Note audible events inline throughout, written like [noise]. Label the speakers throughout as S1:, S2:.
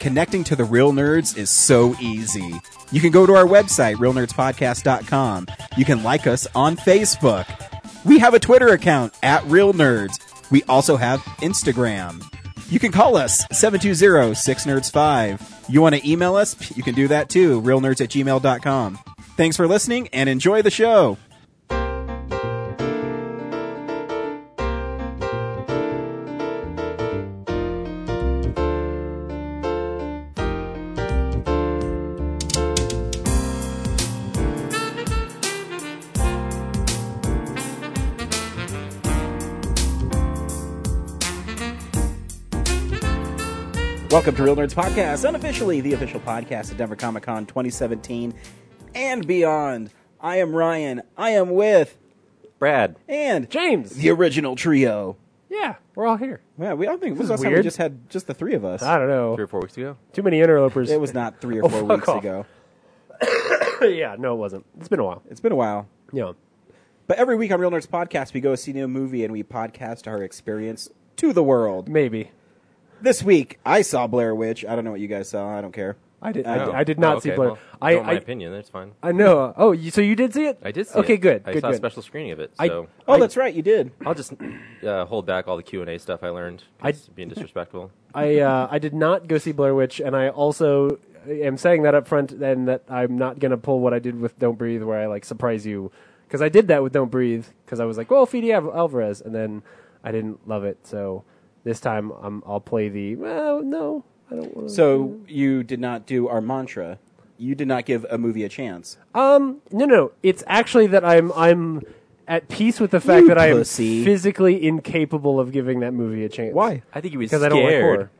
S1: connecting to the real nerds is so easy. You can go to our website, realnerdspodcast.com. You can like us on Facebook. We have a Twitter account at Real Nerds. We also have Instagram. You can call us 720-6nerds5. You want to email us? You can do that too, realnerds at gmail.com. Thanks for listening and enjoy the show. Welcome to Real Nerds Podcast, unofficially the official podcast of Denver Comic Con 2017 and beyond. I am Ryan. I am with
S2: Brad.
S1: and
S3: James.
S1: the original trio.
S3: Yeah, we're all here.
S1: Yeah, we, I don't think it was
S3: This
S1: last
S3: is
S1: time we
S3: weird.
S1: just had just the three of us.
S3: I don't know.
S2: Three or four weeks ago.
S3: Too many interlopers.
S1: It was not three or four
S3: fuck
S1: weeks
S3: off.
S1: ago.
S3: [coughs] yeah, no, it wasn't. It's been a while.
S1: It's been a while.
S3: Yeah.
S1: But every week on Real Nerds Podcast, we go see a new movie and we podcast our experience to the world.
S3: Maybe.
S1: This week, I saw Blair Witch. I don't know what you guys saw. I don't care.
S3: I did
S1: Oh.
S3: I, I did not
S2: Oh,
S3: see
S2: okay.
S3: Blair.
S2: Well,
S3: I,
S2: don't have my
S3: I,
S2: opinion. That's fine.
S3: I know. Oh, you, so you did see it?
S2: I did see
S3: Okay,
S2: it.
S3: good.
S2: I
S3: good,
S2: saw
S3: good.
S2: a special screening of it.
S3: I-
S2: So
S1: Oh, that's right. You did.
S2: I, will just uh, hold back all the Q and A stuff I learned.
S3: I-
S2: 'cause being disrespectful.
S3: I uh, I did not go see Blair Witch, and I also am saying that up front, and that I'm not gonna pull what I did with Don't Breathe, where I like surprise you, because I did that with Don't Breathe, because I was like, well, Fede Al- Alvarez, and then I didn't love it, so this time i I'll play the well, no, I don't. Wanna.
S1: So you did not do our mantra. You did not give a movie a chance.
S3: Um, no, no. It's actually that I'm I'm at peace with the fact
S1: You
S3: that I am
S1: pussy.
S3: physically incapable of giving that movie a chance.
S1: Why?
S2: I think he was
S3: [laughs] Because I don't like horror.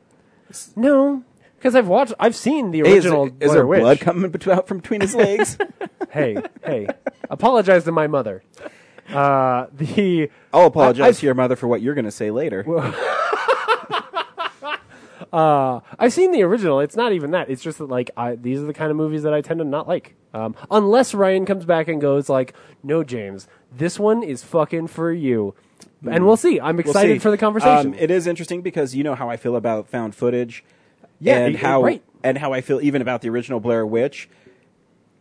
S3: No, because I've watched, I've seen the
S1: Hey, is,
S3: original.
S1: is
S3: Blair
S1: there
S3: Witch.
S1: blood coming bet- out from between
S3: [laughs]
S1: his legs?
S3: hey, hey, apologize to my mother. Uh, the
S1: I'll apologize
S3: I- I-
S1: to your mother for what you're going to say later.
S3: I've seen the original. It's not even that. It's just that like I, these are the kind of movies that I tend to not like. Um, unless Ryan comes back and goes like, "No, James, this one is fucking for you," and we'll see. I'm
S1: Hmm. We'll
S3: excited
S1: see.
S3: for the conversation.
S1: Um, it is interesting because you know how I feel about found footage,
S3: Yeah,
S1: and
S3: y-
S1: how
S3: right.
S1: and how I feel even about the original Blair Witch.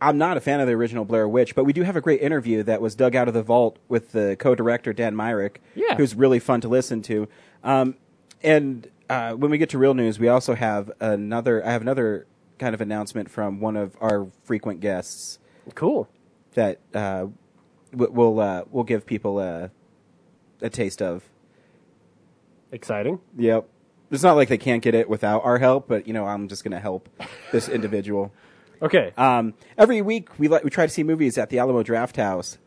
S1: I'm not a fan of the original Blair Witch, but we do have a great interview that was dug out of the vault with the co-director Dan Myrick,
S3: Yeah.
S1: who's really fun to listen to. Um, and uh, when we get to real news, we also have another. I have another kind of announcement from one of our frequent guests
S3: cool.
S1: that uh, w- we'll uh, we'll give people a, a taste of.
S3: Exciting.
S1: Yep. It's not like they can't get it without our help, but you know, I'm just going to help this individual.
S3: Okay.
S1: Um, every week we like we try to see movies at the Alamo Draft House.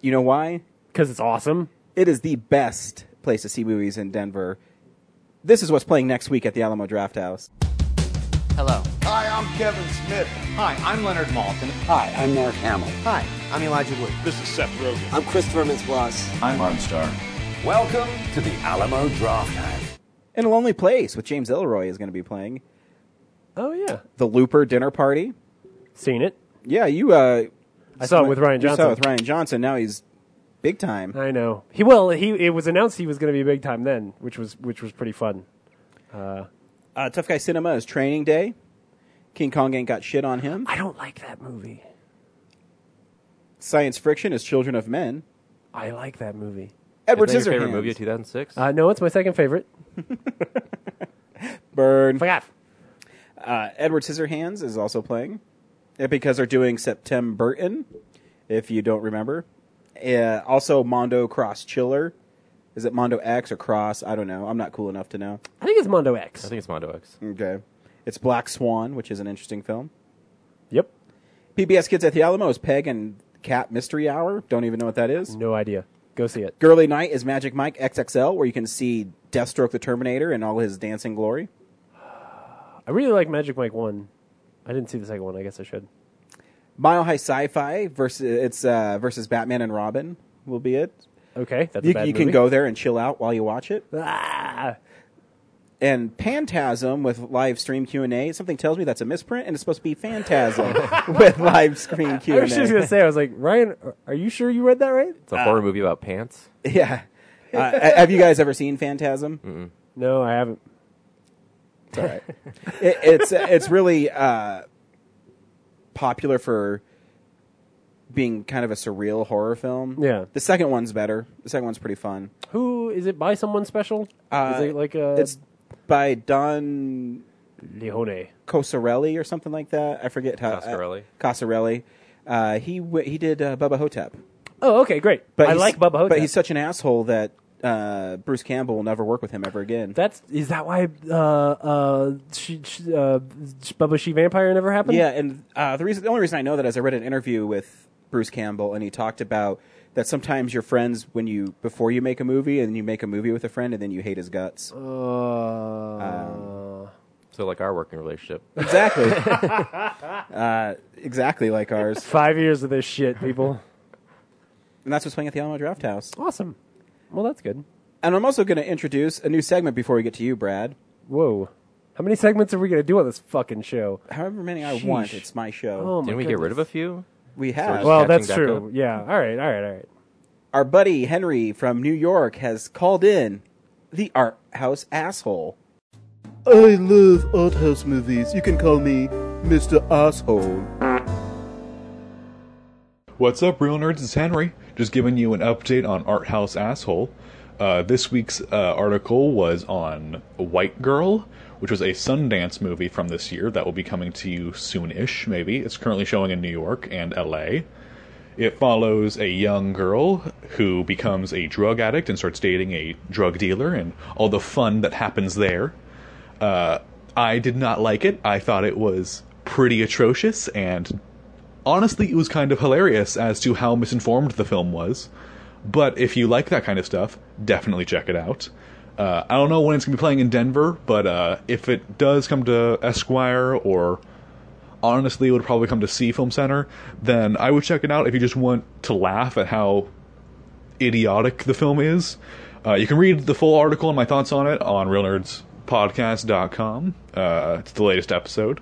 S1: You know why?
S3: Because it's awesome.
S1: It is the best place to see movies in Denver. This is what's playing next week at the Alamo Draft House.
S4: Hello.
S5: Hi, I'm Kevin Smith.
S6: Hi, I'm Leonard Maltin.
S7: Hi, I'm Mark Hamill.
S6: Hi, I'm Elijah Wood.
S5: This is Seth Rogen.
S7: I'm Christopher Mintz-Plasse.
S8: I'm Armstar.
S6: Welcome to the Alamo Draft House.
S1: In a lonely place with James Ellroy is going to be playing
S3: Oh yeah.
S1: the Looper Dinner Party.
S3: Seen it.
S1: Yeah, you. Uh,
S3: I saw it with Ryan
S1: you
S3: Johnson.
S1: saw it with Ryan Johnson. Now he's big time.
S3: I know. He well, he it was announced he was going to be big time then, which was which was pretty fun.
S1: Uh, Tough Guy Cinema is Training Day. King Kong ain't got shit on him.
S3: I don't like that movie.
S1: Science Friction is Children of Men.
S3: I like that movie.
S1: Edward
S2: Isn't that
S1: Scissorhands.
S2: your favorite movie of 2006?
S3: Uh, no, it's my second favorite.
S1: Burn.
S3: Forgot.
S1: Uh, Edward Scissorhands is also playing Yeah, because they're doing September Burton, if you don't remember. Uh, also, Mondo Cross Chiller. Is it Mondo X or Cross? I don't know. I'm not cool enough to know.
S3: I think it's Mondo X.
S2: I think it's Mondo X.
S1: Okay. It's Black Swan, which is an interesting film.
S3: Yep.
S1: PBS Kids at the Alamo is Peg and Cat Mystery Hour. Don't even know what that is.
S3: No idea. Go see it.
S1: Girly Night is Magic Mike XXL, where you can see Deathstroke the Terminator in all his dancing glory.
S3: I really like Magic Mike One. I didn't see the second one. I guess I should.
S1: Mile High Sci-Fi versus it's uh, versus Batman and Robin will be it.
S3: Okay, that's
S1: You,
S3: a bad
S1: you
S3: movie.
S1: can go there and chill out while you watch it.
S3: Ah,
S1: And Phantasm with live stream Q and A. Something tells me that's a misprint, and it's supposed to be
S3: [laughs]
S1: Phantasm with live stream
S3: I
S1: Q
S3: was just
S1: and
S3: gonna
S1: A.
S3: say. I was [laughs] like, Ryan, are you sure you read that right?
S2: It's a horror movie about pants.
S1: Yeah. Uh, have you guys ever seen Phantasm?
S3: No, I haven't.
S1: It's all right. it, it's it's really uh, popular for being kind of a surreal horror film.
S3: Yeah.
S1: The second one's better. The second one's pretty fun.
S3: Who is it by someone special?
S1: Uh,
S3: is it like a
S1: it's by Don
S3: Leone?
S1: Cosarelli or something like that. I forget how
S2: Coscarelli.
S1: Uh, Coscarelli. Uh, he w- he did uh, Bubba Hotep.
S3: Oh, okay, great. I
S1: he's-
S3: like Bubba Hotep.
S1: But he's such an asshole that uh, Bruce Campbell will never work with him ever again.
S3: That's is that why uh, uh, she, she, uh, Bubba She Vampire never happened?
S1: Yeah, and uh, the reason, the only reason I know that is I read an interview with Bruce Campbell, and he talked about that sometimes your friends, when you before you make a movie, and you make a movie with a friend, and then you hate his guts.
S3: Uh,
S2: So like our working relationship.
S3: Oh [laughs]
S1: Exactly. uh, exactly like ours,
S3: five years of this shit, people.
S1: and that's what's playing at the Alamo Draft House.
S3: awesome. Well, that's good.
S1: And I'm also going to introduce a new segment before we get to you, Brad.
S3: Whoa, how many segments are we gonna do on this fucking show?
S1: However many I
S3: Sheesh.
S1: want, it's my show.
S3: Oh my
S2: Didn't we get rid of a few?
S1: we have
S2: just-
S3: Well,
S2: catching
S3: that's
S2: back
S3: true.
S2: up?
S3: Yeah. All right. All right. All right.
S1: our buddy Henry from New York has called in the art house asshole.
S4: I love art house movies. You can call me Mr. Asshole.
S8: What's up, real nerds? It's Henry. Just giving you an update on Art House Asshole. Uh, this week's uh, article was on White Girl, which was a Sundance movie from this year that will be coming to you soon-ish. Maybe it's currently showing in New York and L.A. It follows a young girl who becomes a drug addict and starts dating a drug dealer, and all the fun that happens there. Uh, I did not like it. I thought it was pretty atrocious and honestly, it was kind of hilarious as to how misinformed the film was. But if you like that kind of stuff, definitely check it out. Uh, I don't know when it's going to be playing in Denver, but uh, if it does come to Esquire or honestly, it would probably come to C Film Center, then I would check it out if you just want to laugh at how idiotic the film is. Uh, you can read the full article and my thoughts on it on realnerdspodcast.com. Uh, it's the latest episode.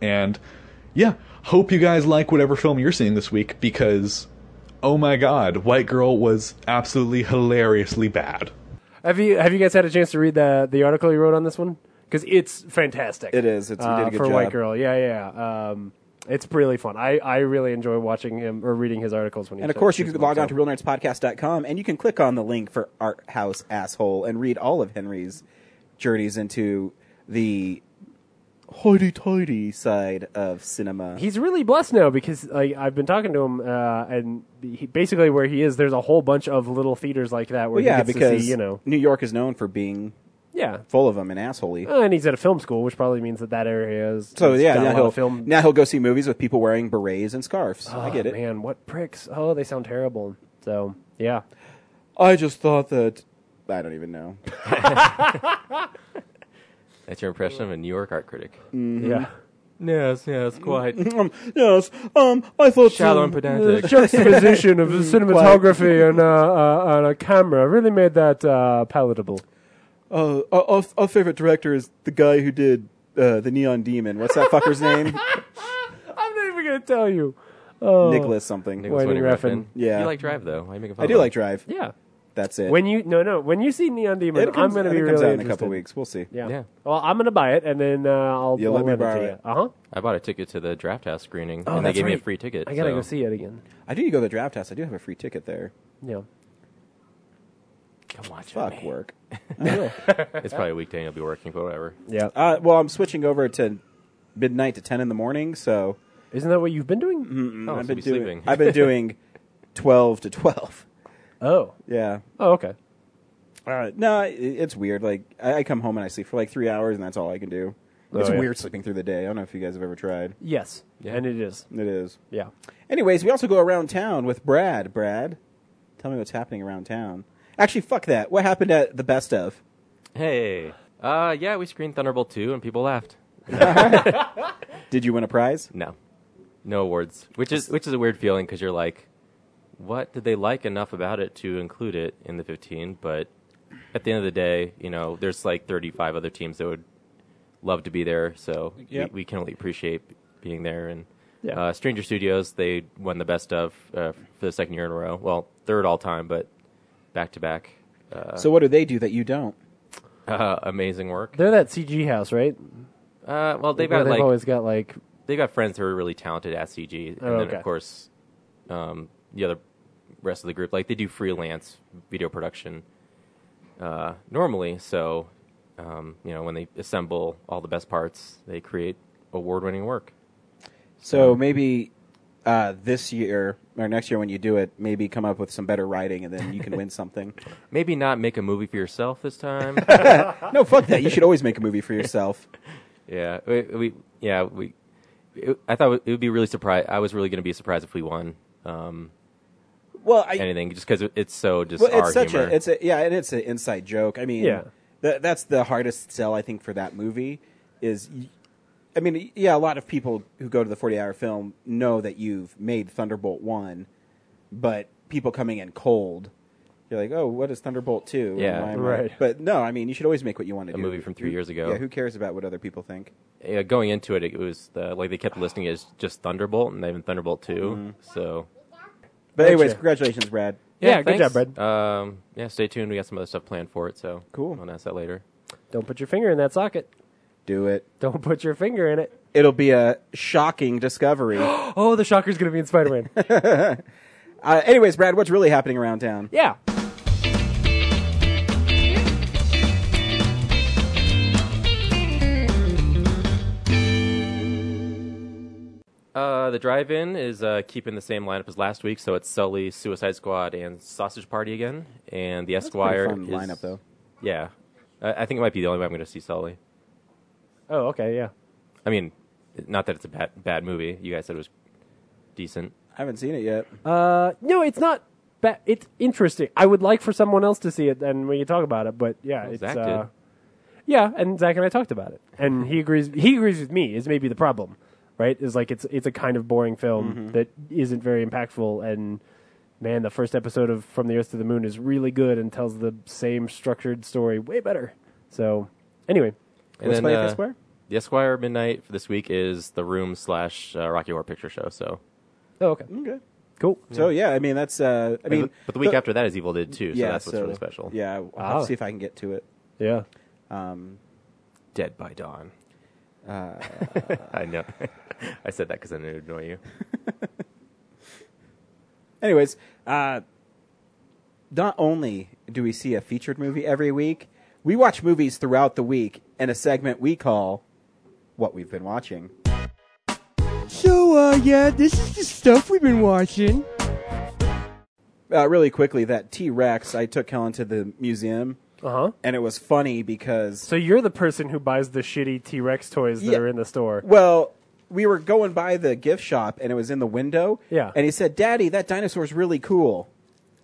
S8: And yeah, hope you guys like whatever film you're seeing this week because oh my god, White Girl was absolutely hilariously bad.
S3: Have you Have you guys had a chance to read the the article you wrote on this one? Because it's fantastic.
S1: It is. It's- you did a
S3: Uh,
S1: good
S3: for White
S1: job.
S3: Girl. Yeah. Yeah. yeah. Um, it's really fun. I, I really enjoy watching him or reading his articles when he
S1: And of
S3: does-
S1: course, you
S3: does
S1: can
S3: them,
S1: log
S3: so.
S1: on to realnerdspodcast.com and you can click on the link for Art House Asshole and read all of Henry's journeys into the hoity toity side of cinema.
S3: he's really blessed now because like I've been talking to him, uh, and he, basically where he is, there's a whole bunch of little theaters like that where
S1: Well,
S3: he
S1: yeah,
S3: gets to
S1: because
S3: see, you know,
S1: New York is known for being
S3: yeah.
S1: full of them and assholey.
S3: Uh, and he's at a film school, which probably means that that area is
S1: So
S3: it's
S1: yeah,
S3: got a
S1: now
S3: lot
S1: he'll
S3: of film.
S1: now he'll go see movies with people wearing berets and scarves. I
S3: Oh,
S1: get it.
S3: Man, what pricks! Oh, they sound terrible. So yeah,
S1: I just thought that I don't even know.
S2: That's your impression of a New York art critic.
S1: Mm-hmm.
S3: yeah.
S2: Yes, yes,
S3: [laughs]
S2: quite.
S1: Um, [laughs] yes, um, I thought
S2: Shallow
S1: um,
S2: and pedantic.
S3: juxtaposition [laughs] of cinematography and uh, uh, and a camera really made that uh, palatable.
S1: Uh, our, our- our favorite director is the guy who did uh, the Neon Demon. What's that fucker's
S3: [laughs]
S1: name?
S3: I'm not even gonna tell you. Oh.
S1: Nicholas something.
S2: Nicholas
S3: Whiting
S2: Winding
S3: Refn.
S2: Refn.
S1: Yeah.
S2: You like Drive though. Why are you making fun
S1: I
S2: of
S1: do
S2: him?
S1: like Drive.
S3: Yeah.
S1: That's it.
S3: When you no no when you see Neon Demon,
S1: it comes,
S3: I'm gonna
S1: I think
S3: be
S1: it
S3: really
S1: comes out in a
S3: interested.
S1: couple weeks. We'll see.
S3: Yeah.
S2: Yeah.
S3: Well, I'm gonna buy it, and then uh, I'll.
S1: You'll
S3: I'll
S1: let me
S3: lend
S1: borrow
S3: it to
S1: it.
S3: you. Uh huh.
S2: I bought a ticket to the draft house screening
S3: Oh,
S2: and they
S3: that's
S2: gave me a
S3: right.
S2: free ticket.
S3: I gotta
S2: so.
S3: go see it again.
S1: I do need to go to the draft house. I do have a free ticket there.
S3: Yeah.
S2: Come watch it,
S1: Fuck
S2: man.
S1: work.
S2: It's probably a weekday and you'll be working, but whatever.
S3: Yeah.
S1: Uh, well, I'm switching over to midnight to ten in the morning. So
S3: Isn't that what you've Mm, been doing?
S2: Oh,
S1: I've
S2: so
S1: been
S2: be
S1: doing.
S2: sleeping.
S3: [laughs]
S1: I've been doing twelve to twelve.
S3: Oh.
S1: Yeah.
S3: Oh, okay.
S1: Uh, no, it, it's weird. Like I, I come home and I sleep for like three hours, and that's all I can do. it's
S3: yeah.
S1: weird sleeping through the day. I don't know if you guys have ever tried.
S3: Yes. And it is.
S1: It is.
S3: Yeah.
S1: Anyways, we also go around town with Brad. Brad, tell me what's happening around town. Actually, fuck that. What happened at the best of?
S2: Hey. Uh yeah, we screened Thunderbolt two and people laughed.
S1: Did you win a prize?
S2: No, no awards, which is which is a weird feeling because you're like, what did they like enough about it to include it in the 15? But at the end of the day, you know, there's like 35 other teams that would love to be there, so
S1: Yep.
S2: we, we can only appreciate being there. And
S3: Yeah.
S2: uh, Stranger Studios, they won the best of uh, for the second year in a row. Well, third all time, but back [laughs] to back.
S1: so what do they do that you don't?
S2: Uh, amazing work.
S3: They're that CG house, right?
S2: Uh, well, they've
S3: Where
S2: got like
S3: always got like
S2: they've got friends who are really talented at CG, and
S3: Oh,
S2: then
S3: okay.
S2: of course, um, the other rest of the group like they do freelance video production uh, normally. So, um, you know, when they assemble all the best parts, they create award-winning work.
S1: So maybe uh, this year or next year when you do it, maybe come up with some better writing and then you can win [laughs] something.
S2: Maybe not make a movie for yourself
S1: [laughs]
S2: this time.
S1: No, fuck that. You should always make a movie for yourself.
S2: yeah, we, we yeah we. It, I thought it would be really surprised. I was really going to be surprised if we won um,
S1: Well, I,
S2: anything, just because it's so just
S1: well,
S2: our
S1: it's such
S2: humor.
S1: a it's a yeah, and it's an inside joke. I mean,
S3: Yeah.
S1: tha- that's the hardest sell I think for that movie is. y- I mean, yeah, a lot of people who go to the forty-hour film know that you've made Thunderbolt one, but people coming in cold, you're like, oh, what is Thunderbolt two?
S2: Yeah,
S3: right.
S1: But no, I mean, you should always make what you want to
S2: A
S1: do.
S2: movie from three
S1: Who-
S2: years ago.
S1: Yeah, who cares about what other people think?
S2: yeah, going into it, it was the, like they kept listing it as just Thunderbolt and even Thunderbolt 2 So
S1: But anyways,
S3: Gotcha.
S1: congratulations, Brad.
S3: Yeah, good
S2: thanks.
S3: job, Brad.
S2: Um, yeah, stay tuned. We got some other stuff planned for it, so
S1: Cool.
S2: I'll announce that later.
S3: don't put your finger in that socket.
S1: Do it.
S3: Don't put your finger in it.
S1: It'll be a shocking
S2: [gasps]
S1: discovery.
S3: Oh, the shocker's gonna be in Spider
S2: [laughs]
S3: Man.
S1: Uh, anyways, Brad, what's really happening around town?
S3: yeah.
S2: Uh, the drive-in is uh, keeping the same lineup as last week, so it's Sully, Suicide Squad, and Sausage Party again. And the Esquire
S1: Pretty fun
S2: is-
S1: lineup though.
S2: Yeah, I, I think it might be the only way I'm going to see Sully.
S3: Oh, okay, yeah.
S2: I mean, not that it's a bad bad movie. You guys said it was decent.
S1: I haven't seen it yet.
S3: Uh, no, it's not. Ba- it's interesting. I would like for someone else to see it, and we can talk about it. But yeah, it's
S2: Zach
S3: uh,
S2: did.
S3: yeah. And Zach and I talked about it, and he agrees. He agrees with me. Is maybe the problem, right? Is like it's it's a kind of boring film
S2: Mm-hmm.
S3: that isn't very impactful. And man, the first episode of From the Earth to the Moon is really good and tells the same structured story way better. So anyway,
S2: And
S1: What's
S2: then,
S1: playing
S2: uh,
S1: for Square?
S2: The Esquire Midnight for this week is The Room slash uh, Rocky Horror Picture Show. So,
S3: oh okay,
S1: Okay.
S3: cool.
S1: So yeah, I mean that's. Uh, I mean,
S2: but the week after that is Evil Dead too. So
S1: yeah,
S2: that's what's
S1: so-
S2: really special. Oh.
S1: Yeah, I'll have
S3: Ah.
S1: to see if I can get to it.
S3: Yeah.
S1: Um,
S2: Dead by Dawn. Uh, [laughs] I know. [laughs] I said that because I knew it'd annoy you.
S1: anyways, uh, not only do we see a featured movie every week, we watch movies throughout the week in a segment we call "What We've Been Watching."
S9: So, uh, yeah, this is the stuff we've been watching.
S1: Uh, really quickly, that T Rex. I took Helen to the museum,
S3: Uh
S2: Uh-huh.
S3: huh.
S1: and it was funny because
S3: So you're the person who buys the shitty T Rex toys that
S1: Yeah.
S3: are in the store.
S1: Well, we were going by the gift shop and it was in the window.
S3: Yeah.
S1: And he said, Daddy, that dinosaur's really cool.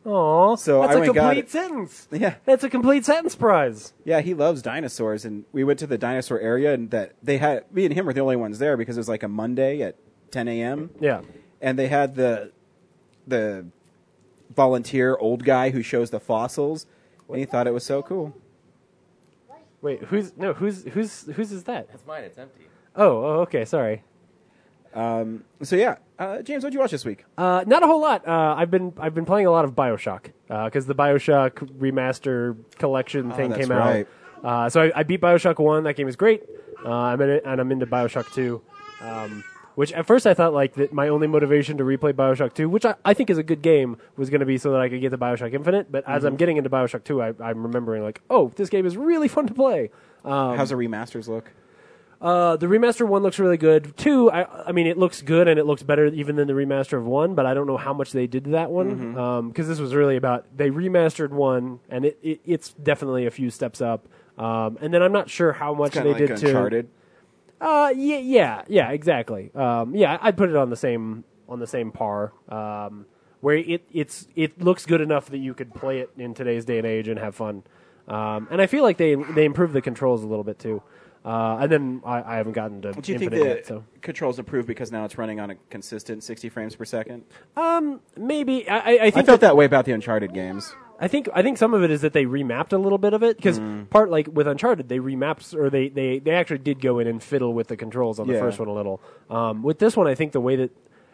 S3: Aw,
S1: So
S3: that's
S1: I
S3: a
S1: went and got
S3: complete
S1: it.
S3: sentence.
S1: Yeah.
S3: that's a complete sentence prize.
S1: Yeah, he loves dinosaurs. And we went to the dinosaur area and that they had, me and him were the only ones there because it was like a Monday at 10 a.m.
S3: Yeah,
S1: And they had the, the volunteer old guy who shows the fossils. And he thought it was so cool.
S3: wait, who's no, who's who's whose is that?
S2: It's mine. It's empty.
S3: Oh, oh, okay, sorry.
S1: So yeah, uh, James, what'd you watch this week?
S3: Uh, not a whole lot. Uh, I've been I've been playing a lot of Bioshock because the Bioshock remaster collection thing
S1: Oh, that's
S3: came
S1: right.
S3: out. Uh, so I, I beat Bioshock One. That game is great. Uh, I'm in it, and I'm into Bioshock Two, um, which at first I thought like that my only motivation to replay Bioshock Two, which I, I think is a good game, was going to be so that I could get the Bioshock Infinite. But
S1: Mm-hmm.
S3: as I'm getting into Bioshock Two, I, I'm remembering like, oh, this game is really [laughs] fun to play. Um,
S1: How's the remasters look?
S3: Uh, the remaster one looks really good. Two, I, I mean, it looks good and it looks better even than the remaster of one, but I don't know how much they did to that one
S1: Mm-hmm.
S3: because this was really about they remastered one and it, it it's definitely a few steps up. Um, and then I'm not sure how much
S1: Kinda
S3: they
S1: like
S3: did
S1: Uncharted.
S3: to. Uh, yeah, yeah, yeah, exactly. Um, yeah, I'd put it on the same on the same par. Um, where it it's it looks good enough that you could play it in today's day and age and have fun. Um, and I feel like they they improved the controls a little bit too. Uh, and then I, I haven't gotten to
S1: Do you think
S3: Infinite
S1: the
S3: yet, so
S1: controls improved because now it's running on a consistent 60 frames per second?
S3: maybe I, I- I
S1: I
S3: think
S1: felt that way about the Uncharted games.
S3: I think I think some of it is that they remapped a little bit of it because
S1: Mm.
S3: part like with Uncharted they remapped or they, they they actually did go in and fiddle with the controls on the
S1: Yeah.
S3: first one a little. Um, with this one, I think the way that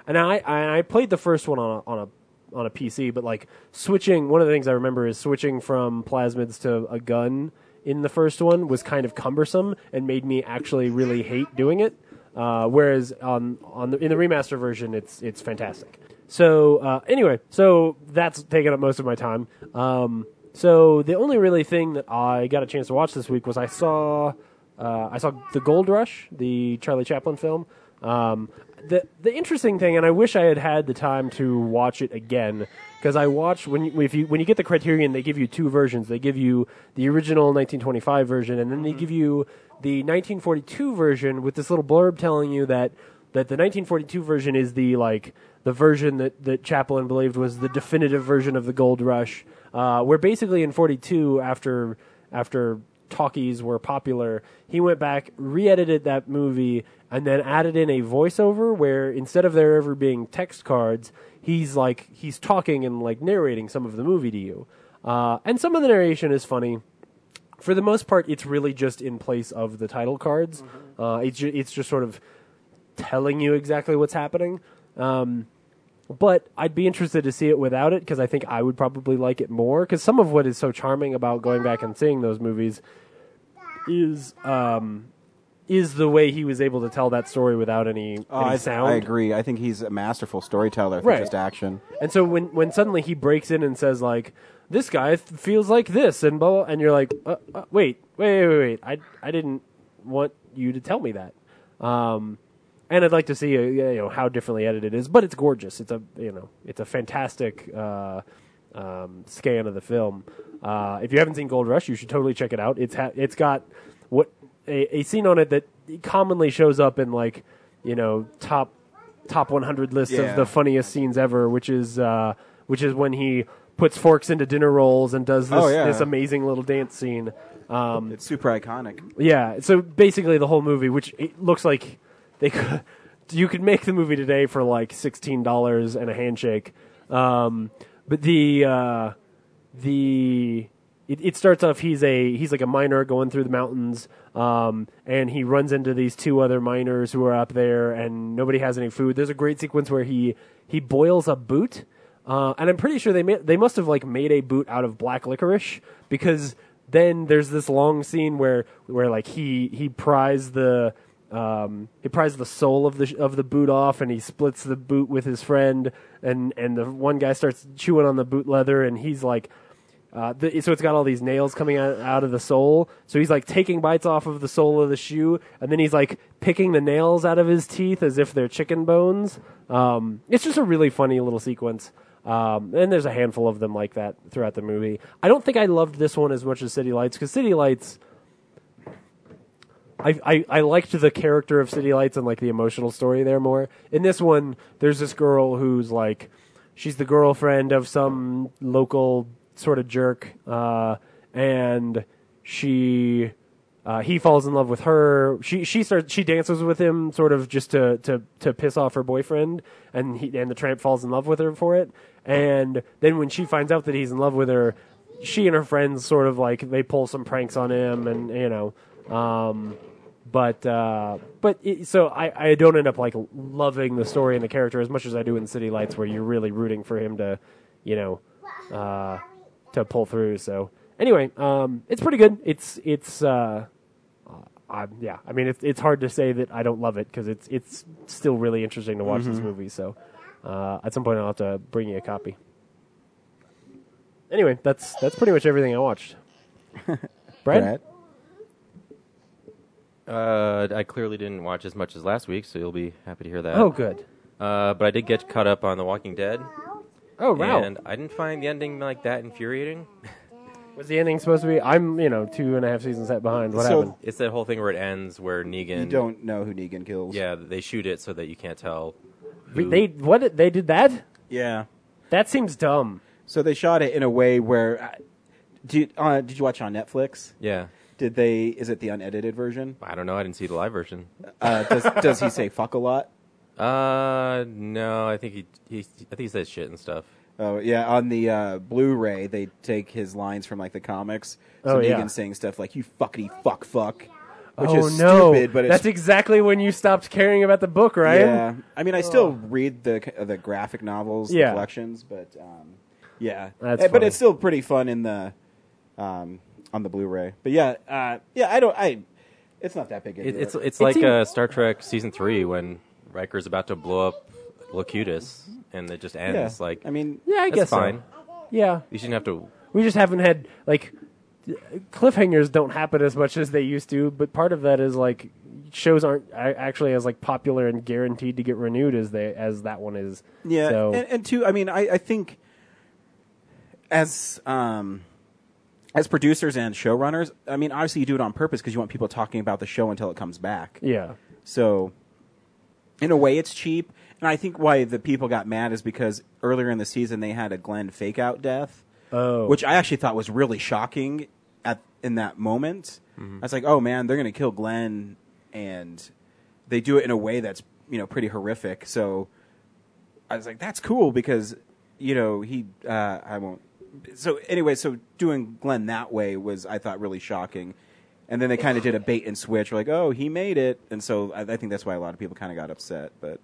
S3: and I I, I played the first one on a, on a on a PC, but like switching one of the things I remember is switching from plasmids to a gun in the first one was kind of cumbersome and made me actually really hate doing it. Uh, whereas on on the, in the remaster version, it's it's fantastic. So uh, anyway, so that's taken up most of my time. Um, so the only really thing that I got a chance to watch this week was I saw uh, I saw the Gold Rush, the Charlie Chaplin film. Um, the the interesting thing, and I wish I had had the time to watch it again, because I watched when you, if you when you get the Criterion, they give you two versions. They give you the original 1925 version, and then they give you the 1942 version with this little blurb telling you that that the 1942 version is the like the version that, that Chaplin believed was the definitive version of the gold rush. Uh, where basically in 42, after after talkies were popular, he went back, re-edited that movie, and then added in a voiceover where instead of there ever being text cards, he's like he's talking and like narrating some of the movie to you. Uh, and some of the narration is funny for the most part, it's really just in place of the title cards. Uh, it's ju- it's just sort of telling you exactly what's happening. Um, but I'd be interested to see it without it because I think I would probably like it more. Because some of what is so charming about going back and seeing those movies is um, is the way he was able to tell that story without any, any
S1: Oh, Uh, I,
S3: sound.
S1: I agree. I think he's a masterful storyteller for
S3: Right.
S1: just action.
S3: And so when when suddenly he breaks in and says like, "This guy th- feels like this," and blah, blah and you're like, uh, uh, "Wait, wait, wait, wait! I I didn't want you to tell me that." Um, and I'd like to see uh, you know how differently edited it is, but it's gorgeous. It's a you know it's a fantastic uh, um, scan of the film. Uh, if you haven't seen Gold Rush, you should totally check it out. It's ha- it's got what a, a scene on it that commonly shows up in like you know top top 100 list
S1: Yeah.
S3: of the funniest scenes ever, which is uh, which is when he puts forks into dinner rolls and does this,
S1: Oh, yeah.
S3: this amazing little dance scene. Um,
S1: It's super iconic.
S3: yeah. So basically, the whole movie, which it looks like they could, you could make the movie today for like sixteen dollars and a handshake. Um, but the uh, the it, it starts off he's a he's like a miner going through the mountains, um, and he runs into these two other miners who are up there, and nobody has any food. There's a great sequence where he he boils a boot. Uh, and I'm pretty sure they ma- they must have like made a boot out of black licorice because then there's this long scene where where like he he pries the um he pries the sole of the sh- of the boot off and he splits the boot with his friend and and the one guy starts chewing on the boot leather and he's like uh, the, so it's got all these nails coming out, out of the sole. So he's like taking bites off of the sole of the shoe, and then he's like picking the nails out of his teeth as if they're chicken bones. Um, it's just a really funny little sequence. Um, and there's a handful of them like that throughout the movie. I don't think I loved this one as much as City Lights because City Lights. I, I, I liked the character of City Lights and like the emotional story there more. In this one, there's this girl who's like, she's the girlfriend of some local sort of jerk, uh, and she, uh, he falls in love with her. She she starts she dances with him sort of just to to to piss off her boyfriend, and he and the tramp falls in love with her for it. And then when she finds out that he's in love with her, she and her friends sort of like they pull some pranks on him, and you know. Um, but uh, but it, so I, I don't end up like loving the story and the character as much as I do in City Lights, where you're really rooting for him to, you know, uh, to pull through. So anyway, um, it's pretty good. It's it's uh, I, yeah. I mean, it's it's hard to say that I don't love it because it's it's still really interesting to watch this movie. So uh, at some point, I'll have to bring you a copy. Anyway, that's that's pretty much everything I watched. Brad,
S1: Brad?
S2: Uh, I clearly didn't watch as much as last week, so you'll be happy to hear that.
S3: oh good.
S2: Uh, but I did get caught up on The Walking Dead,
S3: Oh wow.
S2: and I didn't find the ending like that infuriating.
S3: Was the ending supposed to be? I'm, you know, two and a half seasons set behind. What
S1: So-
S3: happened?
S2: It's that whole thing where it ends, where Negan.
S1: You don't know who Negan kills.
S2: Yeah, they shoot it so that you can't tell.
S3: We-
S2: who-
S3: They what? did- They did that?
S1: Yeah.
S3: That seems dumb.
S1: So they shot it in a way where. I- Did, uh, did you watch on Netflix?
S2: Yeah,
S1: Did they? Is it the unedited version?
S2: I don't know. I didn't see the live version.
S1: Uh, does [laughs] does he say fuck a lot?
S2: Uh, no, I think he, he I think he says shit and stuff.
S1: Oh yeah, on the uh, Blu-ray they take his lines from like the comics. So
S3: Oh,
S1: Negan's
S3: yeah.
S1: saying stuff like "you fuckity fuck fuck," which
S3: oh
S1: is
S3: no!
S1: stupid, but
S3: That's
S1: it's
S3: exactly when you stopped caring about the book, right? Oh.
S1: yeah. I mean, I still read the uh, the graphic novels,
S3: Yeah.
S1: the collections, but um, yeah,
S3: That's
S1: Eh, but
S3: funny.
S1: it's still pretty fun in the um, on the Blu-ray. But yeah, uh, yeah, I don't. I it's not that big. A
S2: It,
S1: deal.
S2: it's it's like uh, Star Trek season three when Riker's about to blow up Locutus and it just ends.
S1: Yeah.
S2: Like
S1: I mean,
S3: Yeah, I
S2: that's
S3: guess so.
S2: fine.
S3: Yeah,
S2: You shouldn't have to.
S3: we just haven't had like cliffhangers don't happen as much as they used to. But part of that is like shows aren't a- actually as like popular and guaranteed to get renewed as they as that one is.
S1: Yeah,
S3: So
S1: and, and two, I mean, I, I think as um, as producers and showrunners, I mean, obviously you do it on purpose because you want people talking about the show until it comes back.
S3: yeah,
S1: So, in a way, it's cheap. And I think why the people got mad is because earlier in the season they had a Glenn fake out death,
S3: Oh.
S1: which I actually thought was really shocking at in that moment. I was like, oh man, they're gonna kill Glenn, and they do it in a way that's you know pretty horrific. So I was like, that's cool because you know he uh, I won't. So anyway, so doing Glenn that way was I thought really shocking, and then they kind of did a bait and switch, like oh he made it, and so I, I think that's why a lot of people kind of got upset. But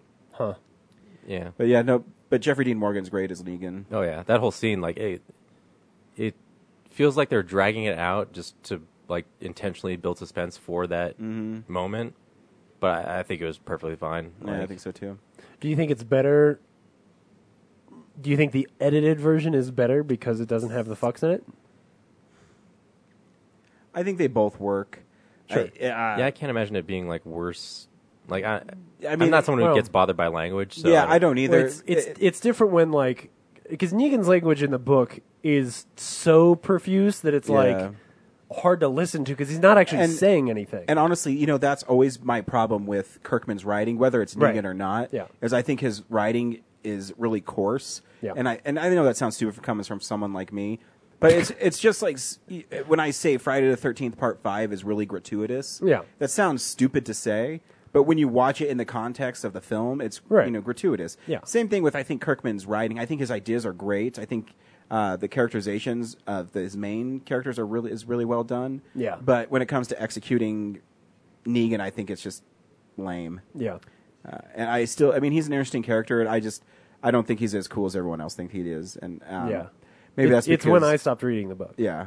S2: Yeah.
S1: but yeah no, but Jeffrey Dean Morgan's great as Negan.
S2: Oh yeah, that whole scene, like it, it feels like they're dragging it out just to like intentionally build suspense for that moment. But I, I think it was perfectly fine.
S1: Yeah, I
S2: Like,
S1: think so too.
S3: do you think it's better? Do you think the edited version is better because it doesn't have the fucks in it?
S1: I think they both work. Sure. I, uh,
S2: yeah, I can't imagine it being like worse. Like I, I
S1: mean,
S2: am not someone who
S3: well-
S2: gets bothered by language. So
S1: yeah, I don't either.
S3: Well, it's it's, it's different when like because Negan's language in the book is so profuse that it's
S1: Yeah.
S3: like hard to listen to because he's not actually
S1: And-
S3: saying anything.
S1: And honestly, you know, that's always my problem with Kirkman's writing, whether it's Negan
S3: Right.
S1: or not.
S3: Yeah.
S1: Is I think his writing is really coarse.
S3: Yeah.
S1: And I and I know that sounds stupid for coming from someone like me, but
S3: [laughs]
S1: it's it's just like s- when I say Friday the Thirteenth Part Five is really gratuitous.
S3: Yeah.
S1: That sounds stupid to say. But when you watch it in the context of the film, it's
S3: Right.
S1: you know gratuitous.
S3: Yeah.
S1: Same thing with I think Kirkman's writing. I think his ideas are great. I think uh, the characterizations of the, his main characters are really is really well done.
S3: Yeah.
S1: But when it comes to executing Negan, I think it's just lame.
S3: yeah,
S1: Uh, and I still, I mean, he's an interesting character, and I just, I don't think he's as cool as everyone else thinks he is. And um,
S3: yeah.
S1: maybe
S3: It-
S1: that's
S3: it's
S1: because,
S3: when I stopped reading the book
S1: yeah,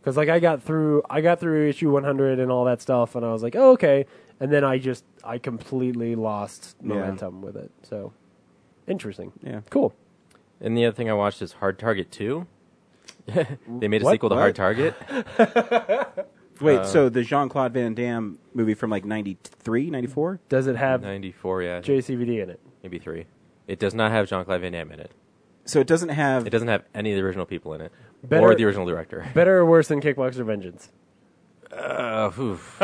S3: because like I got through I got through issue 100 and all that stuff and I was like oh, okay and then I just I completely lost
S1: Yeah.
S3: momentum with it so interesting
S1: Yeah.
S3: cool
S2: And the other thing I watched is Hard Target Two. [laughs] they made a
S1: What?
S2: sequel to
S1: What?
S2: Hard Target.
S1: Wait,
S3: Uh,
S1: so the Jean Claude Van Damme movie from like 93, 94?
S3: does it have
S2: Ninety four, yeah,
S3: JCVD in it
S2: maybe three. It does not have Jean Claude Van Damme in it.
S1: So it doesn't have.
S2: It doesn't have any of the original people in it,
S3: Better-
S2: or the original director.
S3: better or worse than Kickboxer Vengeance
S2: Uh, [laughs] oof.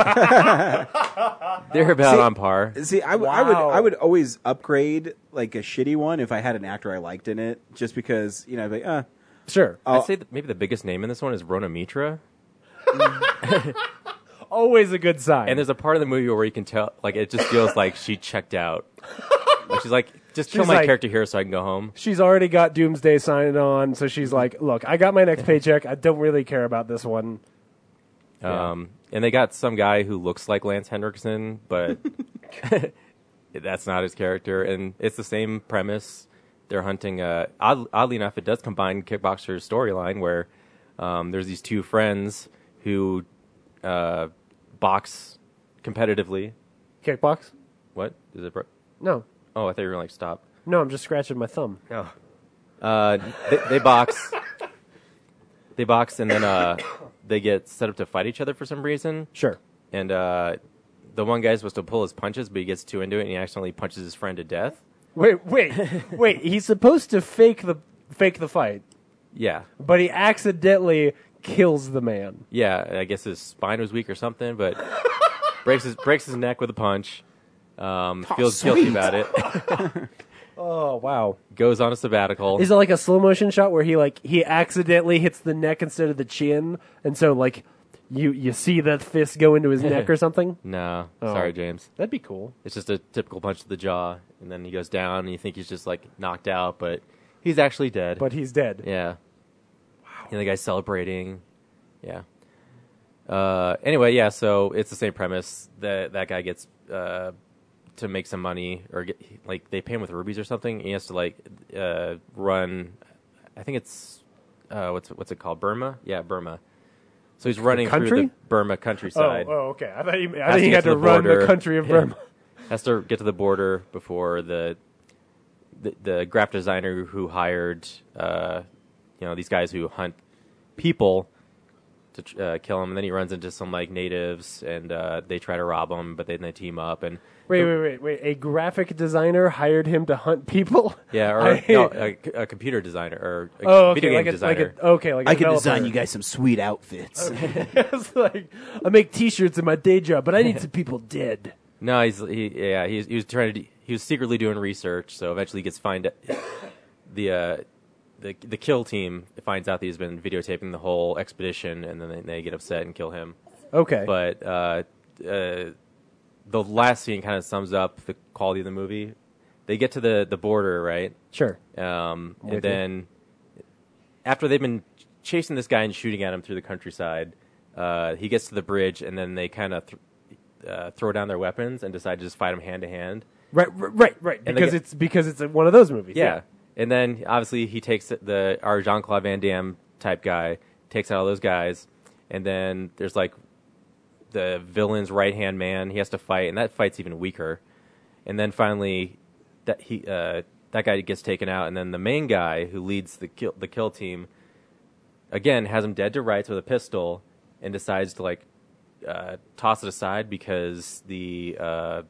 S2: They're about on par.
S1: See, I, w- I would
S3: Wow.
S1: I would always upgrade like a shitty one if I had an actor I liked in it, just because you know, I'd be like, uh,
S3: sure
S2: I'd say that maybe the biggest name in this one is Rona Mitra.
S3: always a good sign
S2: And there's a part of the movie where you can tell, like, it just feels like she checked out. Like, she's like, just kill
S3: She's
S2: my
S3: like-
S2: character here so I can go home.
S3: she's already got Doomsday signed on, so she's like, "Look, I got my next paycheck. I don't really care about this one."
S2: Um, and they got some guy who looks like Lance Hendrickson, but [laughs] that's not his character. And it's the same premise. They're hunting. Uh, odd, oddly enough, it does combine Kickboxer's storyline where um, there's these two friends who uh, box competitively.
S3: Kickbox?
S2: What is it? Bro-
S3: No,
S2: oh, I thought you were gonna, like stop.
S3: no, I'm just scratching my thumb.
S2: No. Uh, they, they box. they box, and then uh, they get set up to fight each other for some reason.
S3: Sure.
S2: And uh, the one guy's supposed to pull his punches, but he gets too into it, and he accidentally punches his friend to death.
S3: Wait, wait, [laughs] wait. He's supposed to fake the fake the fight,
S2: Yeah,
S3: but he accidentally kills the man.
S2: yeah. I guess his spine was weak or something, but breaks his breaks his neck with a punch. Um, feels guilty about it. [laughs]
S3: Oh wow!
S2: Goes on a sabbatical.
S3: Is it like a slow motion shot where he like he accidentally hits the neck instead of the chin, and so like you you see the fist go [laughs] into his neck or something?
S2: no,
S3: Oh.
S2: sorry, James.
S3: That'd be cool.
S2: It's just a typical punch to the jaw, and then he goes down, and you think he's just like knocked out, but he's actually dead.
S3: But he's dead.
S2: Yeah. And the guy's celebrating. Yeah. Uh, anyway, yeah. So it's the same premise. That that guy gets uh, to make some money, or get, like they pay him with rubies or something. He has to like uh, run. I think it's uh, what's what's it called? Burma. Yeah, Burma. So he's running through
S3: country?
S2: the Burma countryside.
S3: Oh, oh, okay. I thought you, I
S2: Has
S3: thought you
S2: get
S3: had to,
S2: the
S3: run the
S2: border.
S3: country of
S2: Yeah.
S3: Burma.
S2: [laughs] Has to get to the border before the the, the graph designer who hired uh, you know these guys who hunt people to tr- uh, kill him, and then he runs into some like natives, and uh, they try to rob him, but then they team up and
S3: Wait, wait, wait, wait. A graphic designer hired him to hunt people.
S2: yeah, or
S3: [laughs] I-
S2: no, a, c- a computer designer or a
S3: oh, okay,
S2: video game
S3: like a,
S2: designer.
S3: Like a, okay, like a
S1: I can
S3: developer.
S1: design you guys some sweet outfits.
S3: [laughs] It's like I make T-shirts in my day job, but I need some people dead.
S2: No, he's he, yeah, he, he was trying to do, he was secretly doing research, so eventually he gets find [coughs] the uh, the the kill team finds out that he's been videotaping the whole expedition, and then they, they get upset and kill him.
S3: Okay,
S2: But uh, uh, the last scene kind of sums up the quality of the movie. They get to the the border, right?
S3: sure.
S2: Um,
S3: with you.
S2: and then after they've been ch- chasing this guy and shooting at him through the countryside, uh, he gets to the bridge and then they kind of th- uh, throw down their weapons and decide to just fight him hand to hand.
S3: Right, r- right, right.
S2: And they
S3: Because
S2: get-
S3: it's because it's one of those movies.
S2: Yeah. And then obviously he takes the our Jean Claude Van Damme type guy, takes out all those guys, and then there's like the villain's right hand man. He has to fight, and that fight's even weaker. And then finally, that he uh, that guy gets taken out, and then the main guy who leads the kill the kill team again has him dead to rights with a pistol, and decides to like uh, toss it aside because the uh,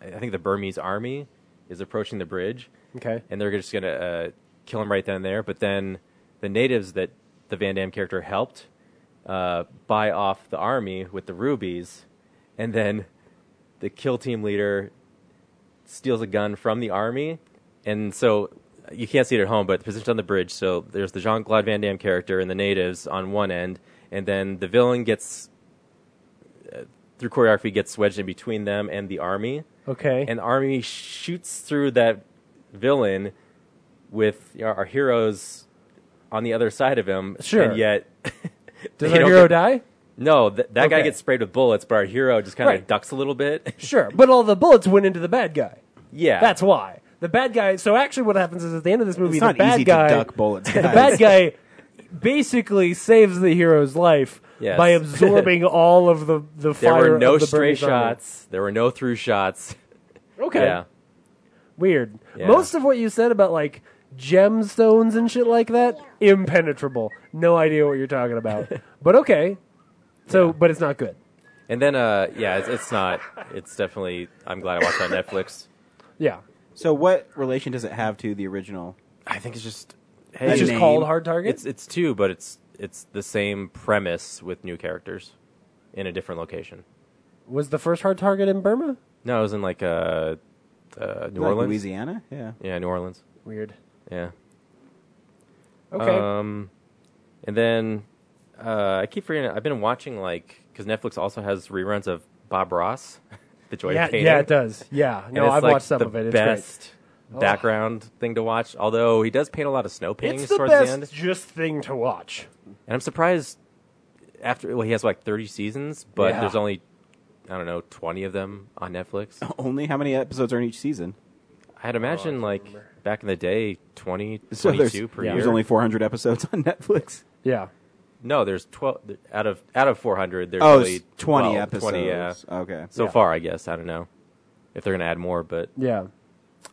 S2: I I think the Burmese army is approaching the bridge
S3: Okay.
S2: and they're just gonna uh, kill him right then and there. But then the natives that the Van Damme character helped uh, buy off the army with the rubies, and then the kill team leader steals a gun from the army, and so uh, you can't see it at home, but positioned on the bridge. So there's the Jean Claude Van Damme character and the natives on one end, and then the villain gets. uh, Through choreography, gets wedged in between them and the army,
S3: Okay.
S2: and Army shoots through that villain with you know, our heroes on the other side of him.
S3: Sure.
S2: And yet,
S3: [laughs] Does
S2: [laughs] they
S3: our
S2: don't
S3: hero
S2: get-
S3: die?
S2: No, th- that guy
S3: Okay.
S2: gets sprayed with bullets, but our hero just kind of
S3: Right.
S2: ducks a little bit. [laughs]
S3: Sure, but all the bullets went into the bad guy.
S2: yeah.
S3: That's why the bad guy. So actually, what happens is at the end of this movie,
S1: It's
S3: the
S1: not
S3: bad
S1: easy
S3: guy,
S1: to duck
S3: [laughs]
S1: bullets.
S3: the bad guy, basically saves the hero's life
S2: Yes. [laughs]
S3: by absorbing all of the the
S2: There
S3: fire.
S2: were no
S3: of the
S2: stray
S3: Burmese army.
S2: shots. There were no through shots.
S3: [laughs] Okay.
S2: Yeah.
S3: Weird.
S2: Yeah.
S3: Most of what you said about like gemstones and shit like that, impenetrable. No idea what you're
S2: [laughs]
S3: talking about. but okay. So, but it's not good.
S2: And then, uh, yeah, it's, it's not. It's definitely. I'm glad I watched it on Netflix.
S3: Yeah.
S1: so, what relation does it have to the original?
S2: I think it's just.
S1: The
S2: Hey,
S3: It's just
S1: name.
S3: called Hard Target.
S2: it's it's two, but it's it's the same premise with new characters in a different location.
S3: was the first Hard Target in Burma?
S2: No, it was in like uh, uh, New
S1: Like
S2: Orleans.
S1: Louisiana? Yeah. [laughs]
S2: Yeah, New Orleans.
S3: Weird.
S2: Yeah.
S3: Okay.
S2: Um, and then uh, I keep forgetting. I've been watching like because Netflix also has reruns of Bob Ross, [laughs] The Joy
S3: yeah,
S2: of Painting.
S3: yeah, it does. Yeah.
S2: And
S3: No,
S2: it's,
S3: I've
S2: like,
S3: watched some
S2: the
S3: of it. It's
S2: best background thing to watch. Although he does paint a lot of snow
S3: great.
S2: paintings
S3: It's the
S2: towards the
S3: best
S2: end,
S3: just thing to watch.
S2: and I'm surprised after well he has like 30 seasons, but
S3: Yeah.
S2: there's only I don't know 20 of them on Netflix.
S1: Only how many episodes are in each season?
S2: I'd imagine
S3: Oh,
S2: like back in the day 20, 22
S1: So there's,
S2: per year.
S1: there's only 400 episodes on [laughs] Netflix.
S3: Yeah.
S2: No, there's twelve th- out of out of four hundred. There's
S1: Oh,
S2: really
S1: it's 20
S2: 12,
S1: episodes.
S2: 20, yeah.
S1: Okay.
S2: So
S3: Yeah.
S2: far, I guess I don't know if they're gonna add more, but
S3: Yeah.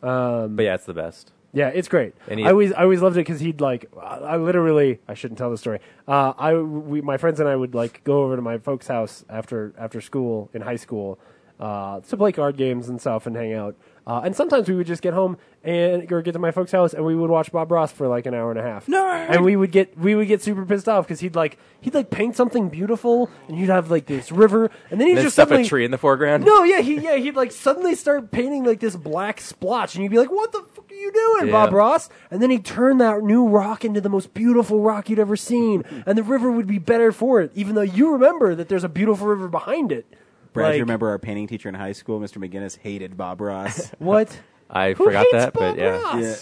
S3: Um,
S2: but yeah, it's the best.
S3: Yeah, it's great.
S2: And he-
S3: I always I always loved it because he'd like I, I literally I shouldn't tell the story. Uh, I we my friends and I would like go over to my folks' house after after school in high school uh, to play card games and stuff and hang out. Uh, and sometimes we would just get home and or get to my folks' house and we would watch Bob Ross for like an hour and a half. No, and we would get we would get super pissed off because he'd like he'd like paint something beautiful and you'd have like this river and then he'd
S2: And then
S3: just
S2: stuff a
S3: suddenly-
S2: tree in the foreground.
S3: no, yeah, he yeah he'd like suddenly start painting like this black splotch, and you'd be like, "What the fuck are you doing,
S2: Yeah.
S3: Bob Ross?" And then he'd turn that new rock into the most beautiful rock you'd ever seen, and the river would be better for it, even though you remember that there's a beautiful river behind it.
S1: Brad,
S3: Like,
S1: you remember our painting teacher in high school, Mr. McGinnis, hated Bob
S2: [laughs]
S1: Ross.
S3: what?
S2: I
S3: Who
S2: forgot
S3: hates
S2: that,
S3: Bob
S2: but yeah,
S3: Ross?
S1: Yeah.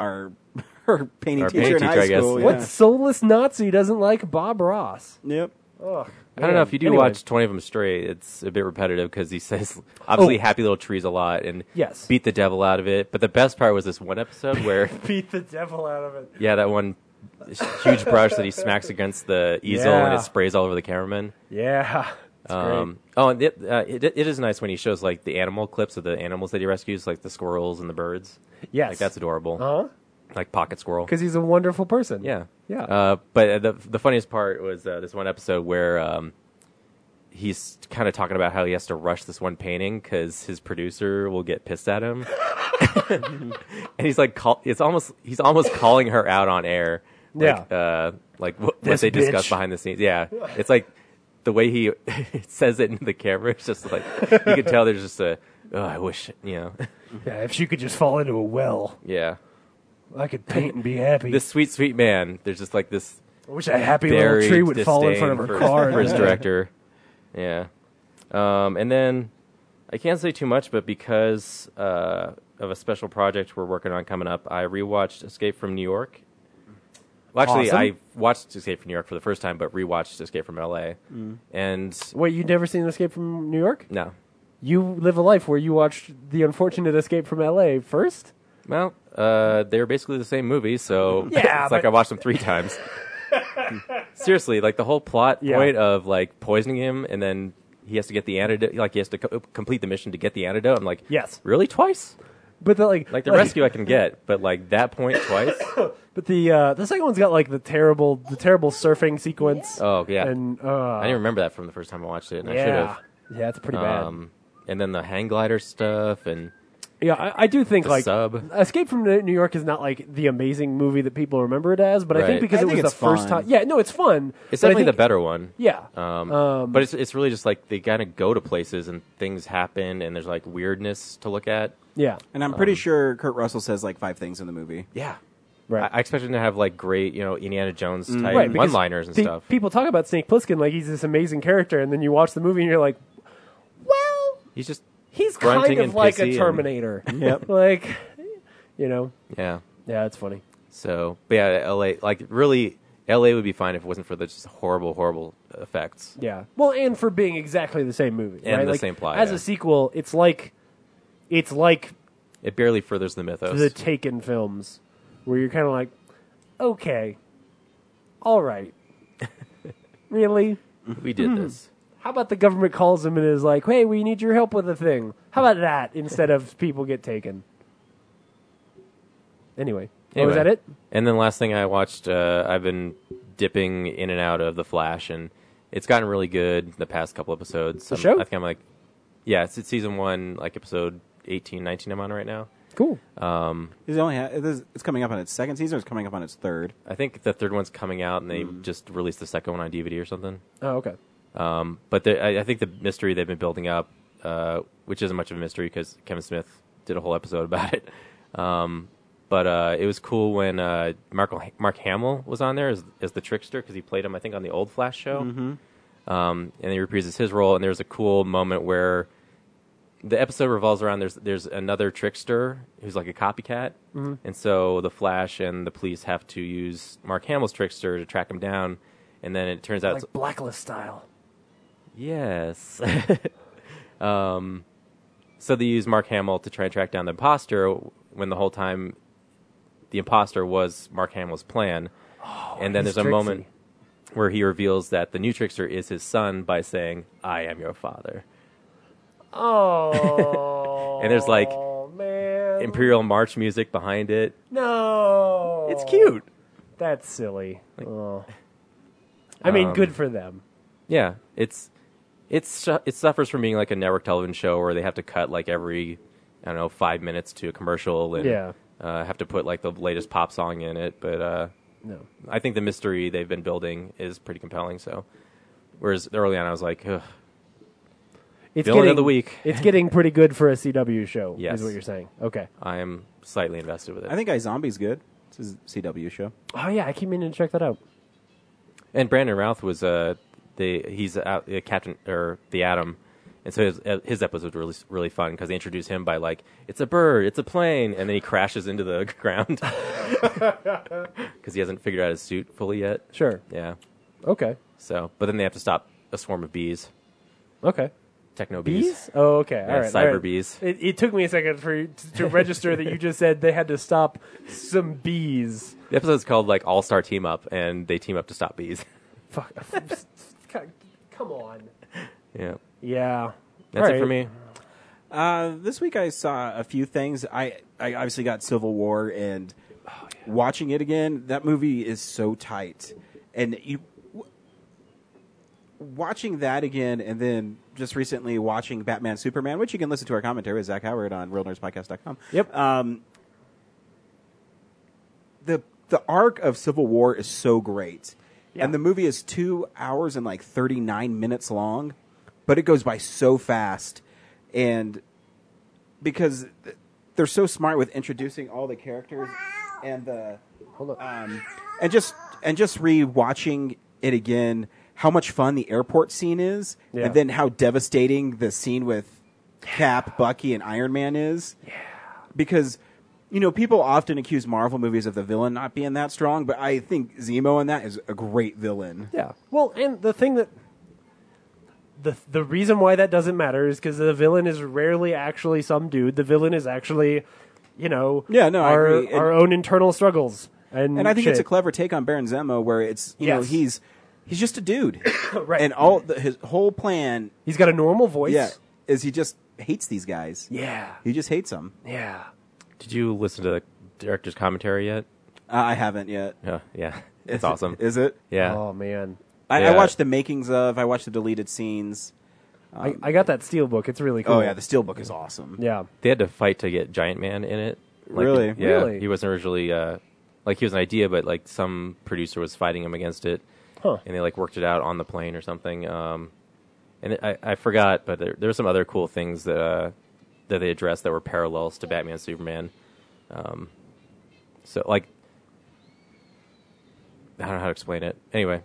S1: our [laughs] our painting
S2: Our
S1: teacher
S2: painting
S1: in high
S2: teacher, I guess.
S1: school.
S2: Yeah.
S3: What soulless Nazi doesn't like Bob Ross?
S1: Yeah. Yep.
S2: I don't know if you do
S3: Anyway.
S2: watch twenty of them straight. It's a bit repetitive because he says obviously "Happy Little Trees" a lot and
S3: Oh. Yes.
S2: beat the devil out of it. But the best part was this one episode where [laughs]
S3: Beat the devil out of it.
S2: yeah, that one huge brush that he smacks against the easel and
S3: Yeah.
S2: it sprays all over the cameraman.
S3: Yeah. [laughs] It's
S2: Um, oh, and it, uh, it it is nice when he shows like the animal clips of the animals that he rescues, like the squirrels and the birds.
S3: Yes.
S2: Like that's adorable.
S3: Huh?
S2: Like pocket squirrel.
S3: Because he's a wonderful person.
S2: Yeah,
S3: Yeah.
S2: Uh, but uh, the the funniest part was uh, this one episode where um, he's kind of talking about how he has to rush this one painting because his producer will get pissed at
S3: [laughs]
S2: him, and he's like, call, it's almost he's almost calling her out on air. Like,
S3: Yeah.
S2: uh, like what, what
S3: This
S2: they discuss
S3: bitch.
S2: behind the scenes. Yeah, it's like the way he [laughs] says it in the camera. It's just like you could tell there's just a. Oh, I wish you know. [laughs]
S3: yeah. If she could just fall into a well,
S2: yeah,
S3: I could paint and be happy.
S2: this sweet sweet man. There's just like this
S3: I wish a happy
S2: buried
S3: little tree would fall in
S2: disdain
S3: front of her
S2: for, [laughs]
S3: car. uh,
S2: for his director. Yeah, um, and then I can't say too much, but because uh, of a special project we're working on coming up, I rewatched Escape from New York. Well, actually,
S3: Awesome.
S2: I watched Escape from New York for the first time, but rewatched Escape from L.A.
S3: Mm.
S2: And
S3: Wait, you've never seen Escape from New York?
S2: no,
S3: You live a life where you watched The Unfortunate Escape from L.A. first?
S2: well, uh, they're basically the same movie, so [laughs]
S3: Yeah,
S2: it's like
S3: but-
S2: I watched them three
S3: [laughs]
S2: times. Seriously, like the whole plot
S3: Yeah.
S2: point of like poisoning him and then he has to get the antidote, like he has to co- complete the mission to get the antidote. I'm like,
S3: Yes.
S2: really twice?
S3: But the, like,
S2: Like the rescue I
S3: [laughs]
S2: can get, but like that point twice?
S3: But the uh, the second one's got like the terrible the terrible surfing sequence.
S2: Oh yeah,
S3: and uh,
S2: I didn't remember that from the first time I watched it, and I should
S3: yeah,
S2: have.
S3: yeah, it's pretty bad.
S2: Um, and then the hang glider stuff, and
S3: Yeah, I, I do think
S2: The
S3: like
S2: sub.
S3: Escape from New York is not like the amazing movie that people remember it as, but I
S2: Right.
S3: think because
S1: I
S3: it
S1: think
S3: was
S1: it's
S3: the first
S1: fun.
S3: time. Yeah, no, it's fun.
S2: it's
S3: but I
S2: definitely the
S3: think-
S2: better one.
S3: Yeah,
S2: Um,
S3: Um,
S2: but it's it's really just like they kind of go to places and things happen, and there's like weirdness to look at.
S3: yeah,
S1: And I'm
S2: Um,
S1: pretty sure Kurt Russell says like five things in the movie.
S2: Yeah.
S3: right. Mm.
S2: I, I expected them to have like great, you know, Indiana Jones type
S3: Right, because
S2: one-liners and
S3: pe-
S2: stuff.
S3: People talk about Snake Plissken like he's this amazing character, and then you watch the movie and you're like, well,
S2: He's just
S3: he's
S2: Grunting
S3: kind of
S2: and
S3: like
S2: pissy
S3: a
S2: and-
S3: Terminator.
S2: [laughs]
S3: yep. [laughs] Like, you know,
S2: yeah.
S3: yeah, it's funny.
S2: So, but yeah, L.A. Like really, L.A. would be fine if it wasn't for the just horrible, horrible effects.
S3: Yeah. Well, and for being exactly the same movie
S2: And
S3: right?
S2: the
S3: Like,
S2: same plot,
S3: As
S2: yeah.
S3: a sequel, it's like it's like
S2: It barely furthers the mythos.
S3: the Taken films, where you're kind of like, okay, all right,
S2: [laughs]
S3: really?
S2: we
S3: Hmm.
S2: did this.
S3: How about the government calls him and is like, hey, we need your help with a thing. How about that instead of people get taken? Anyway, oh,
S2: Anyway.
S3: was that it?
S2: And then last thing I watched, uh, I've been dipping in and out of The Flash, and it's gotten really good the past couple episodes.
S3: The
S2: I'm-
S3: show?
S2: I think I'm like, yeah, it's, it's season one, like episode 18, 19 I'm on right now.
S3: Cool.
S1: It's only ha- it is- it's coming up on its second season. Or it's coming up on its third.
S2: I think the third one's coming out, and they
S3: Hmm.
S2: just released the second one on DVD or something.
S3: Oh, okay.
S2: Um, but the, I, I think the mystery they've been building up, uh, which isn't much of a mystery because Kevin Smith did a whole episode [laughs] about it. Um, but uh, it was cool when uh, Mark, Mark Hamill was on there as, as the trickster because he played him, I think, on the old Flash show. Um, and he reprises his role, and there's a cool moment where the episode revolves around there's there's another trickster who's like a copycat, and so the Flash and the police have to use Mark Hamill's trickster to track him down, and then it turns out it's
S3: Like
S2: [laughs]
S3: Blacklist style.
S2: Yes. [laughs] um, so they use Mark Hamill to try and track down the imposter when the whole time the imposter was Mark Hamill's plan. and then
S3: he's
S2: there's a moment where he reveals that the new trickster is his son by saying, I am your father.
S3: Oh.
S2: And there's, like,
S3: man.
S2: Imperial March music behind it.
S3: No.
S2: It's cute.
S3: That's silly. Oh. I mean,
S2: Um,
S3: good for them.
S2: Yeah, it's it's su- it suffers from being like a network television show where they have to cut like every I don't know five minutes to a commercial and
S3: Yeah.
S2: uh, have to put like the latest pop song in it. But uh,
S3: No.
S2: I think the mystery they've been building is pretty compelling. So, whereas early on I was like, Ugh,
S3: It's
S2: Villain of the week.
S3: it's getting pretty good for a CW show.
S2: Yes.
S3: Is what you're saying. Okay.
S2: I am slightly invested with it.
S1: I think iZombie's good. It's a CW show.
S3: Oh yeah, I keep meaning to check that out.
S2: and Brandon Routh was uh, the he's out, uh, Captain or the Atom. And so his, uh, his episode was really really fun because they introduced him by like it's a bird, it's a plane, and then he crashes into the [laughs]
S3: [laughs]
S2: ground because he hasn't figured out his suit fully yet.
S3: Sure.
S2: Yeah.
S3: Okay.
S2: So, but then they have to stop a swarm of bees,
S3: Okay.
S2: techno bees.
S3: Bees? Oh, okay. all right.
S2: cyber
S3: all right.
S2: bees.
S3: It, it took me a second for you to, to register that you just said they had to stop some bees.
S2: The episode's called like All Star Team Up, and they team up to stop bees. [laughs]
S3: Fuck. God, Come on.
S2: yeah,
S3: Yeah.
S2: that's it
S3: Alright.
S2: for me.
S1: Uh, this week I saw a few things. I I obviously got Civil War and watching it again. That movie is so tight, and you w- watching that again, and then just recently watching Batman Superman, which you can listen to our commentary with Zach Howard on RealNerdsPodcast.com.
S3: Yep. Uh,
S1: Um, the the arc of Civil War is so great,
S3: Yeah.
S1: and the movie is two hours and like thirty nine minutes long, but it goes by so fast, and because th- they're so smart with introducing all the characters and the
S3: Hold on.
S1: um, and just and just rewatching it again, how much fun the airport scene is,
S3: Yeah.
S1: and then how devastating the scene with Cap, Bucky, and Iron Man is. Yeah. Because you know people often accuse Marvel movies of the villain not being that strong, but I think Zemo in that is a great villain.
S3: Yeah. Well, and the thing that the the reason why that doesn't matter is because the villain is rarely actually some dude. The villain is actually, you know,
S1: Yeah, no, I
S3: our
S1: agree. And-
S3: our own internal struggles. And,
S1: And I think it's a
S3: shit.
S1: clever take on Baron Zemo, where it's you know
S3: Yes.
S1: he's he's just a dude,
S3: [coughs] Right.
S1: And all the, his whole plan,
S3: He's got a normal voice.
S1: yeah, is he just hates these guys.
S3: Yeah.
S1: He just hates them.
S3: Yeah.
S2: Did you listen to the director's commentary yet?
S1: Uh, I haven't yet.
S2: Yeah, yeah, it's awesome.
S1: Is it?
S2: yeah,
S3: Oh man.
S1: I, I
S2: Yeah.
S1: watched the makings of. I watched the deleted scenes.
S3: I, I got that steel book. It's really cool.
S1: Um, Oh yeah, the Steelbook is awesome.
S3: yeah.
S2: they had to fight to get Giant Man in it. Like,
S1: Really?
S2: Yeah,
S3: Really?
S2: he wasn't originally uh, like he was an idea, but like some producer was fighting him against it,
S3: Huh.
S2: and they like worked it out on the plane or something. Um, and it, I, I forgot, but there, there were some other cool things that uh, that they addressed that were parallels to Batman Superman. Um, so like, I don't know how to explain it. Anyway,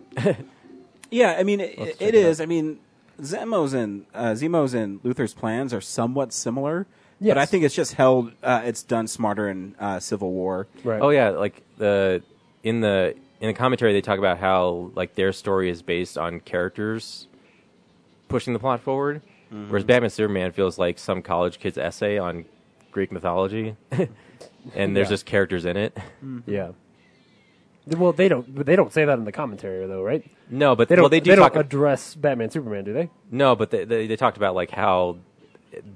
S1: Yeah, I mean it,
S2: Let's check
S1: it
S2: it
S1: is. I mean Zemo's and uh, Zemo's and Luther's plans are somewhat similar.
S3: Yes.
S1: But I think it's just held. Uh, it's done smarter in uh, Civil War.
S3: Right.
S2: Oh yeah, like the in the in the commentary they talk about how like their story is based on characters pushing the plot forward, whereas Batman Superman feels like some college kid's essay on Greek mythology, [laughs] and there's just characters in it.
S3: Yeah. Well, they don't. but They don't say that in the commentary, though, right?
S2: No, but
S3: They don't.
S2: well, they do
S3: not
S2: talk.
S3: address Batman, Superman, do they?
S2: no, but they, they they talked about like how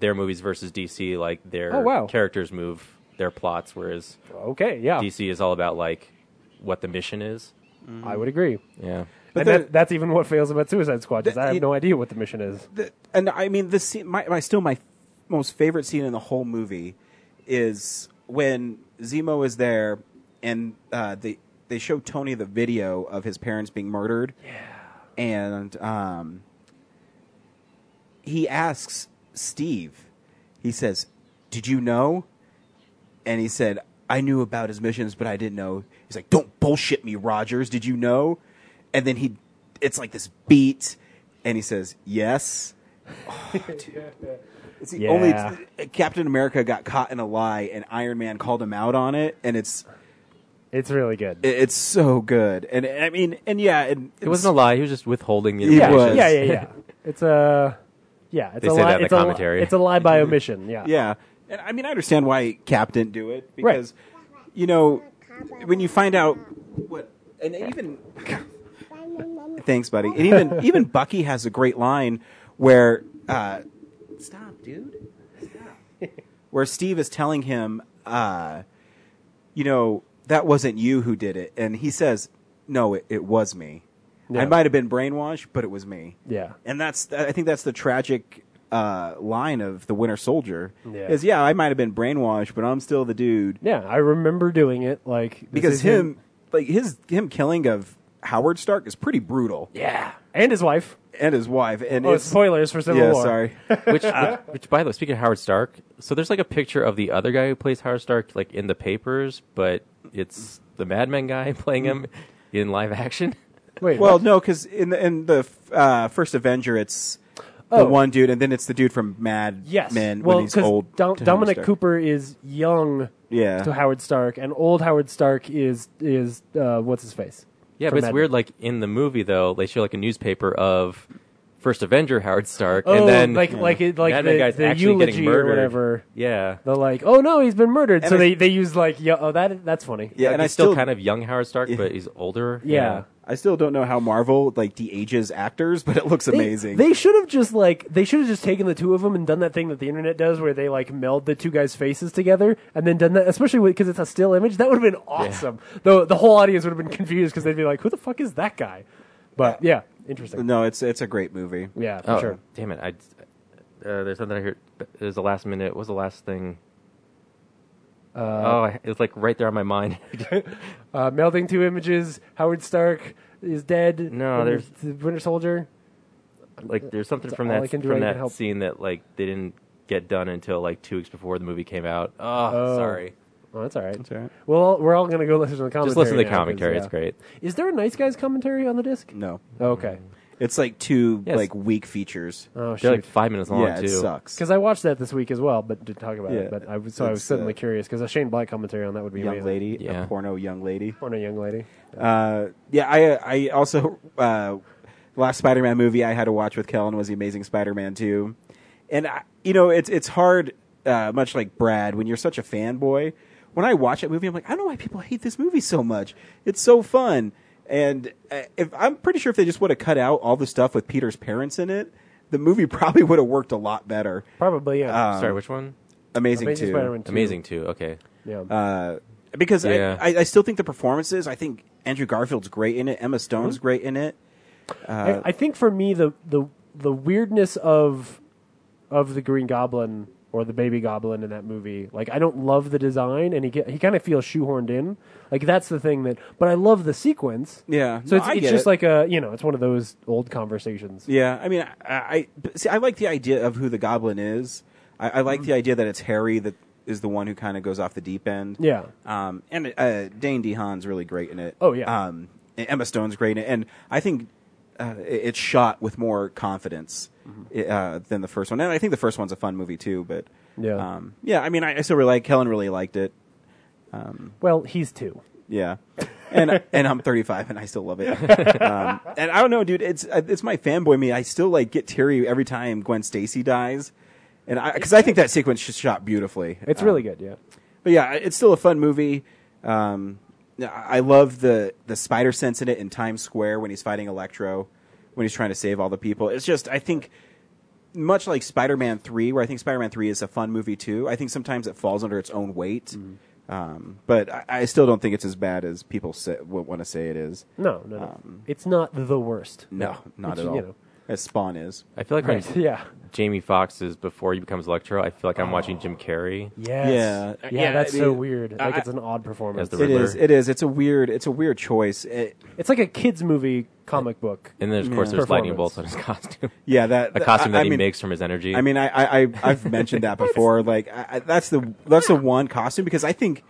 S2: their movies versus DC, like their
S3: Oh, wow.
S2: characters move their plots, whereas
S3: Okay. Yeah.
S2: DC is all about like what the mission is.
S3: I would agree.
S2: Yeah.
S3: and
S1: there-
S3: that, that's even what fails about Suicide Squad. Is
S1: The-
S3: I have
S1: it-
S3: no idea what the mission is.
S1: The, and I mean the scene. My, my still my most favorite scene in the whole movie is when Zemo is there and uh, they they show Tony the video of his parents being murdered. and um, he asks Steve, he says, Did you know? And he said, I knew about his missions, but I didn't know. He's like, Don't bullshit me, Rogers. Did you know? And then he, it's like this beat, and he says, Yes. Oh, dude. It's the
S3: Yeah.
S1: only Captain America got caught in a lie, and Iron Man called him out on it, and it's
S3: It's really good.
S1: it- it's so good. And I mean, and yeah, and
S2: It wasn't a lie. He was just withholding the
S1: Yeah,
S3: yeah,
S2: information.
S1: was.
S3: yeah,
S2: [laughs]
S3: yeah, yeah. It's a yeah. It's
S2: They
S3: a
S2: say
S3: lie,
S2: that in the
S3: it's a li-
S2: commentary.
S3: it's a lie by omission. Yeah.
S1: Yeah. And I mean, I understand why Cap didn't do it because, you know, when you find out what, and even, thanks, buddy. And
S3: [laughs]
S1: even, even Bucky has a great line where, uh, stop, dude. Stop. where Steve is telling him, uh, you know, that wasn't you who did it. And he says, no, it, it was me. I
S3: Yeah.
S1: might have been brainwashed, but it was me
S3: Yeah.
S1: and that's I think that's the tragic uh, line of the Winter Soldier
S3: Yeah.
S1: is yeah I might have been brainwashed but I'm still the dude
S3: Yeah, I remember doing it like this
S1: because
S3: is
S1: him, like his him killing of Howard Stark is pretty brutal
S3: Yeah, and his wife.
S1: and his wife and
S3: Oh,
S1: it's
S3: spoilers for Civil
S1: yeah
S3: War. [laughs]
S1: sorry
S2: which, which, which, by the way, speaking of Howard Stark, so there's like a picture of the other guy who plays Howard Stark, like in the papers, but it's the Mad Men guy [laughs] playing him in live
S3: [laughs]
S2: action.
S3: Wait,
S1: well
S3: what?
S1: no because in the in the uh, first Avenger it's
S3: Oh.
S1: the one dude and then it's the dude from Mad
S3: yes.
S1: Men
S3: well,
S1: when he's old
S3: Dom-
S1: to Howard
S3: Dominic
S1: Stark.
S3: Cooper is young.
S1: Yeah.
S3: To Howard Stark, and old Howard Stark is is uh, what's his face?
S2: Yeah,
S3: From
S2: but it's
S3: Mad
S2: weird.
S3: Men.
S2: Like in the movie, though, they show like a newspaper of first Avenger Howard Stark,
S3: oh,
S2: and then
S3: like like it, like
S2: Madman
S3: the,
S2: guy's
S3: the
S2: actually getting
S3: eulogy or
S2: murdered.
S3: whatever.
S2: yeah.
S3: They're like, oh no, he's been murdered. so
S1: I-
S3: they, they use like, yeah, oh that that's funny.
S1: Yeah,
S2: Like,
S1: and I
S2: he's still,
S1: still
S2: kind of young Howard Stark, but he's older.
S3: yeah.
S1: I still don't know how Marvel like de-ages actors, [laughs] but it looks
S3: They-
S1: amazing.
S3: They, should have just like they should have just taken the two of them and done that thing that the internet does, where they like meld the two guys' faces together and then done that. Especially because it's a still image, that would have been awesome. Though the whole audience would have been confused because they'd be like, "Who the fuck is that guy?" But yeah, interesting.
S1: no, it's it's a great movie.
S3: Yeah, for
S2: Oh,
S3: sure.
S2: damn it! I uh, there's something I heard. There's the last minute. What was the last thing? oh, I- it's like right there on my mind. [laughs]
S3: Uh, melding two images. Howard Stark is dead.
S2: No,
S3: and
S2: there's-
S3: the Winter Soldier.
S2: like there's something
S3: That's
S2: from
S3: uh, all
S2: that
S3: I can do
S2: from
S3: right now
S2: that
S3: to help.
S2: scene that like they didn't get done until like two weeks before the movie came out. Oh,
S3: Oh.
S2: sorry.
S3: Oh, that's all right.
S1: That's all right.
S3: Well, all- we're all gonna go listen to the commentary.
S2: Just listen to the
S3: now, 'cause,
S2: commentary.
S3: yeah.
S2: It's great.
S3: Is there a nice guys commentary on the disc? Oh,
S1: No,
S3: Okay.
S1: it's like two
S2: Yes.
S1: like weak features.
S3: Oh
S2: They're
S3: shoot.
S2: like five minutes long
S1: yeah,
S2: too.
S1: it sucks.
S3: Because I watched that this week as well, but didn't talk about
S1: Yeah,
S3: it. But I was so I was
S1: it's,
S3: suddenly
S1: uh,
S3: curious because a Shane Black commentary on that would be
S1: Young
S3: amazing.
S1: lady,
S2: Yeah.
S1: a porno young lady.
S3: Or no young lady.
S1: Uh, yeah, I I also uh, last Spider-Man movie I had to watch with Kellen was the Amazing Spider-Man two, and I, you know it's it's hard, uh, much like Brad, when you're such a fanboy. When I watch that movie, I'm like, I don't know why people hate this movie so much. It's so fun, and uh, if I'm pretty sure if they just would have cut out all the stuff with Peter's parents in it, the movie [laughs] probably would have worked a lot better.
S3: Probably yeah.
S2: Sorry, which one?
S1: Uh, Amazing,
S3: Amazing
S1: Um, two.
S3: Spider-Man 2.
S2: Amazing too. Okay.
S3: Yeah.
S1: uh, because
S2: Yeah.
S1: I, I, I still think the performances. I think Andrew Garfield's great in it. Emma
S3: Mm-hmm.
S1: Stone's great in it. Uh,
S3: I, I think for me the the the weirdness of of the Green Goblin or the baby goblin in that movie. Like I don't love the design and he get, he kind of feels shoehorned in. Like that's the thing that but I love the sequence.
S1: Yeah, no,
S3: So it's,
S1: I
S3: it's
S1: get
S3: just
S1: it.
S3: like a, you know, it's one of those old conversations.
S1: Yeah, I mean, I, I but see. I like the idea of who the Goblin is. I, I
S3: Mm-hmm.
S1: like the idea that it's Harry that is the one who kind of goes off the deep end.
S3: Yeah.
S1: Um, and uh, Dane DeHaan's really great in it.
S3: Oh, yeah.
S1: Um, and Emma Stone's great in it, and I think uh, it- it's shot with more confidence
S3: Mm-hmm.
S1: uh, than the first one. And I think the first one's a fun movie too. But
S3: Yeah.
S1: um, yeah. I mean, I, I still really like. Kellen really liked it.
S3: Well, he's two.
S1: Yeah, and [laughs] and I'm 35 and I still love it. Um, and I don't know, dude. It's uh, it's my fanboy me. I still like get teary every time Gwen Stacy dies, and I because I think that sequence is shot beautifully.
S3: It's
S1: Um,
S3: really good, yeah.
S1: but yeah, it's still a fun movie. Um, I I love the the spider sense in it in Times Square when he's fighting Electro, when he's trying to save all the people. It's just I think much like Spider Man Three, where I think Spider Man Three is a fun movie too. I think sometimes it falls under its own weight.
S2: Mm-hmm.
S1: Um, but I, I still don't think it's as bad as people say, want to say it is.
S3: No, no, no. it's not the worst.
S1: Um, No, not
S3: Which,
S1: at all.
S3: you know.
S1: As Spawn is.
S2: I feel like
S3: Right. [laughs]
S2: when
S3: Yeah.
S2: Jamie Foxx is before he becomes Electro. I feel like I'm watching Jim Carrey.
S3: Yes.
S1: Yeah.
S3: Yeah.
S1: Yeah,
S3: that's
S1: I
S3: so
S1: mean,
S3: weird. Like it's an odd performance.
S2: As the
S1: It
S2: Riddler.
S1: is. It is. It's a weird. It's a weird choice. It,
S3: it's like a kids movie comic book.
S2: And then of course
S1: Yeah.
S2: there's lightning bolts on
S3: Performance.
S2: his [laughs] costume.
S1: yeah. That
S2: a costume
S1: I-
S2: that
S1: I
S2: he
S1: mean,
S2: makes from his energy.
S1: I mean, I, I, I I've mentioned that before. Like, I, I, that's the that's the one costume because I think,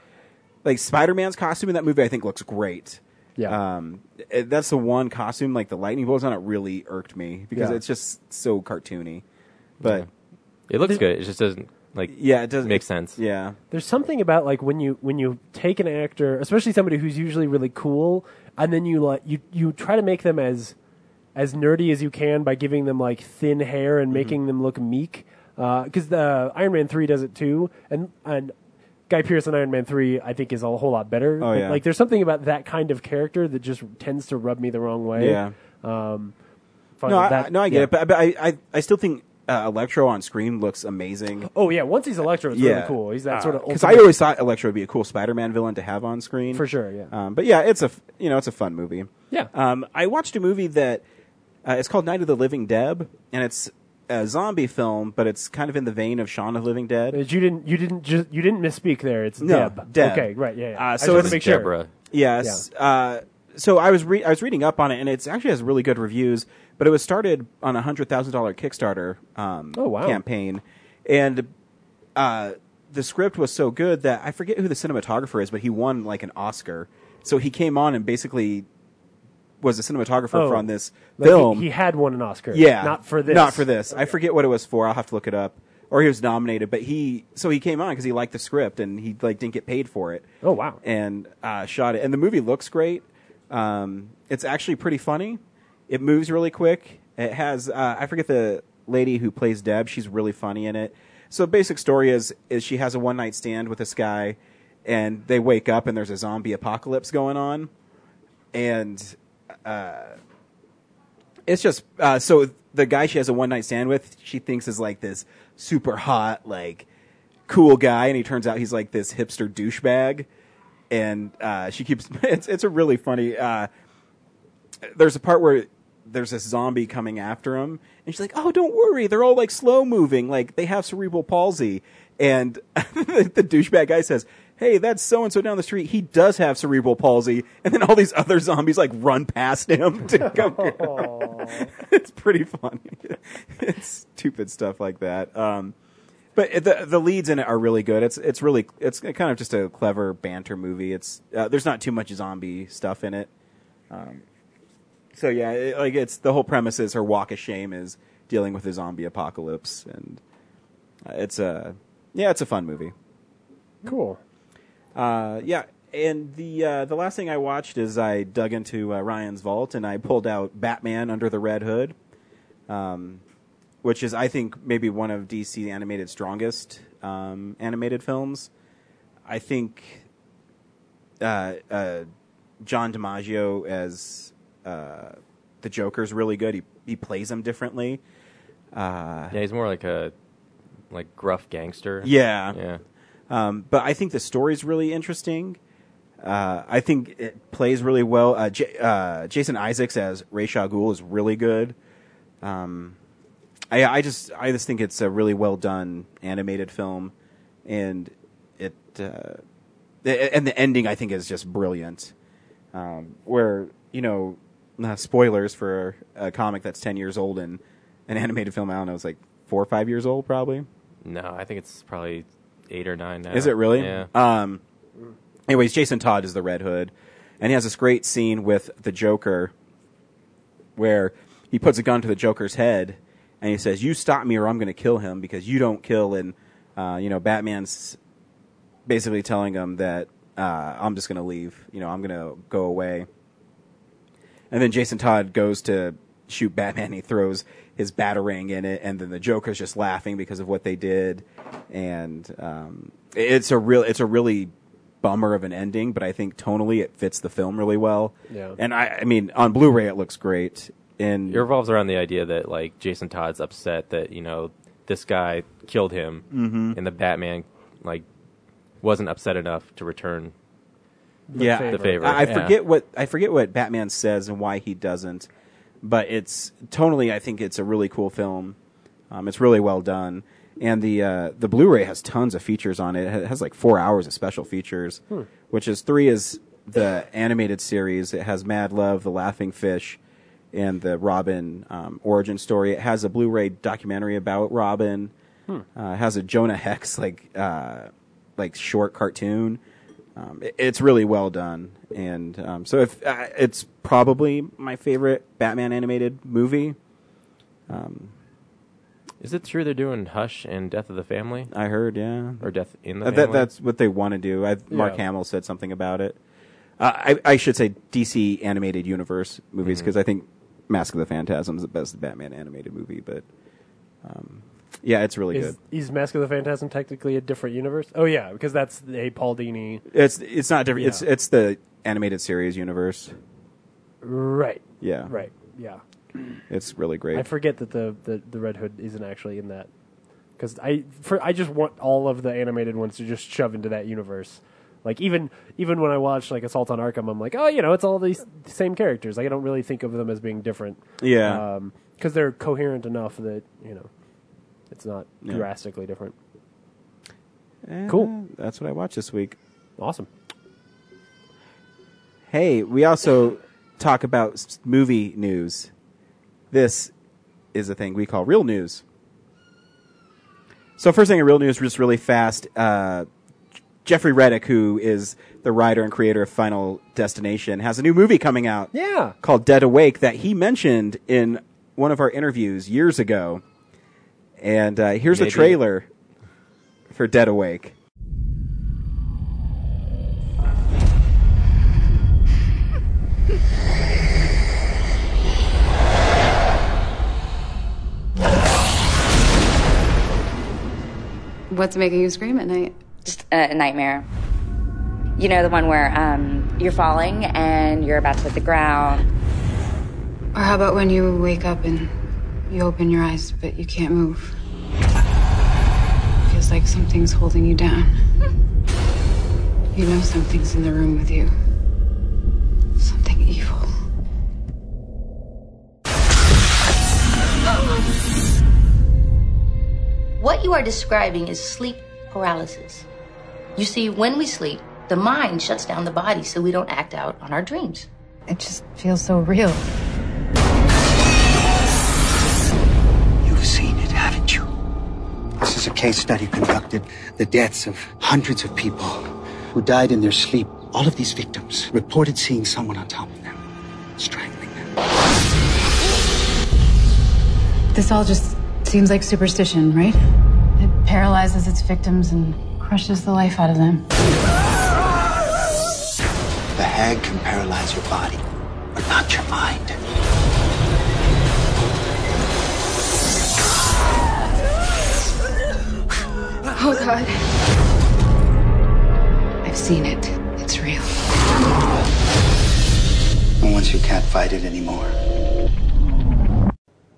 S1: like, Spider Man's costume in that movie, I think looks great.
S3: Yeah.
S1: Um, it- that's the one costume. Like the lightning bolts on it really irked me because
S3: Yeah.
S1: it's just so cartoony. But yeah,
S2: it looks good. It just doesn't like
S1: it doesn't
S2: make sense.
S1: Yeah,
S3: There's something about like when you when you take an actor, especially somebody who's usually really cool, and then you like you you try to make them as as nerdy as you can by giving them like thin hair
S1: Mm-hmm.
S3: and making them look meek. Because the Iron Man three does it too, and and Guy Pearce in Iron Man three I think is a whole lot better.
S1: Oh,
S3: But,
S1: yeah.
S3: Like there's something about that kind of character that just tends to rub me the wrong way.
S1: yeah.
S3: Fun-
S1: No, I,
S3: that-
S1: I- no, I get
S3: yeah.
S1: it. But, but I, I, I still think uh, Electro on screen looks amazing.
S3: Oh yeah, once he's Electro, it's
S1: yeah,
S3: really cool. He's that sort of
S1: Because I always thought Electro would be a cool Spider-Man villain to have on screen
S3: For sure, yeah.
S1: Um, but yeah, it's a f- you know it's a fun movie.
S3: Yeah.
S1: Um, I watched a movie that uh, it's called Night of the Living Dead, and it's a zombie film, but it's kind of in the vein of Shaun of the Living Dead.
S3: But you didn't. You didn't. Just you didn't misspeak there. It's
S1: No,
S3: Deb.
S1: Deb.
S3: Okay, right. Yeah. yeah.
S1: Uh,
S3: I
S1: so
S3: just wanna
S1: it's
S3: make sure.
S2: Deborah.
S1: Yes. Uh, so I was re- I was reading up on it, and it actually has really good reviews. But it was started on a hundred thousand dollar Kickstarter um,
S3: Oh, wow.
S1: campaign, and uh, the script was so good that I forget who the cinematographer is, but he won like an Oscar. So he came on and basically was a cinematographer
S3: Oh.
S1: for on this
S3: Like, he-
S1: film.
S3: He, had won an Oscar.
S1: Yeah.
S3: Not for this.
S1: Not for this. I forget what it was for. I'll have to look it up. Or he was nominated, but he so he came on because he liked the script and he like didn't get paid for it.
S3: Oh, wow.
S1: And uh, shot it, and the movie looks great. Um, it's actually pretty funny. It moves really quick. It has uh, I forget the lady who plays Deb. She's really funny in it. So basic story is is she has a one night stand with this guy, and they wake up and there's a zombie apocalypse going on, and it's just uh, so the guy she has a one night stand with, she thinks is like this super hot, like cool guy, and he turns out he's like this hipster douchebag. And uh, she keeps [laughs] it's it's a really funny. Uh, there's a part where there's this zombie coming after him, and she's like, "Oh, don't worry, they're all like slow moving, like they have cerebral palsy." And [laughs] the, the douchebag guy says, "Hey, that's so and so down the street. He does have cerebral palsy." And then all these other zombies like run past him [laughs] to come get him [laughs] it's pretty funny. it's stupid stuff like that. Um, but it- the the leads in it are really good. It's it's really it's kind of just a clever banter movie. It's uh, there's not too much zombie stuff in it. Um, so yeah, it, like it's the whole premise is her walk of shame is dealing with the zombie apocalypse, and uh, it's a yeah, it's a fun movie.
S3: Cool.
S1: Uh, yeah, and the uh, the last thing I watched is I dug into uh, Ryan's vault and I pulled out Batman Under the Red Hood, um, which is I think maybe one of DC animated strongest um, animated films. I think uh, uh, John DiMaggio as uh, the Joker's really good. He he plays him differently.
S2: Yeah, he's more like a like gruff gangster. Yeah.
S1: Um, but I think the story's really interesting. Uh, I think it plays really well. Uh, J- uh, Jason Isaacs as Ray Shagul is really good. Um, I, I just I just think it's a really well done animated film, and it uh, the- and the ending I think is just brilliant. Um, where you know uh, spoilers for a comic that's ten years old and an [laughs] animated film I don't know it's like four or five years old probably.
S2: No, I think it's probably eight or nine now.
S1: Is it really?
S2: Yeah.
S1: Um, anyways, Jason Todd is the Red Hood, and he has this great scene with the Joker where he puts a gun to the Joker's head and he says, "You stop me, or I'm going to kill him because you don't kill." And uh, you know, Batman's basically telling him that uh, I'm just going to leave. You know, I'm going to go away. And then Jason Todd goes to shoot Batman. He throws his batarang in it, and then the Joker's just laughing because of what they did. And um, it's a real, it's a really bummer of an ending, but I think tonally it fits the film really well.
S3: Yeah.
S1: And I, I mean, on Blu-ray it looks great. And
S2: It revolves around the idea that like Jason Todd's upset that you know this guy killed him,
S1: Mm-hmm.
S2: and the Batman like wasn't upset enough to return
S1: yeah,
S3: favor.
S2: the favor.
S1: I, I
S2: Yeah.
S1: forget what I forget what Batman says and why he doesn't, but it's tonally I think it's a really cool film. Um, it's really well done, and the uh, the Blu-ray has tons of features on it. It has like four hours of special features,
S2: Hmm.
S1: which is three is the animated series. It has Mad Love, The Laughing Fish, and the Robin um, origin story. It has a Blu-ray documentary about Robin. Uh, it has a Jonah Hex like uh, like short cartoon. Um, it- it's really well done, and um, so if uh, it's probably my favorite Batman animated movie.
S2: Is it true they're doing Hush and Death of the Family
S1: I heard, yeah.
S2: or Death in the
S1: Uh,
S2: Family?
S1: that, that's what they want to do. I, Mark
S3: Yeah.
S1: Hamill said something about it. Uh, I, I should say DC animated universe movies
S3: Mm-hmm.
S1: because I think Mask of the Phantasm is the best Batman animated movie. But um, yeah, it's really
S3: Is,
S1: good.
S3: is Mask of the Phantasm technically a different universe? Oh yeah, because that's a Paul Dini.
S1: It's it's not different.
S3: Yeah.
S1: It's it's the animated series universe.
S3: Right.
S1: Yeah,
S3: Right. Yeah.
S1: It's really great.
S3: I forget that the, the, the Red Hood isn't actually in that because I for, I just want all of the animated ones to just shove into that universe. Like even even when I watch like Assault on Arkham, I'm like, oh, you know, it's all these same characters. Like I don't really think of them as being different.
S1: yeah,
S3: because they're coherent enough that you know it's not
S1: Yeah. Eh.
S3: drastically different.
S1: And
S3: cool.
S1: That's what I watched this week.
S3: Awesome.
S1: Hey, we also talk about s- movie news. This is a thing we call real news. So, first thing in real news, just really fast. Uh, Jeffrey Reddick, who is the writer and creator of Final Destination, has a new movie coming out
S3: Yeah.
S1: called Dead Awake that he mentioned in one of our interviews years ago. And uh, here's a
S2: Maybe.
S1: trailer for Dead Awake.
S10: What's making you scream at night?
S11: Just a nightmare. You know, the one where um, you're falling and you're about to hit the ground.
S10: Or how about when you wake up and you open your eyes but you can't move? Feels like something's holding you down. you know something's in the room with you. Something evil.
S12: What you are describing is sleep paralysis. You see, when we sleep, the mind shuts down the body so we don't act out on our dreams.
S10: It just feels so real.
S13: You've seen it, haven't you? This is a case study conducted the deaths of hundreds of people who died in their sleep. All of these victims reported seeing someone on top of them, strangling them.
S10: This all just seems like superstition, right? It paralyzes its victims and crushes the life out of them.
S13: The hag can paralyze your body, but not your mind.
S10: Oh, God. I've seen it. It's real.
S13: And once you can't fight it anymore,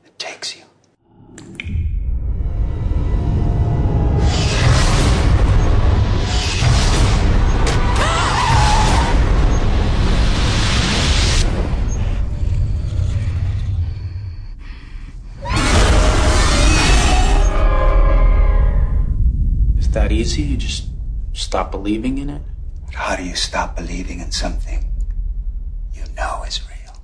S13: it takes you.
S14: It's that easy? You just stop believing in it?
S13: How do you stop believing in something you know is real?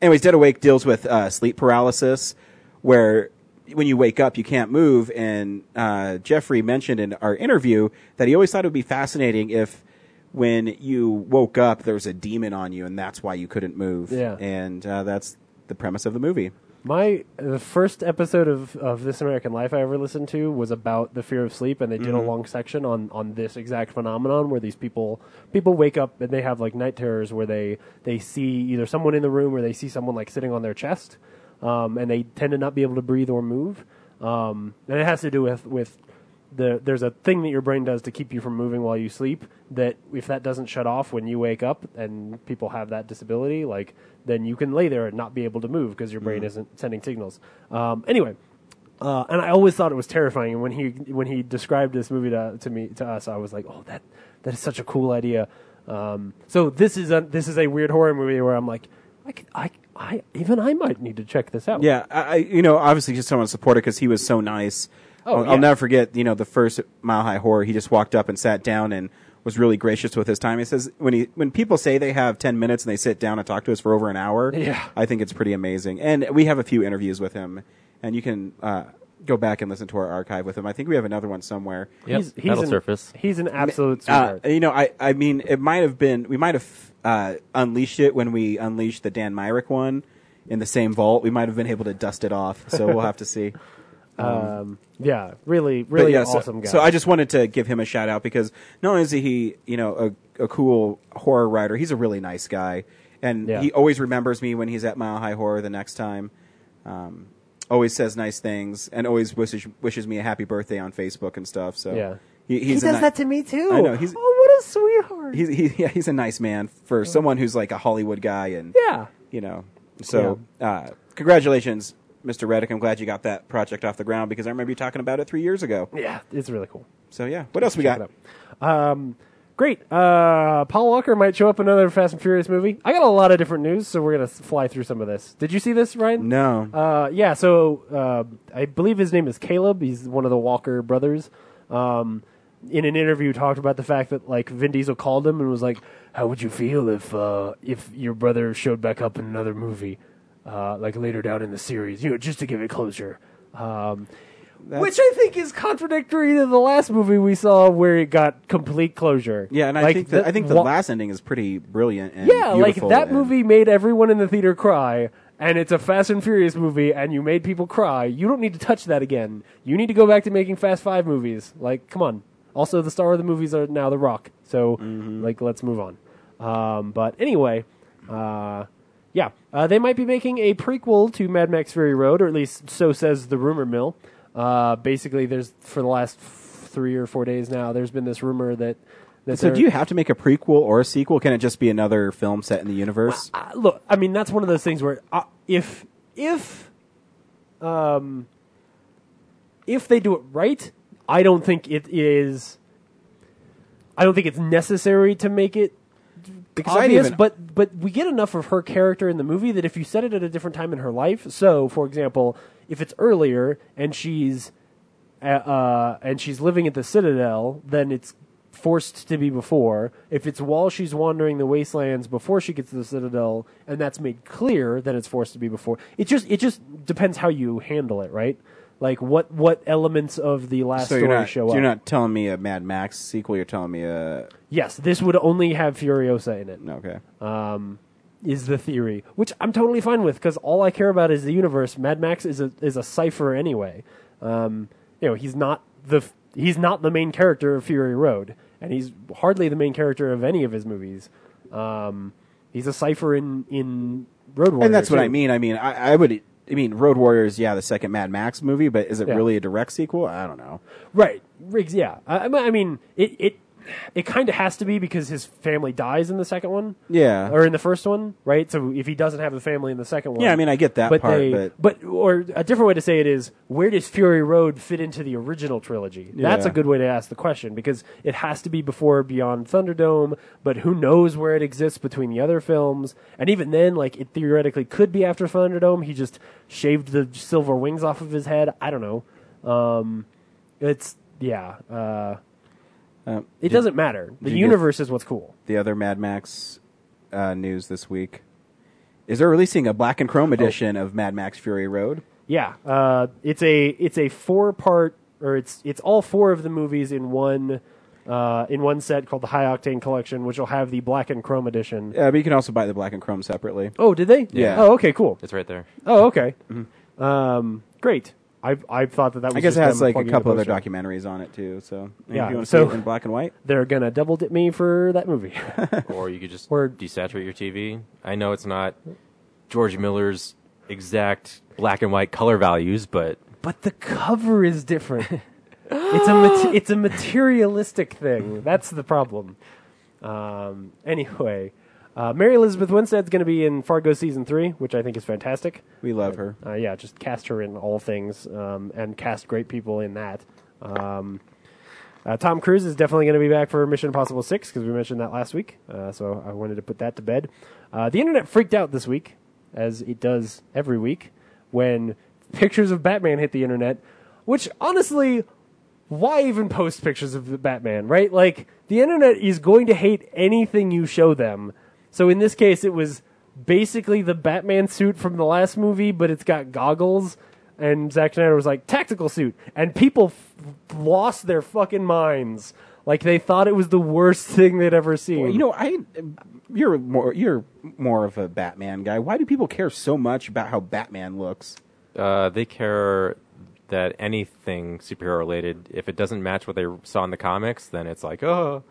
S1: Anyways, Dead Awake deals with uh, sleep paralysis, where when you wake up, you can't move. And uh, Jeffrey mentioned in our interview that he always thought it would be fascinating if when you woke up, there was a demon on you, and that's why you couldn't move.
S3: Yeah.
S1: And uh, that's the premise of the movie.
S3: My the first episode of, of This American Life I ever listened to was about the fear of sleep, and they did a
S1: Mhm.
S3: long section on, on this exact phenomenon where these people people wake up and they have like night terrors where they they see either someone in the room or they see someone like sitting on their chest, um, and they tend to not be able to breathe or move, um, and it has to do with with the there's a thing that your brain does to keep you from moving while you sleep that if that doesn't shut off when you wake up and people have that disability like then you can lay there and not be able to move because your brain
S1: Mm-hmm.
S15: Mhm.
S3: isn't sending signals um, anyway uh, and I always thought it was terrifying. And when he when he described this movie to, to me to us, I was like, "Oh, that that is such a cool idea." Um, so this is a this is a weird horror movie where I'm like, I, could, I I even I might need to check this out.
S1: Yeah, I, I you know obviously just someone to support it because he was so nice.
S3: Oh,
S1: I'll,
S3: yeah.
S1: I'll never forget you know the first Mile High Horror. He just walked up and sat down and was really gracious with his time. He says when he when people say they have ten minutes and they sit down and talk to us for over an hour,
S3: Yeah.
S1: I think it's pretty amazing. And we have a few interviews with him, and you can uh, go back and listen to our archive with him. I think we have another one somewhere.
S2: Yep, He's- he's that'll an- surface.
S3: he's an absolute
S1: Uh,
S3: sweetheart.
S1: you know, I I mean, it might have been we might have uh, unleashed it when we unleashed the Dan Myrick one in the same vault. We might have been able to dust it off. So we'll have to
S3: [laughs]
S1: see.
S3: Um, yeah, really,
S1: but
S3: really
S1: yeah, so-
S3: awesome guy.
S1: So I just wanted to give him a shout out because not only is he you know a, a cool horror writer, he's a really nice guy, and
S3: Yeah.
S1: he always remembers me when he's at Mile High Horror the next time. Um, always says nice things and always wishes wishes me a happy birthday on Facebook and stuff. So
S3: Yeah.
S1: he, he's a ni-
S3: me
S1: I know, he's-
S3: oh, what a sweetheart.
S1: he's he, yeah, he's a nice man for someone who's like a Hollywood guy and
S3: Yeah.
S1: you know. So uh, congratulations, Mr. Reddick. I'm glad you got that project off the ground because I remember you talking about it three years ago.
S3: Yeah, it's really cool.
S1: So yeah, what else we got?
S3: Um, great. Uh, Paul Walker might show up in another Fast and Furious movie. I got a lot of different news, so we're gonna s- fly through some of this. Did you see this, Ryan?
S1: No.
S3: Uh, yeah. So uh, I believe his name is Caleb. He's one of the Walker brothers. Um, in an interview, talked about the fact that like Vin Diesel called him and was like, "How would you feel if uh, if your brother showed back up in another movie, uh, like later down in the series? You know, just to give it closure." Um, which I think is contradictory to the last movie we saw where it got complete closure.
S1: Yeah, and I
S3: Like,
S1: think the,
S3: the-
S1: I think the
S3: wa-
S1: last ending is pretty brilliant. And
S3: yeah, like
S1: beautiful
S3: that
S1: and-
S3: movie made everyone in the theater cry, and it's a Fast and Furious movie, and you made people cry. You don't need to touch that again. You need to go back to making Fast Five movies. Like, come on. Also, the star of the movies are now
S1: Mm-hmm.
S3: The Rock, so like, let's move on. Um, but anyway, uh, Yeah, uh, they might be making a prequel to Mad Max Fury Road, or at least so says the rumor mill. Uh, basically, there's for the last f- three or four days now, there's been this rumor that. that
S1: So
S3: they're-
S1: do you have to make a prequel or a sequel? Can it just be another film set in the universe?
S3: Uh, look, I mean that's one of those things where uh, if if um if they do it right, I don't think it is. I don't think it's necessary to make it
S1: Because I'd
S3: obvious,
S1: even-
S3: but but we get enough of her character in the movie that if you set it at a different time in her life, so for example, if it's earlier and she's uh, uh, and she's living at the Citadel, then it's forced to be before. If it's while she's wandering the wastelands before she gets to the Citadel, and that's made clear, then it's forced to be before. It just it just depends how you handle it, right? Like what what elements of the last
S1: so
S3: story
S1: you're not,
S3: show up?
S1: you're not telling me a Mad Max sequel. You're telling me a
S3: Yes, this would only have Furiosa in it.
S1: Okay.
S3: Um, is the theory, which I'm totally fine with, because all I care about is the universe. Mad Max is a is a cipher anyway. Um, you know, he's not the f- he's not the main character of Fury Road, and he's hardly the main character of any of his movies. Um, he's a cipher in in Road Warrior,
S1: and that's what
S3: too.
S1: I mean. I mean, I, I would. I mean, Road Warriors. Yeah, the second Mad Max movie, but is it
S3: Yeah.
S1: really a direct sequel? I don't know.
S3: Right, Riggs. Yeah, I, I mean- I mean, it it it kind of has to be because his family dies in the second one.
S1: Yeah.
S3: or in the first one, right? So if he doesn't have a family in the second one,
S1: Yeah, I mean, I get that
S3: but
S1: part,
S3: they-
S1: but-
S3: or a different way to say it is, where does Fury Road fit into the original trilogy? That's
S1: Yeah.
S3: a good way to ask the question because it has to be before Beyond Thunderdome, but who knows where it exists between the other films? And even then, like it theoretically could be after Thunderdome. He just shaved the silver wings off of his head. I don't know. Um, it's yeah. Uh,
S1: Um,
S3: it
S1: did-
S3: doesn't matter. The
S1: did you
S3: universe is what's cool.
S1: The other Mad Max uh, news this week is they're releasing a black and chrome edition of Mad Max Fury Road.
S3: Yeah, uh, it's a it's a four part or it's it's all four of the movies in one uh, in one set called the High Octane Collection, which will have the black and chrome edition.
S1: Uh, but you can also buy the black and chrome separately.
S3: Oh, did they?
S1: Yeah.
S3: Oh, okay, cool.
S2: It's right there.
S3: Oh, okay. Um, great. I I thought that that was.
S1: I guess
S3: just
S1: it has
S3: them
S1: like a
S3: plugging the
S1: couple other
S3: poster.
S1: documentaries on it too. So And
S3: Yeah,
S1: if you want to
S3: so-
S1: see it in black and white.
S3: They're gonna double dip me for that movie.
S2: or you could just desaturate your TV. I know it's not George Miller's exact black and white color values, but
S3: but the cover is different. it's a mat- it's a materialistic thing. That's the problem. Um, anyway, uh, Mary Elizabeth Winstead's going to be in Fargo season three, which I think is fantastic.
S1: We love her.
S3: Uh, yeah, just cast her in all things um, and cast great people in that. Um, uh, Tom Cruise is definitely going to be back for Mission Impossible 6 because we mentioned that last week. Uh, so I wanted to put that to bed. Uh, the internet freaked out this week, as it does every week, when pictures of Batman hit the internet, which honestly, why even post pictures of the Batman, right? Like, the internet is going to hate anything you show them. So in this case, it was basically the Batman suit from the last movie, but it's got goggles. And Zack Snyder was like, tactical suit. And people f- lost their fucking minds. Like, they thought it was the worst [laughs] thing they'd ever seen.
S1: Well, you know, I you're more you're more of a Batman guy. Why do people care so much about how Batman looks?
S2: uh, they care that anything superhero related, if it doesn't match what they saw in the comics, then it's like, oh,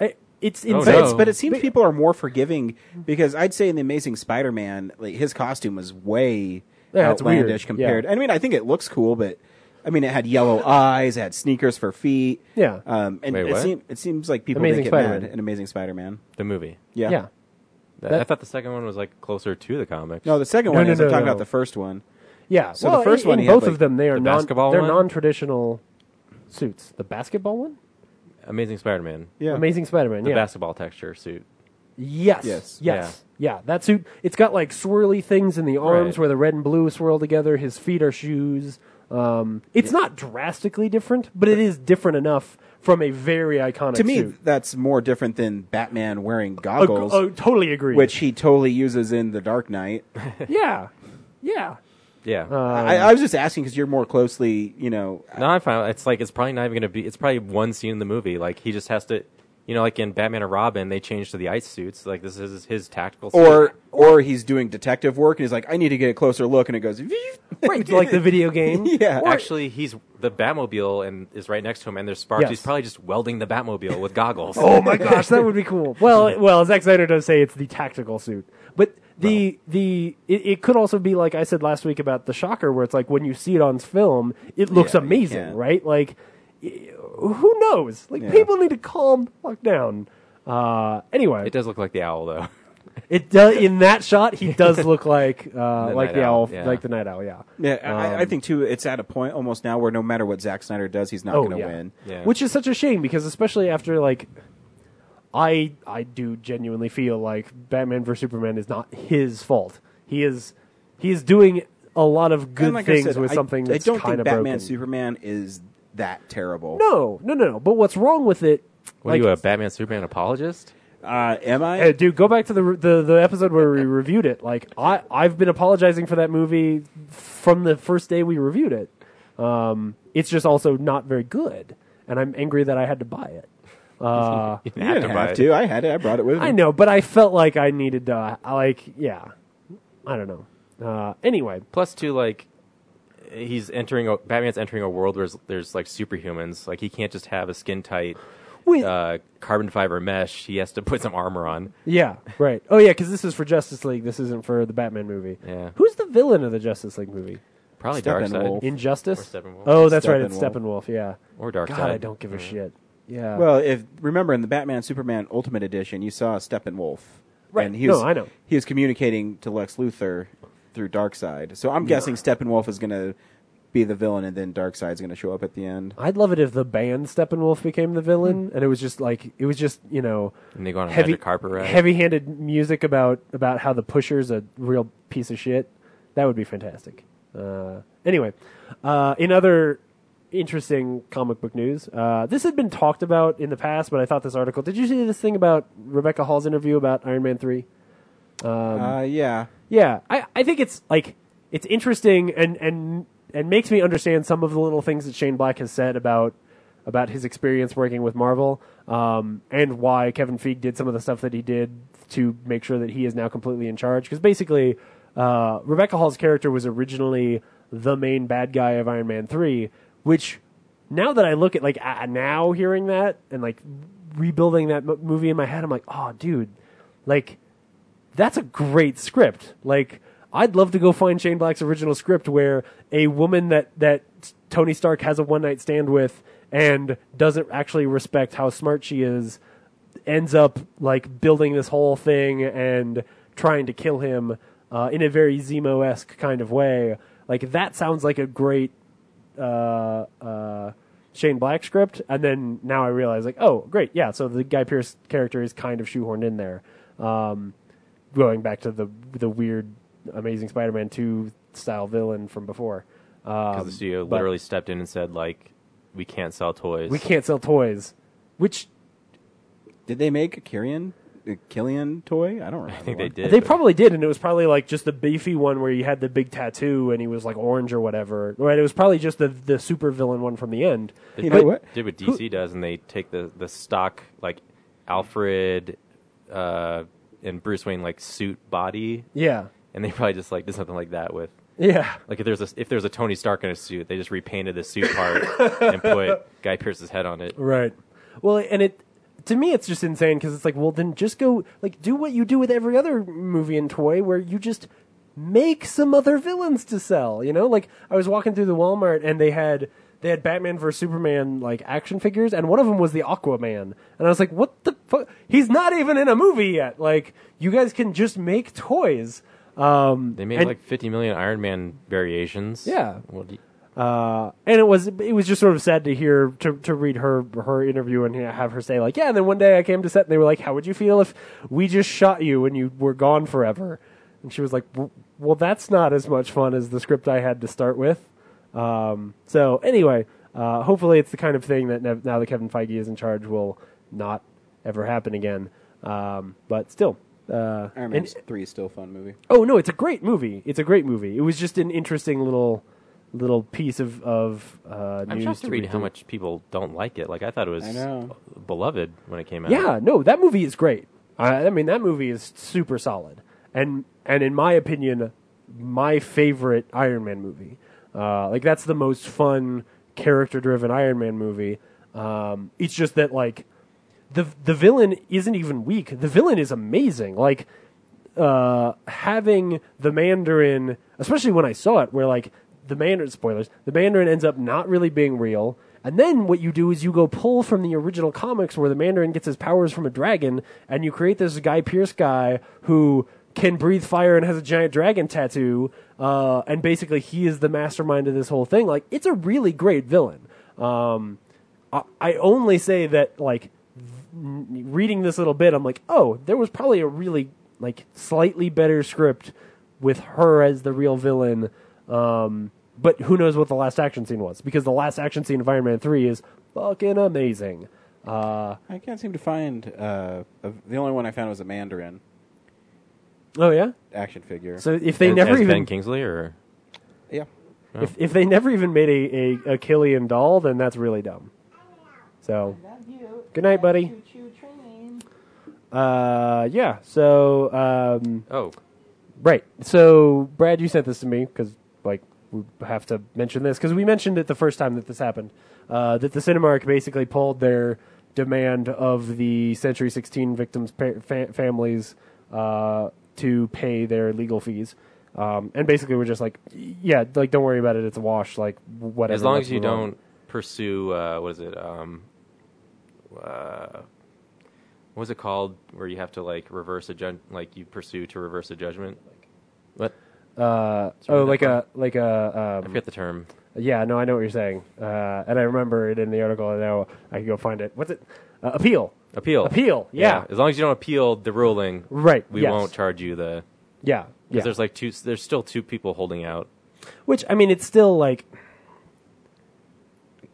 S3: Eh, it's
S2: Oh,
S1: but,
S2: no.
S1: it's- but it seems people are more forgiving because I'd say in the Amazing Spider-Man, like his costume was way
S3: Yeah, it's weird.
S1: outlandish
S3: Yeah.
S1: compared. I mean, I think it looks cool, but I mean, it had yellow eyes, it had sneakers for feet.
S3: Yeah.
S1: um, and
S2: Wait,
S1: it,
S2: what?
S1: seem, it seems like people
S3: Amazing
S1: make it
S3: Spider-Man.
S1: mad in Amazing Spider-Man.
S2: the movie.
S1: Yeah.
S3: Yeah.
S2: Th- I
S1: That-
S2: thought the second one was like closer to the comics.
S1: No, the second
S3: No,
S1: one
S3: no,
S1: is
S3: no,
S1: I'm talking
S3: no.
S1: about the first one.
S3: Yeah.
S1: So
S3: well,
S1: the first
S3: in,
S1: one,
S3: in
S1: he had,
S3: both
S1: like,
S3: of them, they are
S2: the
S3: non,
S2: basketball
S3: they're
S2: one?
S3: non-traditional suits. The basketball one?
S2: Amazing Spider-Man.
S1: Yeah.
S3: Amazing Spider-Man,
S2: The
S3: yeah.
S2: basketball texture suit.
S3: Yes.
S2: Yes.
S3: Yes. Yes. Yeah. That suit. It's got like swirly things in the arms
S2: Right.
S3: where the red and blue swirl together. His feet are shoes. Um, it's not drastically different, but it is different enough from a very iconic
S1: To me,
S3: suit.
S1: that's more different than Batman wearing goggles,
S3: oh, totally agree.
S1: which he totally uses in The Dark Knight.
S3: [laughs] yeah. Yeah.
S2: Yeah.
S1: I, I was just asking because you're more closely, you know,
S2: No, I found it's like it's probably not even gonna be. It's probably one scene in the movie. Like he just has to, you know, like in Batman and Robin, they changed to the ice suits. Like this is his tactical. Suit.
S1: or or he's doing detective work and he's like, I need to get a closer look, and it goes, [laughs]
S3: right, like the video game.
S1: yeah,
S2: actually, he's the Batmobile and is right next to him, and there's sparks.
S3: Yes.
S2: He's probably just welding the Batmobile
S3: [laughs]
S2: with goggles.
S3: Oh my gosh, that would be cool. Well, well, Zack Snyder does say it's the tactical suit, but the the it, it could also be like I said last week about the shocker, where it's like when you see it on film, it looks
S15: Yeah, you
S3: amazing,
S15: can't.
S3: right? Like, y- who knows? Like,
S2: Yeah.
S3: people need to calm the fuck down. Uh, anyway,
S2: It does look like the owl
S3: [laughs]
S2: though.
S3: it does in that shot.
S2: [laughs]
S3: He does look like uh,
S2: The
S3: like
S2: night
S3: the
S2: owl,
S3: owl,
S2: yeah.
S3: like the night owl. Yeah,
S1: Yeah, I, I
S3: Um,
S1: think too. It's at a point almost now where no matter what Zack Snyder does, he's not
S3: Oh,
S1: going to
S3: yeah.
S1: win.
S3: Which is such a shame because especially after like I I do genuinely feel like Batman vs Superman is not his fault. He is he is doing a lot of good
S1: And like I
S3: things
S1: said,
S3: with
S1: I-
S3: something that's
S1: I don't
S3: kind
S1: think
S3: of
S1: Batman
S3: broken.
S1: Superman is that terrible.
S3: No, no, no, no. But what's wrong with it?
S2: What are you a Batman Superman apologist?
S1: Uh, am I?
S3: Hey, eh, dude, go back to the, the the episode where we reviewed it. Like I I've been apologizing for that movie from the first day we reviewed it. Um, it's just also not very good, and I'm angry that I had to buy it. Uh,
S1: You didn't have to have buy it. to. I had it. I brought it with
S3: [laughs] I
S1: me.
S3: know, but I felt like I needed to. I Like, yeah, I don't know. Uh, anyway,
S2: plus two like he's entering a, Batman's entering a world where there's, there's like superhumans. Like he can't just have a skin tight uh, carbon fiber mesh. He has to put some armor on.
S3: Yeah, right. Oh yeah, because this is for Justice League. This isn't for the Batman movie.
S2: Yeah.
S3: Who's the villain of the Justice League movie?
S2: Probably Darkseid. Steppenwolf.
S3: Injustice.
S2: Or Steppenwolf.
S3: Oh, that's right. It's
S1: Steppenwolf.
S3: Steppenwolf. Yeah.
S2: Or Darkseid.
S3: God, I don't give a
S2: Yeah.
S3: shit. Yeah.
S1: Well, if remember in the Batman Superman Ultimate Edition, you saw Steppenwolf,
S3: Right.
S1: And he
S3: No,
S1: was,
S3: I know.
S1: He was communicating to Lex Luthor through Darkseid. So I'm
S3: Yeah.
S1: guessing Steppenwolf is going to be the villain, and then Darkseid's going to show up at the end.
S3: I'd love it if the band Steppenwolf became the villain,
S2: Hmm.
S3: and it was just like it was just you know
S2: And they go on a
S3: heavy
S2: magic carpet ride.
S3: heavy-handed music about about how the Pusher's a real piece of shit. That would be fantastic. Uh, anyway, uh, in other interesting comic book news, uh, this had been talked about in the past, but I thought this article. Did you see this thing about Rebecca Hall's interview about Iron Man three? Um,
S1: uh, yeah,
S3: yeah. I, I think it's like it's interesting and and and makes me understand some of the little things that Shane Black has said about about his experience working with Marvel um, and why Kevin Feige did some of the stuff that he did to make sure that he is now completely in charge. Because basically, uh, Rebecca Hall's character was originally the main bad guy of Iron Man three, which now that I look at like uh, now hearing that and like rebuilding that m- movie in my head, I'm like, oh, dude, like that's a great script. Like I'd love to go find Shane Black's original script where a woman that that Tony Stark has a one night stand with and doesn't actually respect how smart she is ends up like building this whole thing and trying to kill him uh, in a very Zemo esque kind of way. Like that sounds like a great uh, uh, Shane Black script, and then now I realize like, oh, great, yeah. So the Guy Pierce character is kind of shoehorned in there. Um, going back to the the weird Amazing Spider-Man two style villain from before.
S2: Because
S3: Um,
S2: the studio
S3: but-
S2: literally stepped in and said like, we can't sell toys.
S3: we can't sell toys. Which
S1: did they make a Kyrian a Killian toy? I don't remember. I
S2: think they did.
S3: They
S2: but-
S3: probably did, and it was probably like just the beefy one where you had the big tattoo and he was like orange or whatever. Right? It was probably just the the super villain one from the end.
S2: They
S3: But-
S2: did, did what DC does, and they take the, the stock like Alfred uh, and Bruce Wayne like suit body.
S3: Yeah.
S2: and they probably just like did something like that with.
S3: Yeah.
S2: like if there's a if there's a Tony Stark in a suit, they just repainted the suit
S3: [laughs]
S2: part and put Guy Pierce's head on it.
S3: Right. Well, and it to me it's just insane because it's like, well, then just go like do what you do with every other movie and toy, where you just make some other villains to sell. You know, like I was walking through the Walmart and they had they had Batman versus Superman like action figures, and one of them was the Aquaman, and I was like, what the fuck? He's not even in a movie yet. Like you guys can just make toys. Um,
S2: They made
S3: and-
S2: like 50 million Iron Man variations.
S3: Yeah.
S2: What do you-
S3: uh, and it was it was just sort of sad to hear to to read her her interview and have her say like yeah and then one day I came to set and they were like how would you feel if we just shot you and you were gone forever and she was like "W- well that's not as much fun as the script I had to start with um, so anyway uh, hopefully it's the kind of thing that nev- now that Kevin Feige is in charge will not ever happen again um, but still uh,
S1: Iron Man
S3: and-
S1: three is still a fun movie.
S3: Oh no, it's a great movie. It's a great movie. It was just an interesting little little piece of of uh,
S2: I'm
S3: news
S2: shocked to read how
S3: through.
S2: much people don't like it. Like I thought it was
S3: I know.
S2: beloved when it came out.
S3: Yeah, no, that movie is great. I, I mean, that movie is super solid, and and in my opinion, my favorite Iron Man movie. Uh, like that's the most fun character driven Iron Man movie. Um, it's just that like the the villain isn't even weak. The villain is amazing. Like uh, having the Mandarin, especially when I saw it, where like the Mandarin spoilers, the Mandarin ends up not really being real. And then what you do is you go pull from the original comics where the Mandarin gets his powers from a dragon, and you create this Guy Pierce guy who can breathe fire and has a giant dragon tattoo, uh, and basically he is the mastermind of this whole thing. Like it's a really great villain. Um, I, I only say that like n- reading this little bit, I'm like, oh, there was probably a really like slightly better script with her as the real villain. Um, but who knows what the last action scene was? Because the last action scene of Iron Man three is fucking amazing. Uh,
S1: I can't seem to find uh, a, the only one I found was a Mandarin
S3: oh yeah.
S1: action figure.
S3: So if they never even
S2: Ben Kingsley or
S1: yeah,
S2: Oh.
S3: if if they never even made a, a, a Killian doll, then that's really dumb. So, good night, buddy. Uh, yeah. So, um,
S2: oh,
S3: right. So, Brad, you sent this to me because like we have to mention this because we mentioned it the first time that this happened. Uh, that the Cinemark basically pulled their demand of the Century 16 victims' pa- fa- families uh, to pay their legal fees. Um, and basically, we're just like, yeah, like don't worry about it. It's a wash. Like whatever.
S2: As long
S3: let's
S2: as you
S3: move on.
S2: don't pursue, uh, what is it? Um, uh, what is it called? Where you have to like reverse a judge, like you pursue to reverse a judgment. What?
S3: Uh,
S2: Sorry,
S3: oh,
S2: that
S3: like
S2: part.
S3: a like a. Um,
S2: I forget the term.
S3: Yeah, no, I know what you're saying, uh, and I remember it in the article. And now I can go find it. What's it? Uh, appeal.
S2: Appeal.
S3: Appeal. Yeah.
S2: As long as you don't appeal the ruling,
S3: Right,
S2: We
S3: yes.
S2: won't charge you the.
S3: Yeah,
S2: 'cause
S3: yeah.
S2: There's like two. There's still two people holding out.
S3: Which I mean, it's still like.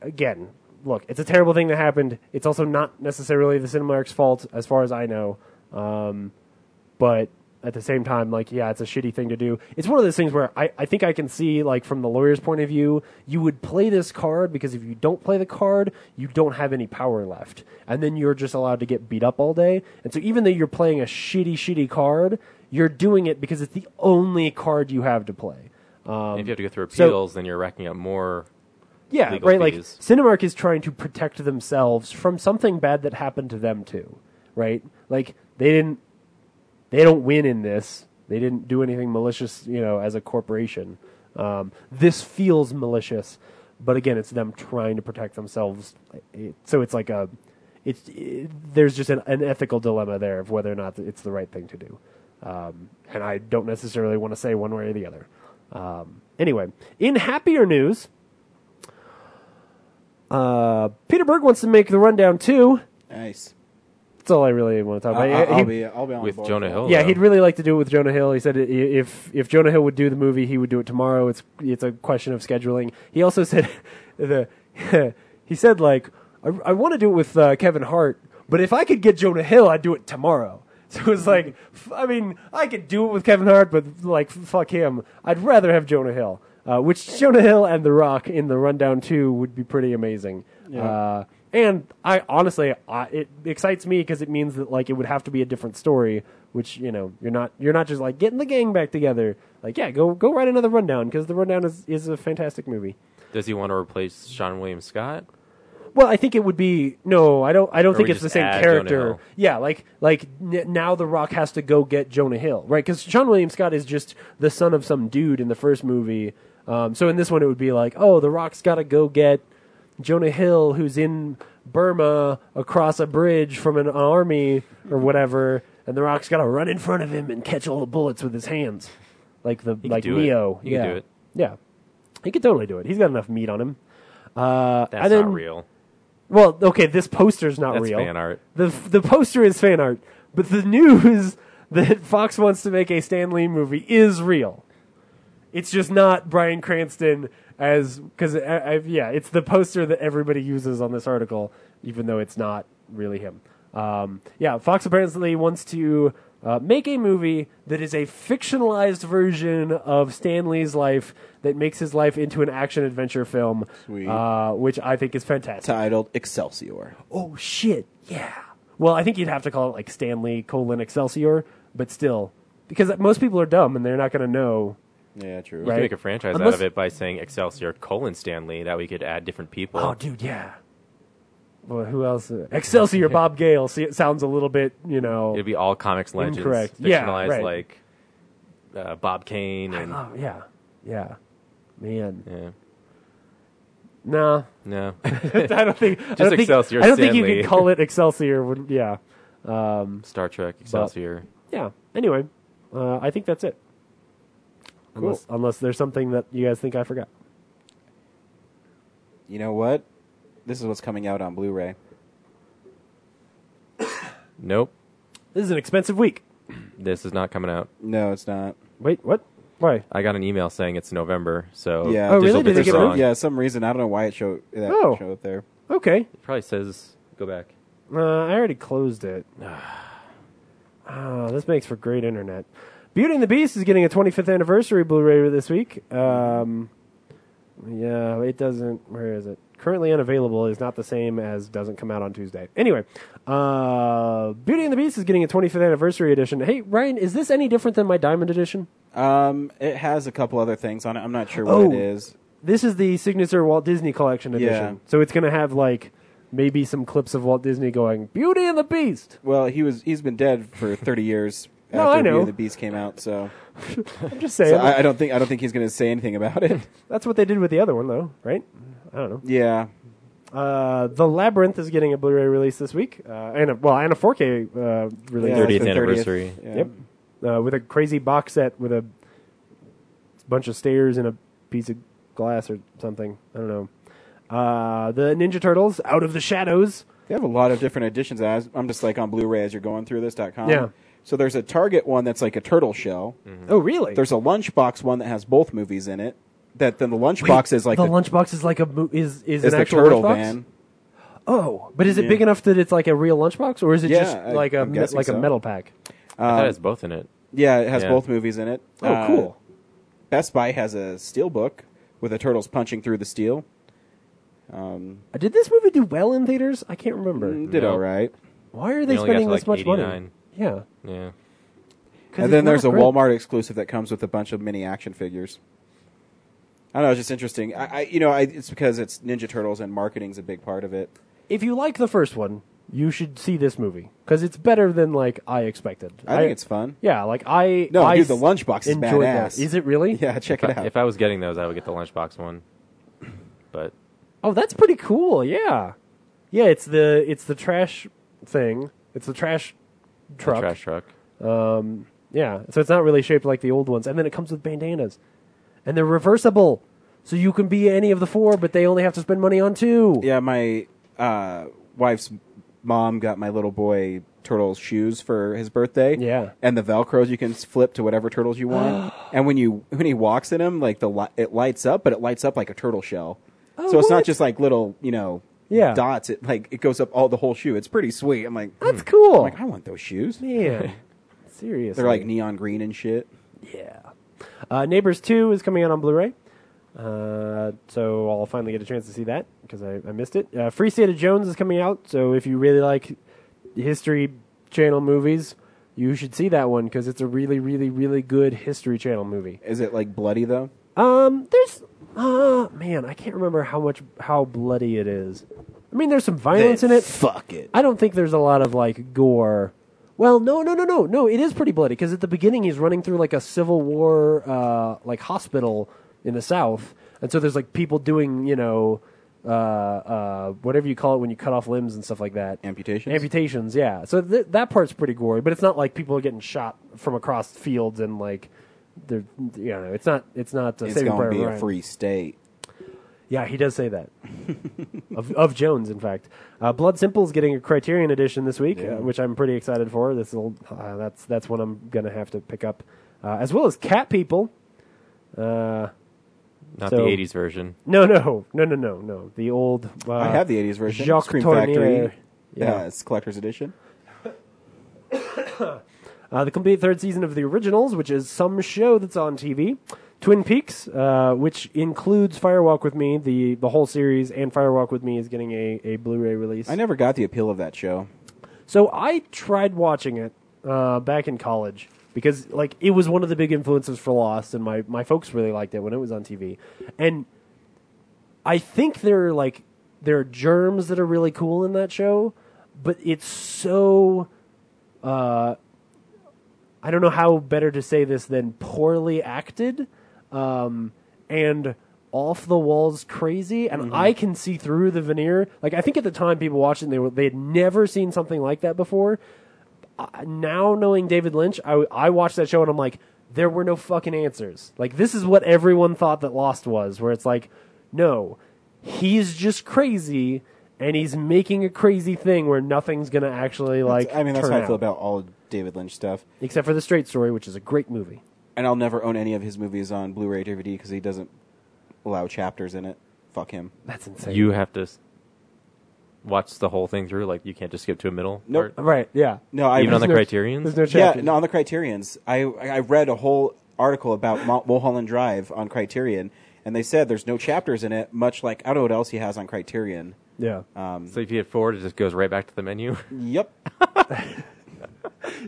S3: Again, look, it's a terrible thing that happened. It's also not necessarily the Cinemark's fault, as far as I know. Um, but at the same time, like, yeah, it's a shitty thing to do. It's one of those things where I, I think I can see, like, from the lawyer's point of view, you would play this card because if you don't play the card, you don't have any power left. And then you're just allowed to get beat up all day. And so even though you're playing a shitty, shitty card, you're doing it because it's the only card you have to play. Um,
S2: if you have to go through
S3: so-
S2: appeals, then you're racking up more.
S3: yeah,
S2: legal
S3: right.
S2: fees.
S3: Like Cinemark is trying to protect themselves from something bad that happened to them too, right? Like they didn't, they don't win in this. They didn't do anything malicious, you know, as a corporation. Um, this feels malicious, but again, it's them trying to protect themselves. It- so it's like a, it's it, there's just an, an ethical dilemma there of whether or not it's the right thing to do, um, and I don't necessarily want to say one way or the other. Um, anyway, in happier news. Uh, Peter Berg wants to make the rundown too.
S1: Nice.
S3: That's all I really want to talk about.
S1: I'll- I'll-
S3: He-
S1: I'll be- I'll be on With board. Jonah Hill,
S3: Yeah,
S1: though.
S3: he'd really like to do it with Jonah Hill. He said i- if if Jonah Hill would do the movie, he would do it tomorrow. It's it's a question of scheduling. He also said [laughs] the he said like I, I want to do it with uh, Kevin Hart, but if I could get Jonah Hill, I'd do it tomorrow. [laughs] So it was like f- I mean I could do it with Kevin Hart, but like f- fuck him. I'd rather have Jonah Hill. Uh, which Jonah Hill and The Rock in the rundown two would be pretty amazing.
S9: Yeah.
S3: Uh, and I honestly, I, it excites me because it means that like it would have to be a different story, which you know you're not you're not just like getting the gang back together. Like yeah, go go write another rundown because the rundown is is a fantastic movie.
S2: Does he want to replace Sean William Scott?
S3: Well, I think it would be no. I don't. I don't
S2: Or
S3: think
S2: we
S3: it's the
S2: just
S3: same
S2: add Jonah
S3: character.
S2: Hill.
S3: Yeah, like like n- now the Rock has to go get Jonah Hill, right? Because Sean William Scott is just the son of some dude in the first movie. Um, so in this one, it would be like, oh, the Rock's got to go get Jonah Hill, who's in Burma across a bridge from an army or whatever, and the Rock's got to run in front of him and catch all the bullets with his hands, like the
S2: He could
S3: like
S2: do it.
S3: Neo.
S2: He could
S3: yeah,
S2: do it.
S3: yeah, he could totally do it. He's got enough meat on him. Uh,
S2: That's
S3: and then-
S2: not real.
S3: well, okay, this poster's not
S2: That's
S3: real.
S2: fan art.
S3: The the poster is fan art, but the [laughs] news that Fox wants to make a Stan Lee movie is real. It's just not Brian Cranston as because I, I, yeah, it's the poster that everybody uses on this article, even though it's not really him. Um, yeah, Fox apparently wants to uh, make a movie that is a fictionalized version of Stan Lee's life that makes his life into an action adventure film,
S1: Sweet.
S3: Uh, which I think is fantastic.
S1: Titled Excelsior.
S3: Oh shit! Yeah. Well, I think you'd have to call it like Stanley colon Excelsior, but still, because most people are dumb and they're not going to know.
S1: Yeah, true.
S2: You
S3: Right.
S2: can make a franchise out
S3: Unless-
S2: of it by saying Excelsior colon Stanley. That we could add different people.
S3: Oh, dude, yeah. Well, who else?
S2: [laughs]
S3: Excelsior Bob Gale. See, it sounds a little bit, you know.
S2: It'd be all comics legends,
S3: Incorrect. Yeah,
S2: fictionalized
S3: right.
S2: like uh, Bob Kane and
S3: Oh, yeah, yeah, man.
S2: Yeah.
S3: No,
S2: No.
S3: [laughs] I don't think. I
S2: Just
S3: don't think,
S2: Excelsior
S3: I don't think you
S2: Stanley.
S3: could
S2: [laughs]
S3: call it Excelsior. Would yeah. Um,
S2: Star Trek
S3: but-
S2: Excelsior.
S3: yeah. Anyway, uh, I think that's it.
S1: Cool.
S3: Unless, unless there's something that you guys think I forgot.
S1: You know what? This is what's coming out on Blu-ray.
S2: Nope.
S3: This is an expensive week.
S2: This is not coming out.
S1: No, it's not.
S3: Wait, what? Why?
S2: I got an email saying it's November. So
S1: Yeah.
S2: digital bits are wrong.
S1: Yeah, some reason I don't know why it showed that
S3: Oh.
S1: show up there.
S3: Okay.
S2: It probably says go back.
S3: Uh, I already closed it. [sighs] Ah, this makes for great internet. Beauty and the Beast is getting a 25th anniversary Blu-ray this week. Um, yeah, it doesn't. Where is it? Currently unavailable is not the same as doesn't come out on Tuesday. Anyway, uh, Beauty and the Beast is getting a 25th anniversary edition. Hey, Ryan, is this any different than my Diamond edition?
S1: Um, it has a couple other things on it. I'm not sure what
S3: Oh.
S1: it is.
S3: This is the signature Walt Disney Collection
S1: Yeah.
S3: edition. So it's going to have like maybe some clips of Walt Disney going Beauty and the Beast.
S1: Well, he was he's been dead
S3: [laughs]
S1: for 30 years
S3: No,
S1: after
S3: I know.
S1: Beauty and the Beast came out, so
S3: I'm just
S1: So
S3: saying.
S1: I, I don't think I don't think he's going to say anything about
S3: [laughs]
S1: it.
S3: That's what they did with the other one, though, right? I don't know.
S1: Yeah.
S3: Uh, the Labyrinth is getting a Blu-ray release this week, uh, and a, well, and a 4K uh, release.
S2: Yeah, it's 30th the 30th, anniversary. yeah.
S3: Yep, uh, with a crazy box set with a bunch of stairs and a piece of glass or something. I don't know. Uh, the Ninja Turtles: Out of the Shadows.
S1: They have a lot of different editions. I was- I'm just like on Blu-ray as you're going through this.com.
S3: Yeah.
S1: So there's a Target one that's like a turtle shell.
S3: Oh, really?
S1: There's a lunchbox one that has both movies in it. That then the lunchbox is like
S3: the,
S1: the-
S3: lunchbox is like a mo- is
S1: is
S3: is, an
S1: the
S3: actual
S1: turtle
S3: lunchbox?
S1: van.
S3: Oh, but is it
S1: Yeah.
S3: big enough that it's like a real lunchbox, or is it
S1: Yeah,
S3: just
S1: I-
S3: like a
S1: I'm
S3: me-
S1: guessing
S3: like a
S1: so.
S3: metal pack?
S2: I thought
S1: Um,
S2: it has both in it.
S1: Yeah, it has
S2: Yeah.
S1: both movies in it.
S3: Oh,
S1: Uh,
S3: cool.
S1: Best Buy has a steel book with the turtles punching through the steel. Um,
S3: Did this movie do well in theaters? I can't remember.
S1: Mm, did No. all right.
S3: Why are they
S2: It only got
S3: spending
S2: to,
S3: this
S2: like,
S3: much money?
S2: 89.
S3: Yeah.
S2: Yeah.
S3: 'Cause
S1: and
S3: it's
S1: then there's a
S3: not great.
S1: Walmart exclusive that comes with a bunch of mini action figures. I don't know, it's just interesting. I, I you know, I, it's because it's Ninja Turtles and marketing's a big part of it.
S3: If you like the first one, you should see this movie because it's better than like I expected.
S1: I think it's fun.
S3: Yeah, like I.
S1: No,
S3: I
S1: dude, the lunchbox is
S3: enjoyed that.
S1: badass.
S3: Is it really?
S1: [laughs] Yeah, check
S2: if
S1: it
S2: I,
S1: out.
S2: if I was getting those, I would get the lunchbox one. But
S3: Oh, that's pretty cool. Yeah, yeah. It's the it's the trash thing. It's the trash truck.
S2: the trash truck.
S3: Um, yeah, so it's not really shaped like the old ones, and then it comes with bandanas, and they're reversible, so you can be any of the four, but they only have to spend money on two.
S1: Yeah, my uh, wife's mom got my little boy turtles shoes for his birthday.
S3: Yeah.
S1: and the velcros you can s- flip to whatever turtles you
S3: [gasps]
S1: want. and when you when he walks in them, like the li- it lights up, but it lights up like a turtle shell.
S3: Oh,
S1: so it's
S3: what?
S1: not just like little you know
S3: Yeah.
S1: dots. It like it goes up all the whole shoe. It's pretty sweet. I'm like "Hmm."
S3: That's cool.
S1: I'm like I want those shoes.
S3: Man, seriously,
S1: They're like neon green and shit.
S3: yeah. Uh, Neighbors Two is coming out on Blu-ray, uh, so I'll finally get a chance to see that because I, I missed it. Uh, Free State of Jones is coming out, so if you really like History Channel movies, you should see that one because it's a really, really, really good History Channel movie.
S1: Is it like bloody though?
S3: Um, there's, uh, man, I can't remember how much how bloody it is. I mean, there's some violence
S1: Then
S3: in it.
S1: fuck it.
S3: I don't think there's a lot of like gore. Well, no, no, no, no, no. It is pretty bloody because at the beginning he's running through like a Civil War uh, like hospital in the South, and so there's like people doing you know uh, uh, whatever you call it when you cut off limbs and stuff like that.
S1: Amputations.
S3: Amputations, yeah. So th- that part's pretty gory, but it's not like people are getting shot from across fields and like they're you know it's not it's not uh,
S1: it's
S3: Saving
S1: gonna
S3: Private
S1: be a
S3: Ryan.
S1: free state.
S3: Yeah, he does say that. [laughs] of, of Jones, in fact. Uh, Blood Simple's getting a Criterion edition this week, uh, which I'm pretty excited for. This will uh, that's that's one I'm gonna have to pick up, uh, as well as Cat People. Uh,
S2: Not
S3: So-
S2: the 80s version.
S3: no, no, no, no, no, no. The old. Uh,
S1: I have the 80s version.
S3: Jacques
S1: Scream
S3: Tourneur.
S1: Factory.
S3: Yeah.
S1: yeah, it's collector's edition.
S3: Uh, the complete third season of the originals, which is some show that's on TV. Twin Peaks, uh, which includes Firewalk with Me, the the whole series, and Firewalk with Me is getting a, a Blu-ray release.
S1: I never got the appeal of that show.
S3: So I tried watching it uh, back in college because like it was one of the big influences for Lost, and my my folks really liked it when it was on TV, and I think there are like there are germs that are really cool in that show, but it's so. Uh, I don't know how better to say this than poorly acted um, and off the walls crazy.
S1: Mm-hmm.
S3: And I can see through the veneer. Like I think at the time people watching, they were they had never seen something like that before. I- now knowing David Lynch, I I watched that show and I'm like, there were no fucking answers. Like this is what everyone thought that Lost was, where it's like, no, he's just crazy. And he's making a crazy thing where nothing's gonna actually like.
S1: I mean, that's
S3: turn
S1: how I feel
S3: out.
S1: about all David Lynch stuff.
S3: Except for The Straight Story, which is a great movie.
S1: And I'll never own any of his movies on Blu-ray DVD because he doesn't allow chapters in it. Fuck him.
S3: That's insane.
S2: You have to s- watch the whole thing through. Like you can't just skip to a middle.
S1: Nope.
S2: part?
S3: Right, yeah.
S1: No, I
S2: even on the
S1: criterion.
S2: Criterions. [laughs]
S1: Yeah, no, on the Criterion's. I I read a whole article about Mul- Mulholland Drive on Criterion, and they said there's no chapters in it, much like I don't know what else he has on Criterion.
S3: Yeah.
S1: Um,
S2: so if you hit forward, it just goes right back to the menu. [laughs]
S1: Yep.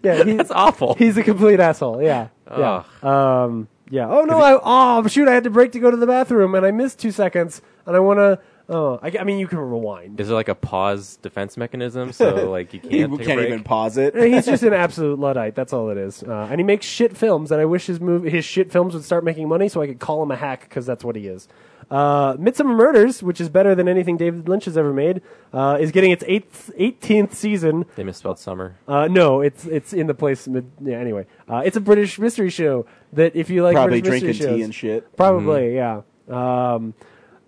S3: Yeah, he's, that's
S2: awful.
S3: He's a complete asshole. Yeah,
S2: Ah.
S3: yeah. Um, yeah. Oh no! I, oh shoot! I had to break to go to the bathroom, and I missed two seconds, and I want to. Oh, I, I mean, you can rewind.
S2: Is there like a pause defense
S3: [laughs]
S2: mechanism so like you can't? take a break?
S1: pause it.
S3: he's just an absolute luddite. That's all it is. Uh, and he makes shit films, and I wish his movie, his shit films would start making money, so I could call him a hack because that's what he is. Uh, Midsummer Murders, which is better than anything David Lynch has ever made, uh, is getting its eighth, 18th season.
S2: They misspelled summer.
S3: Uh, no, it's it's in the place. Mid- yeah, anyway, uh, it's a British mystery show that if you like
S1: Probably
S3: British mystery
S1: drinking tea
S3: shows-
S1: and shit.
S3: Probably, yeah. Um,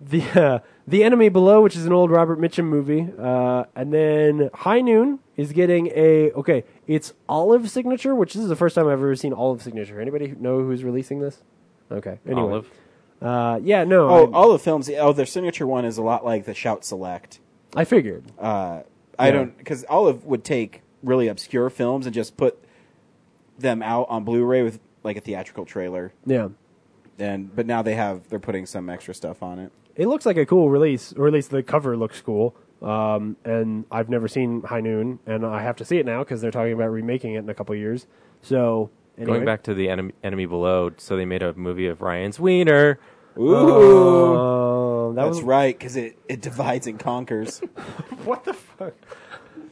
S3: the [laughs] uh, the enemy below, which is an old Robert Mitchum movie, uh, and then High Noon is getting a okay. It's Olive Signature, which this is the first time I've ever seen Olive Signature. Anybody know who's releasing this? Okay, anyway.
S2: Olive.
S3: Uh, yeah, no.
S1: Oh,
S3: I-
S1: all the films. Oh, their signature one is a lot like the Shout Select.
S3: I figured.
S1: Uh, I
S3: Yeah.
S1: don't because Olive would take really obscure films and just put them out on Blu-ray with like a theatrical trailer.
S3: Yeah.
S1: And but now they have they're putting some extra stuff on it.
S3: It looks like a cool release, or at least the cover looks cool. Um, and I've never seen High Noon, and I have to see it now because they're talking about remaking it in a couple years. So anyway.
S2: Going back to the enemy, enemy below, so they made a movie of Ryan's Wiener.
S1: Ooh,
S3: Oh, that
S1: Uh, that's
S3: was-
S1: right because it it divides and
S3: [laughs]
S1: conquers.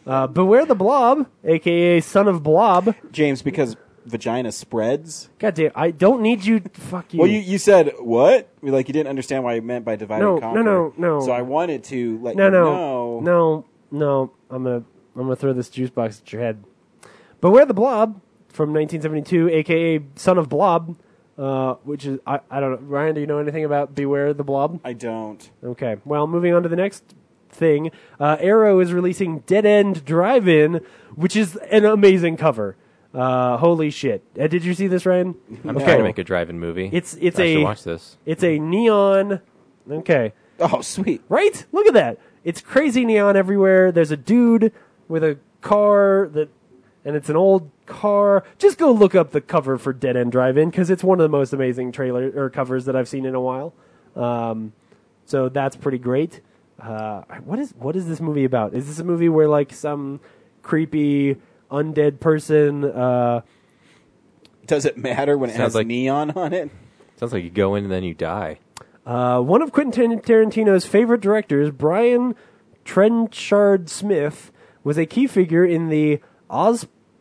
S3: uh, Beware the Blob, aka Son of Blob,
S1: James, because vagina spreads.
S3: God damn, I don't need you. Fuck you.
S1: Well, you, you said what? You're Like you didn't understand what I meant by divide
S3: No,
S1: and
S3: no,
S1: conquer.
S3: no, no.
S1: So I wanted to let
S3: no,
S1: you
S3: no,
S1: know.
S3: no, no. I'm gonna, I'm gonna throw this juice box at your head. Beware the Blob from 1972, aka Son of Blob, uh, which is I, I don't know. Ryan, do you know anything about Beware the Blob?
S1: I don't.
S3: Okay. Well, moving on to the next thing. Uh, Arrow is releasing Dead End Drive In, which is an amazing cover. Uh, holy shit! Uh, did you see this, Ryan?
S2: I'm trying to make a drive-in movie.
S3: Oh. It's it's
S2: I should
S3: a
S2: watch this.
S3: It's a neon. Okay.
S1: Oh, sweet!
S3: Right? Look at that. It's crazy neon everywhere. There's a dude with a car that, and it's an old car. Just go look up the cover for Dead End Drive In because it's one of the most amazing trailer or covers that I've seen in a while. Um, so that's pretty great. Uh, what is what is this movie about? Is this a movie where like some creepy undead person? Uh,
S1: Does it matter when it
S2: Sounds
S1: has
S2: like-
S1: neon on it?
S2: Sounds like you go in and then you die.
S3: Uh, one of Quentin Tar- Tarantino's favorite directors, Brian Trenchard Smith, was a key figure in the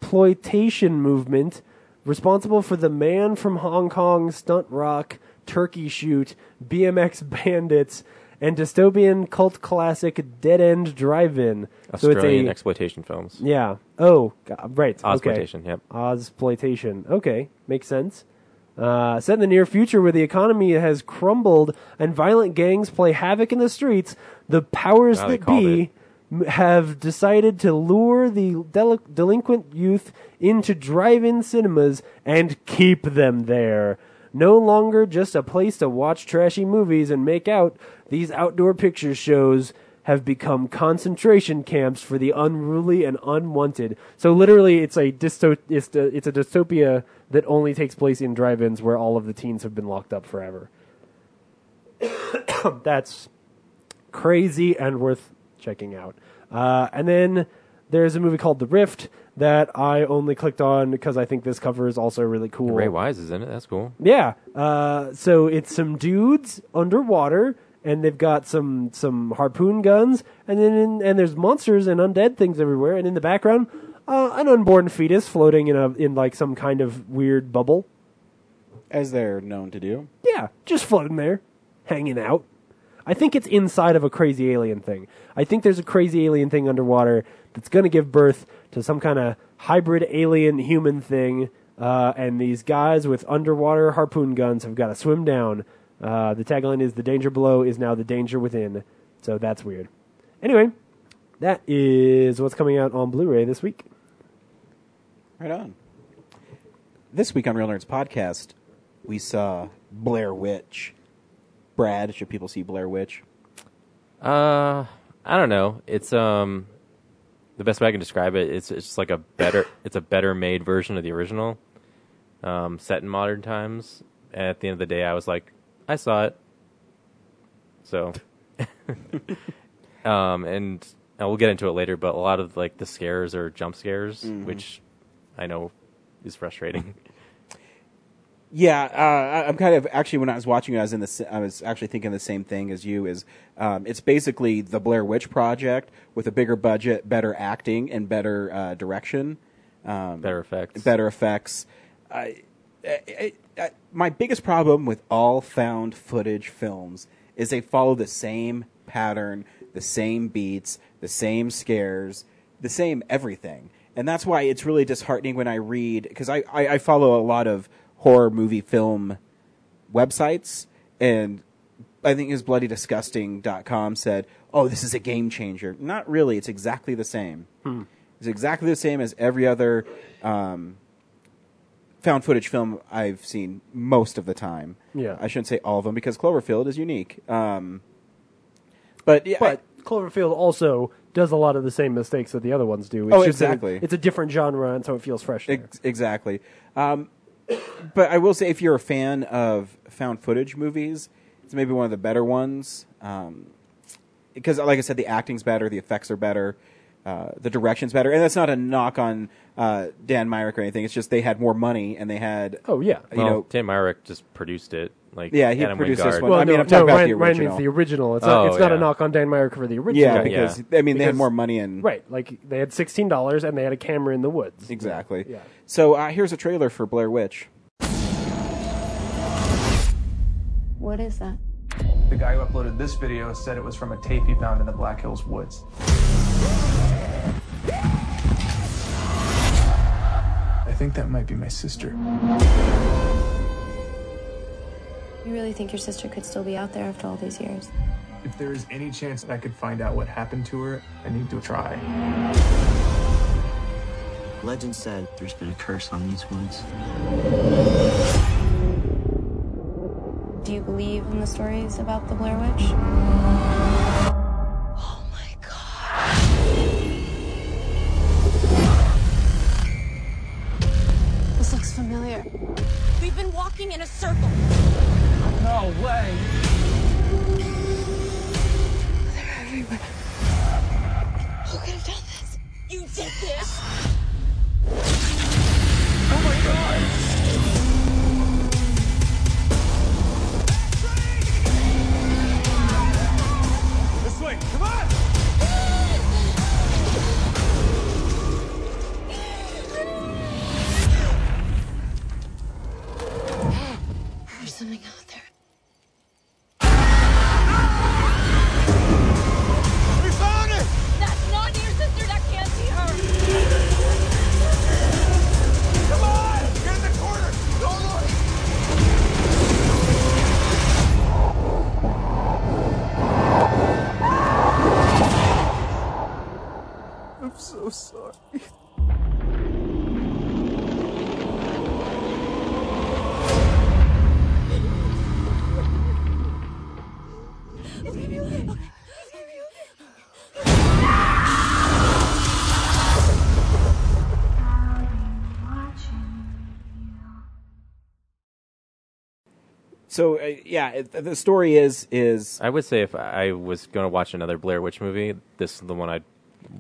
S3: Ozploitation movement, responsible for the Man from Hong Kong stunt rock, turkey shoot, BMX [laughs] bandits, and dystopian cult classic Dead End Drive-In.
S2: Australian
S3: so it's a,
S2: exploitation films.
S3: yeah. Oh, God, right.
S2: Ozploitation,
S3: Okay.
S2: yep.
S3: Ozploitation. Okay, makes sense. Uh, set in the near future where the economy has crumbled and violent gangs play havoc in the streets, the powers
S2: Wow, they
S3: that
S2: called
S3: be m- have decided to lure the del- delinquent youth into drive-in cinemas and keep them there. No longer just a place to watch trashy movies and make out, these outdoor picture shows have become concentration camps for the unruly and unwanted. So literally, it's a dysto- it's, a, it's a dystopia that only takes place in drive-ins where all of the teens have been locked up forever. That's crazy and worth checking out. Uh, and then there's a movie called The Rift that I only clicked on because I think this cover is also really cool.
S2: Ray Wise is in it. That's cool.
S3: Yeah. Uh, so it's some dudes underwater and they've got some some harpoon guns, and then in, and there's monsters and undead things everywhere, and in the background, uh, an unborn fetus floating in a in like some kind of weird bubble.
S1: As they're known to do.
S3: Yeah, just floating there, hanging out. I think it's inside of a crazy alien thing. I think there's a crazy alien thing underwater that's going to give birth to some kind of hybrid alien human thing. Uh, and these guys with underwater harpoon guns have got to swim down. Uh, the tagline is "The danger below is now the danger within." So that's weird. Anyway, that is what's coming out on Blu-ray this week.
S1: Right on. This week on Real Nerds Podcast, we saw Blair Witch. Brad, should people see Blair Witch?
S2: Uh, I don't know. It's um, the best way I can describe it. It's it's just like
S1: [laughs]
S2: a better, it's a better made version of the original, um, set in modern times. And at the end of the day, I was like, I saw it.
S1: [laughs]
S2: So, um, and, and we'll get into it later. But a lot of like the scares are jump scares,
S1: Mhm.
S2: which I know
S1: [laughs]
S2: is frustrating.
S1: Yeah, uh, I- I'm kind of actually when I was watching it, I was in the s- I was actually thinking the same thing as you. Is um, it's basically the Blair Witch Project with a bigger budget, better acting, and better uh, direction, um,
S2: better effects,
S1: better effects. I, I, I, I- my biggest problem with all found footage films is they follow the same pattern, the same beats, the same scares, the same everything. And that's why it's really disheartening when I read, because I, I, I follow a lot of horror movie film websites and I think it was bloodydisgusting.com said, "Oh, this is a game changer." Not really. It's exactly the same.
S15: Hmm.
S1: It's exactly the same as every other um, found footage film I've seen most of the time.
S3: Yeah.
S1: I shouldn't say all of them because Cloverfield is unique. Um, but yeah,
S3: but Cloverfield also does a lot of the same mistakes that the other ones do. It's
S1: Oh,
S3: just that it-
S1: exactly.
S3: it's a different genre, and so it feels fresh. there.
S1: Ex- exactly. Um, but I will say, if you're a fan of found footage movies, it's maybe one of the better ones. Um, because, like I said, the acting's better, the effects are better, uh, the direction's better, and that's not a knock on uh, Dan Myrick or anything. It's just they had more money and they had.
S3: Oh yeah,
S1: you
S2: well,
S1: know.
S2: Dan Myrick just produced it. Like
S1: Yeah, he
S2: Adam
S1: produced
S2: Wingard.
S1: this one. I mean, I'm talking about
S3: Ryan,
S1: the
S3: Ryan
S1: original.
S3: means the original. It's,
S2: Oh,
S3: not, it's not a
S2: yeah.
S3: knock on Dan Myrick for the original.
S1: Yeah, because I mean they had
S3: Because-
S1: more money and
S3: right. Like they had sixteen dollars and they had a camera in the woods.
S1: Exactly.
S3: Yeah.
S1: So uh, here's a trailer for Blair Witch.
S10: What is that?
S16: The guy who uploaded this video said it was from a tape he found in the Black Hills woods. I think that might be my sister.
S17: You really think your sister could still be out there after all these years?
S16: If there is any chance I could find out what happened to her, I need to try.
S18: Legend said there's been a curse on these woods.
S17: Do you believe in the stories about the Blair Witch?
S19: This looks familiar. We've been walking in a circle.
S16: No way!
S19: They're everywhere. Who could have done this? You did this! Oh my god!
S16: This way, come on!
S19: There's something out there. We found it! That's not your sister. That can't be her. Come on! Get in the corner! Don't look!
S16: I'm so sorry.
S1: So uh, yeah, it, the story is is
S2: I would say if I was going to watch another Blair Witch movie, this is the one I'd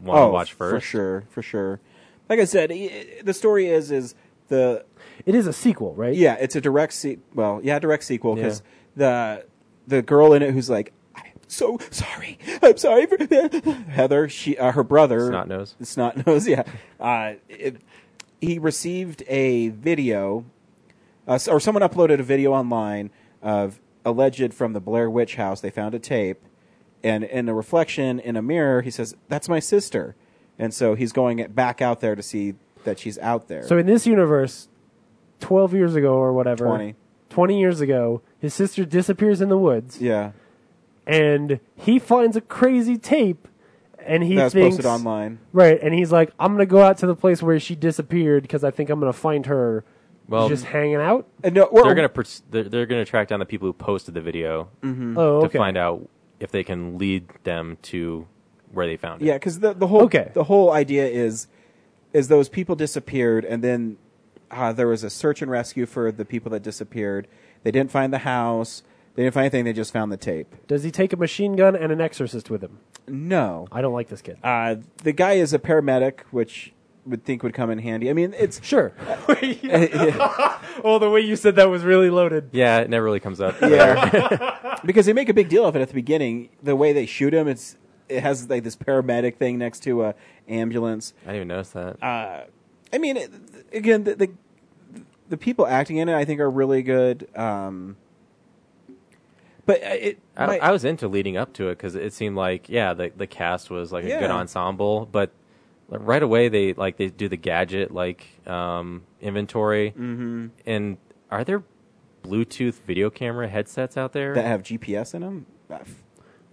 S2: want to watch first.
S1: Oh, for sure, for sure. Like I said, i- i- the story is is the
S3: it is a sequel, right?
S1: Yeah, it's a direct se- well, yeah, direct sequel because the the girl in it who's like, so sorry. I'm sorry for [laughs] Heather. She, uh, her brother,
S2: Snot nose.
S1: Snot [laughs] nose. Yeah. Uh, it, he received a video, uh, s- or someone uploaded a video online of alleged from the Blair Witch house. They found a tape, and in a reflection in a mirror, he says, "That's my sister," and so he's going back out there to see that she's out there.
S3: So in this universe, 12 years ago or whatever,
S1: 20.
S3: 20 years ago, his sister disappears in the woods
S1: yeah,
S3: and he finds a crazy tape and he
S1: that was
S3: thinks
S1: posted online.
S3: Right, and he's like, "I'm going to go out to the place where she disappeared because I think I'm going to find her."
S2: Well-
S3: just hanging out?
S1: Uh, no,
S2: they're gonna pers- they're, they're gonna track down the people who posted the video
S3: Mhm. Oh,
S2: mm-hmm. to
S3: okay.
S2: find out if they can lead them to where they found it.
S1: Yeah, because the the whole the whole idea is is those people disappeared, and then uh, there was a search and rescue for the people that disappeared. They didn't find the house. They didn't find anything. They just found the tape.
S3: Does he take a machine gun and an exorcist with him?
S1: No,
S3: I don't like this kid.
S1: Uh, the guy is a paramedic, which would think would come in handy. I mean, it's
S3: sure. [laughs] oh, the way you said that was really loaded.
S2: Yeah, it never really comes up.
S1: Yeah, [laughs] because they make a big deal of it at the beginning. The way they shoot him, it's it has like this paramedic thing next to a ambulance.
S2: I didn't even notice that.
S1: Uh, I mean, it, again, the, the the people acting in it, I think, are really good. Um, but uh, it,
S2: I,
S1: my-
S2: I was into leading up to it because it seemed like yeah, the the cast was like a good
S1: Yeah.
S2: ensemble, but like, right away they like they do the gadget like um, inventory.
S1: Mhm.
S2: And are there Bluetooth video camera headsets out there
S1: that have GPS in them.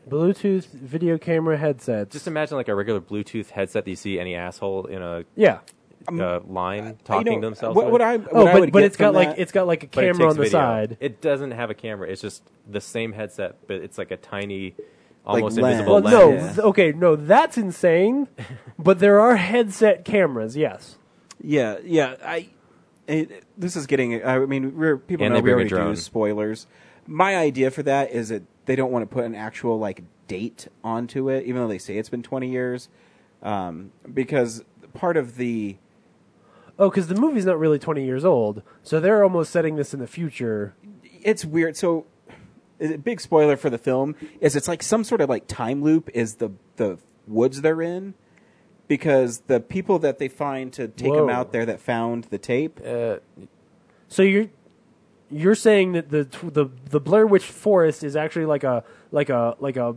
S3: Bluetooth video camera headsets.
S2: Just imagine like a regular Bluetooth headset that you see any asshole in a
S3: Yeah.
S2: uh, line talking
S3: Um, know,
S2: to themselves.
S3: what-
S2: with.
S3: what I- Oh, what I but- would but get it's got, from like- that- it's got, like, a
S2: But it
S3: camera
S2: takes
S3: on the
S2: video.
S3: side.
S2: It doesn't have a camera. It's just the same headset, but it's like a tiny,
S1: Like
S2: almost
S1: lens.
S2: invisible lens.
S3: no, th- okay, no,
S2: [laughs]
S3: that's insane. but there are headset cameras, yes.
S1: Yeah, yeah. I it, this is getting. I mean, we're, people
S2: And
S1: know
S2: they
S1: we
S2: bring a
S1: already
S2: drone.
S1: do spoilers. My idea for that is that they don't want to put an actual like date onto it, even though they say it's been twenty years, um, because part of the
S3: Oh, because the movie's not really 20 years old, so they're almost setting this in the future.
S1: it's weird. So, a big spoiler for the film is it's like some sort of like time loop is the the woods they're in because the people that they find to take them
S3: Whoa.
S1: out there that found the tape.
S2: Uh,
S3: So you're you're saying that the tw- the the Blair Witch Forest is actually like a like a like a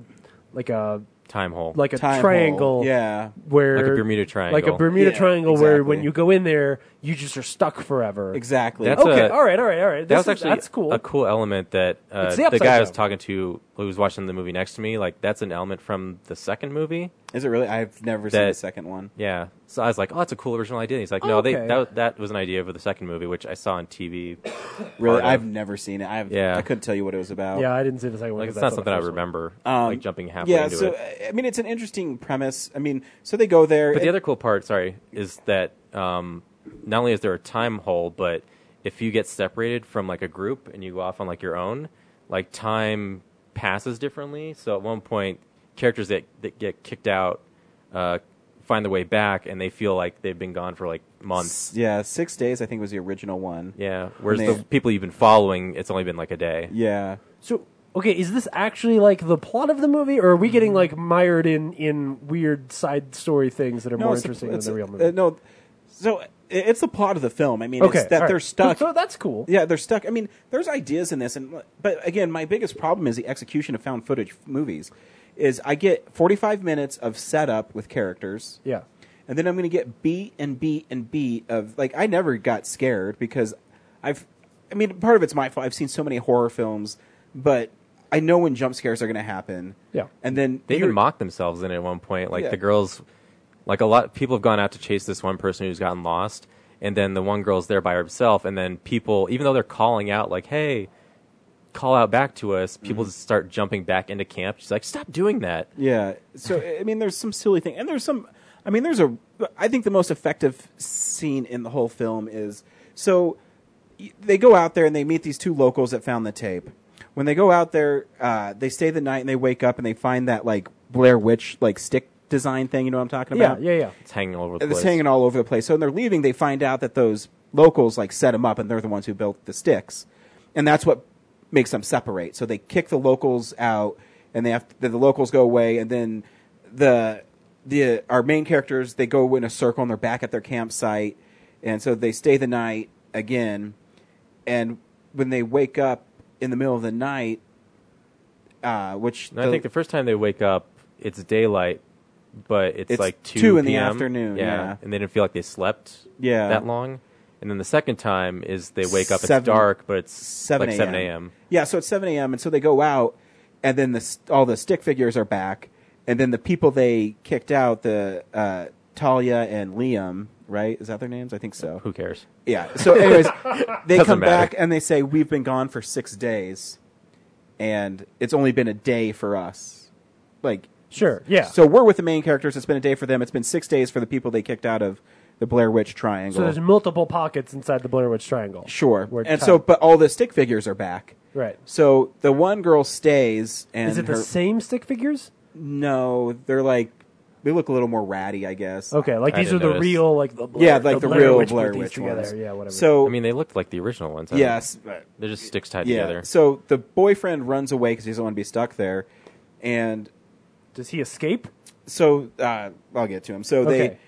S3: like a
S2: Time hole.
S3: like a
S2: Time hole,
S3: triangle,
S2: yeah.
S3: where
S2: Like a Bermuda
S3: like a
S2: Triangle.
S3: Bermuda
S2: Yeah,
S3: Triangle, where
S2: exactly.
S3: when you go in there, you just are stuck forever.
S1: Exactly.
S2: That's
S3: okay.
S2: a-
S3: all right. All right. All
S2: that
S3: right. This
S2: was
S3: is-
S2: actually
S3: that's cool.
S2: a cool element that uh,
S3: It's
S2: the,
S3: the upside
S2: guy I was
S3: down.
S2: talking to who was watching the movie next to me, like that's an element from the second movie.
S1: Oh, Is it really? I've never seen the second one.
S2: Yeah. So I was like, "Oh, that's a cool original idea." And he's like,
S1: Oh,
S2: "No, they
S1: okay.
S2: that, was- that was an idea for the second movie, which I saw on TV."
S1: Really,
S2: part of.
S1: I've never seen it. I've,
S2: Yeah.
S1: I couldn't tell you what it was about.
S3: yeah, I didn't see the second one.
S2: Like,
S3: 'cause
S2: it's
S3: I
S2: not
S3: saw the
S2: something I
S3: first one.
S2: remember.
S1: Um,
S2: like jumping halfway
S1: yeah,
S2: into
S1: so,
S2: it.
S1: I mean, it's an interesting premise. I mean, so they go there.
S2: But the
S1: It-
S2: other cool part, sorry, is that um, not only is there a time hole, but if you get separated from like a group and you go off on like your own, like time passes differently. So at one point, characters that, that get kicked out uh, find their way back, and they feel like they've been gone for like months.
S1: yeah, six days. I think was the original one.
S2: Yeah. Whereas
S1: And they-
S2: the people you've been following, it's only been like a day.
S1: yeah.
S3: So okay, is this actually like the plot of the movie, or are we getting
S1: Mm-hmm.
S3: like mired in in weird side story things that are more
S1: it's a-
S3: interesting
S1: it's a-
S3: than the real movie?
S1: uh, no, so i- it's the plot of the film. I mean,
S3: Okay,
S1: it's that
S3: all right.
S1: they're stuck.
S3: So that's cool.
S1: Yeah, they're stuck. I mean, there's ideas in this, and but again, my biggest problem is the execution of found footage f- movies. Is I get 45 minutes of setup with characters.
S3: Yeah.
S1: And then I'm going to get beat and beat and beat of like I never got scared because I've I mean part of it's my fault. I've seen so many horror films, but I know when jump scares are going to happen.
S3: Yeah.
S1: And then
S2: They
S1: you're-
S2: even mock themselves in it at one point. Like
S1: Yeah.
S2: the girls, like a lot people have gone out to chase this one person who's gotten lost, and then the one girl's there by herself, and then people, even though they're calling out like, "Hey, call out back to us," people
S1: Mm-hmm.
S2: just start jumping back into camp. She's like, "Stop doing that."
S1: Yeah. So I mean, there's some silly thing, and there's some. I mean, there's a. I think the most effective scene in the whole film is so y- they go out there and they meet these two locals that found the tape. When they go out there, uh, they stay the night and they wake up and they find that like Blair Witch like stick design thing. You know what I'm talking
S3: Yeah,
S1: about?
S3: yeah, yeah.
S2: It's hanging all over the
S1: It's
S2: place.
S1: hanging all over the place. So when they're leaving, they find out that those locals like set them up, and they're the ones who built the sticks, and that's what makes them separate. So they kick the locals out, and they have then the locals go away, and then the the our main characters they go in a circle and they're back at their campsite, and so they stay the night again, and when they wake up in the middle of the night, uh, which
S2: And I think the first time they wake up, it's daylight, but it's,
S1: It's
S2: like 2,
S1: 2 in the
S2: PM.
S1: afternoon, yeah.
S2: And they didn't feel like they slept
S1: Yeah.
S2: that long. And then the second time is they wake up,
S1: Seven-
S2: it's dark, but it's
S1: seven
S2: like 7 a.m.
S1: Yeah, so it's seven a.m. and so they go out, and then the st- all the stick figures are back, and then the people they kicked out, the uh, Talia and Liam, right? Is that their names? I think so.
S2: Who cares?
S1: Yeah. So,
S2: [laughs]
S1: anyways, they
S2: Doesn't
S1: come
S2: matter.
S1: back and they say we've been gone for six days, and it's only been a day for us. Like,
S3: sure, yeah.
S1: So we're with the main characters. It's been a day for them. It's been six days for the people they kicked out of the Blair Witch Triangle.
S3: So there's multiple pockets inside the Blair Witch Triangle.
S1: Sure.
S3: Where
S1: and
S3: time-
S1: so, but all the stick figures are back.
S3: Right.
S1: So the one girl stays, and
S3: Is it
S1: her-
S3: the same stick figures?
S1: No, they're like they look a little more ratty, I guess.
S3: Okay, like these are the real, like the Blair,
S1: yeah, like the,
S3: Blair
S1: real
S3: Witch
S1: Blair
S3: put these
S1: Witch
S3: together.
S1: ones.
S3: Yeah, whatever.
S1: So
S2: I mean, they looked like the original ones. I don't-
S1: yes, but-
S2: They're just sticks tied
S1: yeah.
S2: together.
S1: So the boyfriend runs away because he doesn't want to be stuck there, and
S3: does he escape?
S1: So uh, I'll get to him. So
S3: Okay.
S1: they,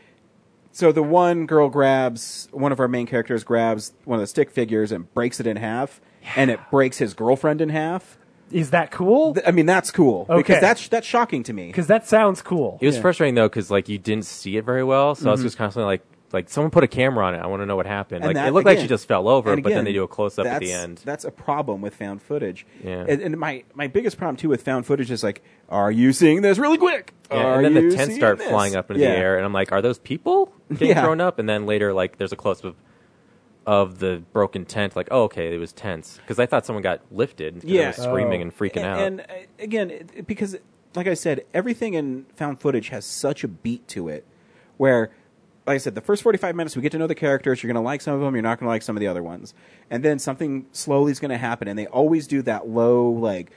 S1: so the one girl grabs one of our main characters grabs one of the stick figures and breaks it in half, and it breaks his girlfriend in half.
S3: Is that cool?
S1: I mean, that's cool
S3: Okay.
S1: because that's that's shocking to me.
S3: Because that sounds cool.
S2: It was
S1: Yeah.
S2: frustrating though because like you didn't see it very well, so I was
S1: Mhm.
S2: just constantly like, like someone put a camera on it. I want to know what happened.
S1: And
S2: like
S1: that-
S2: it looked like she
S1: again-
S2: just fell over,
S1: and
S2: but then
S1: again,
S2: they do a close up at the
S1: that's-
S2: end.
S1: That's a problem with found footage.
S2: Yeah.
S1: And, and my, my biggest problem too with found footage is like, are you seeing this really quick?
S2: Yeah,
S1: Are
S2: and then
S1: you
S2: the tents
S1: seeing
S2: start
S1: this?
S2: flying up into
S1: Yeah.
S2: the air, and I'm like, "Are those people getting
S1: Yeah.
S2: thrown up?" And then later, like, there's a close up of the broken tent. Like, oh, okay, it was tents because I thought someone got lifted. 'cause they
S1: Yeah.
S2: were screaming and freaking
S1: and,
S2: out.
S1: And uh, again, it- because like I said, everything in found footage has such a beat to it, where like I said, the first forty-five minutes we get to know the characters. You're going to like some of them. You're not going to like some of the other ones. And then something slowly is going to happen, and they always do that low like.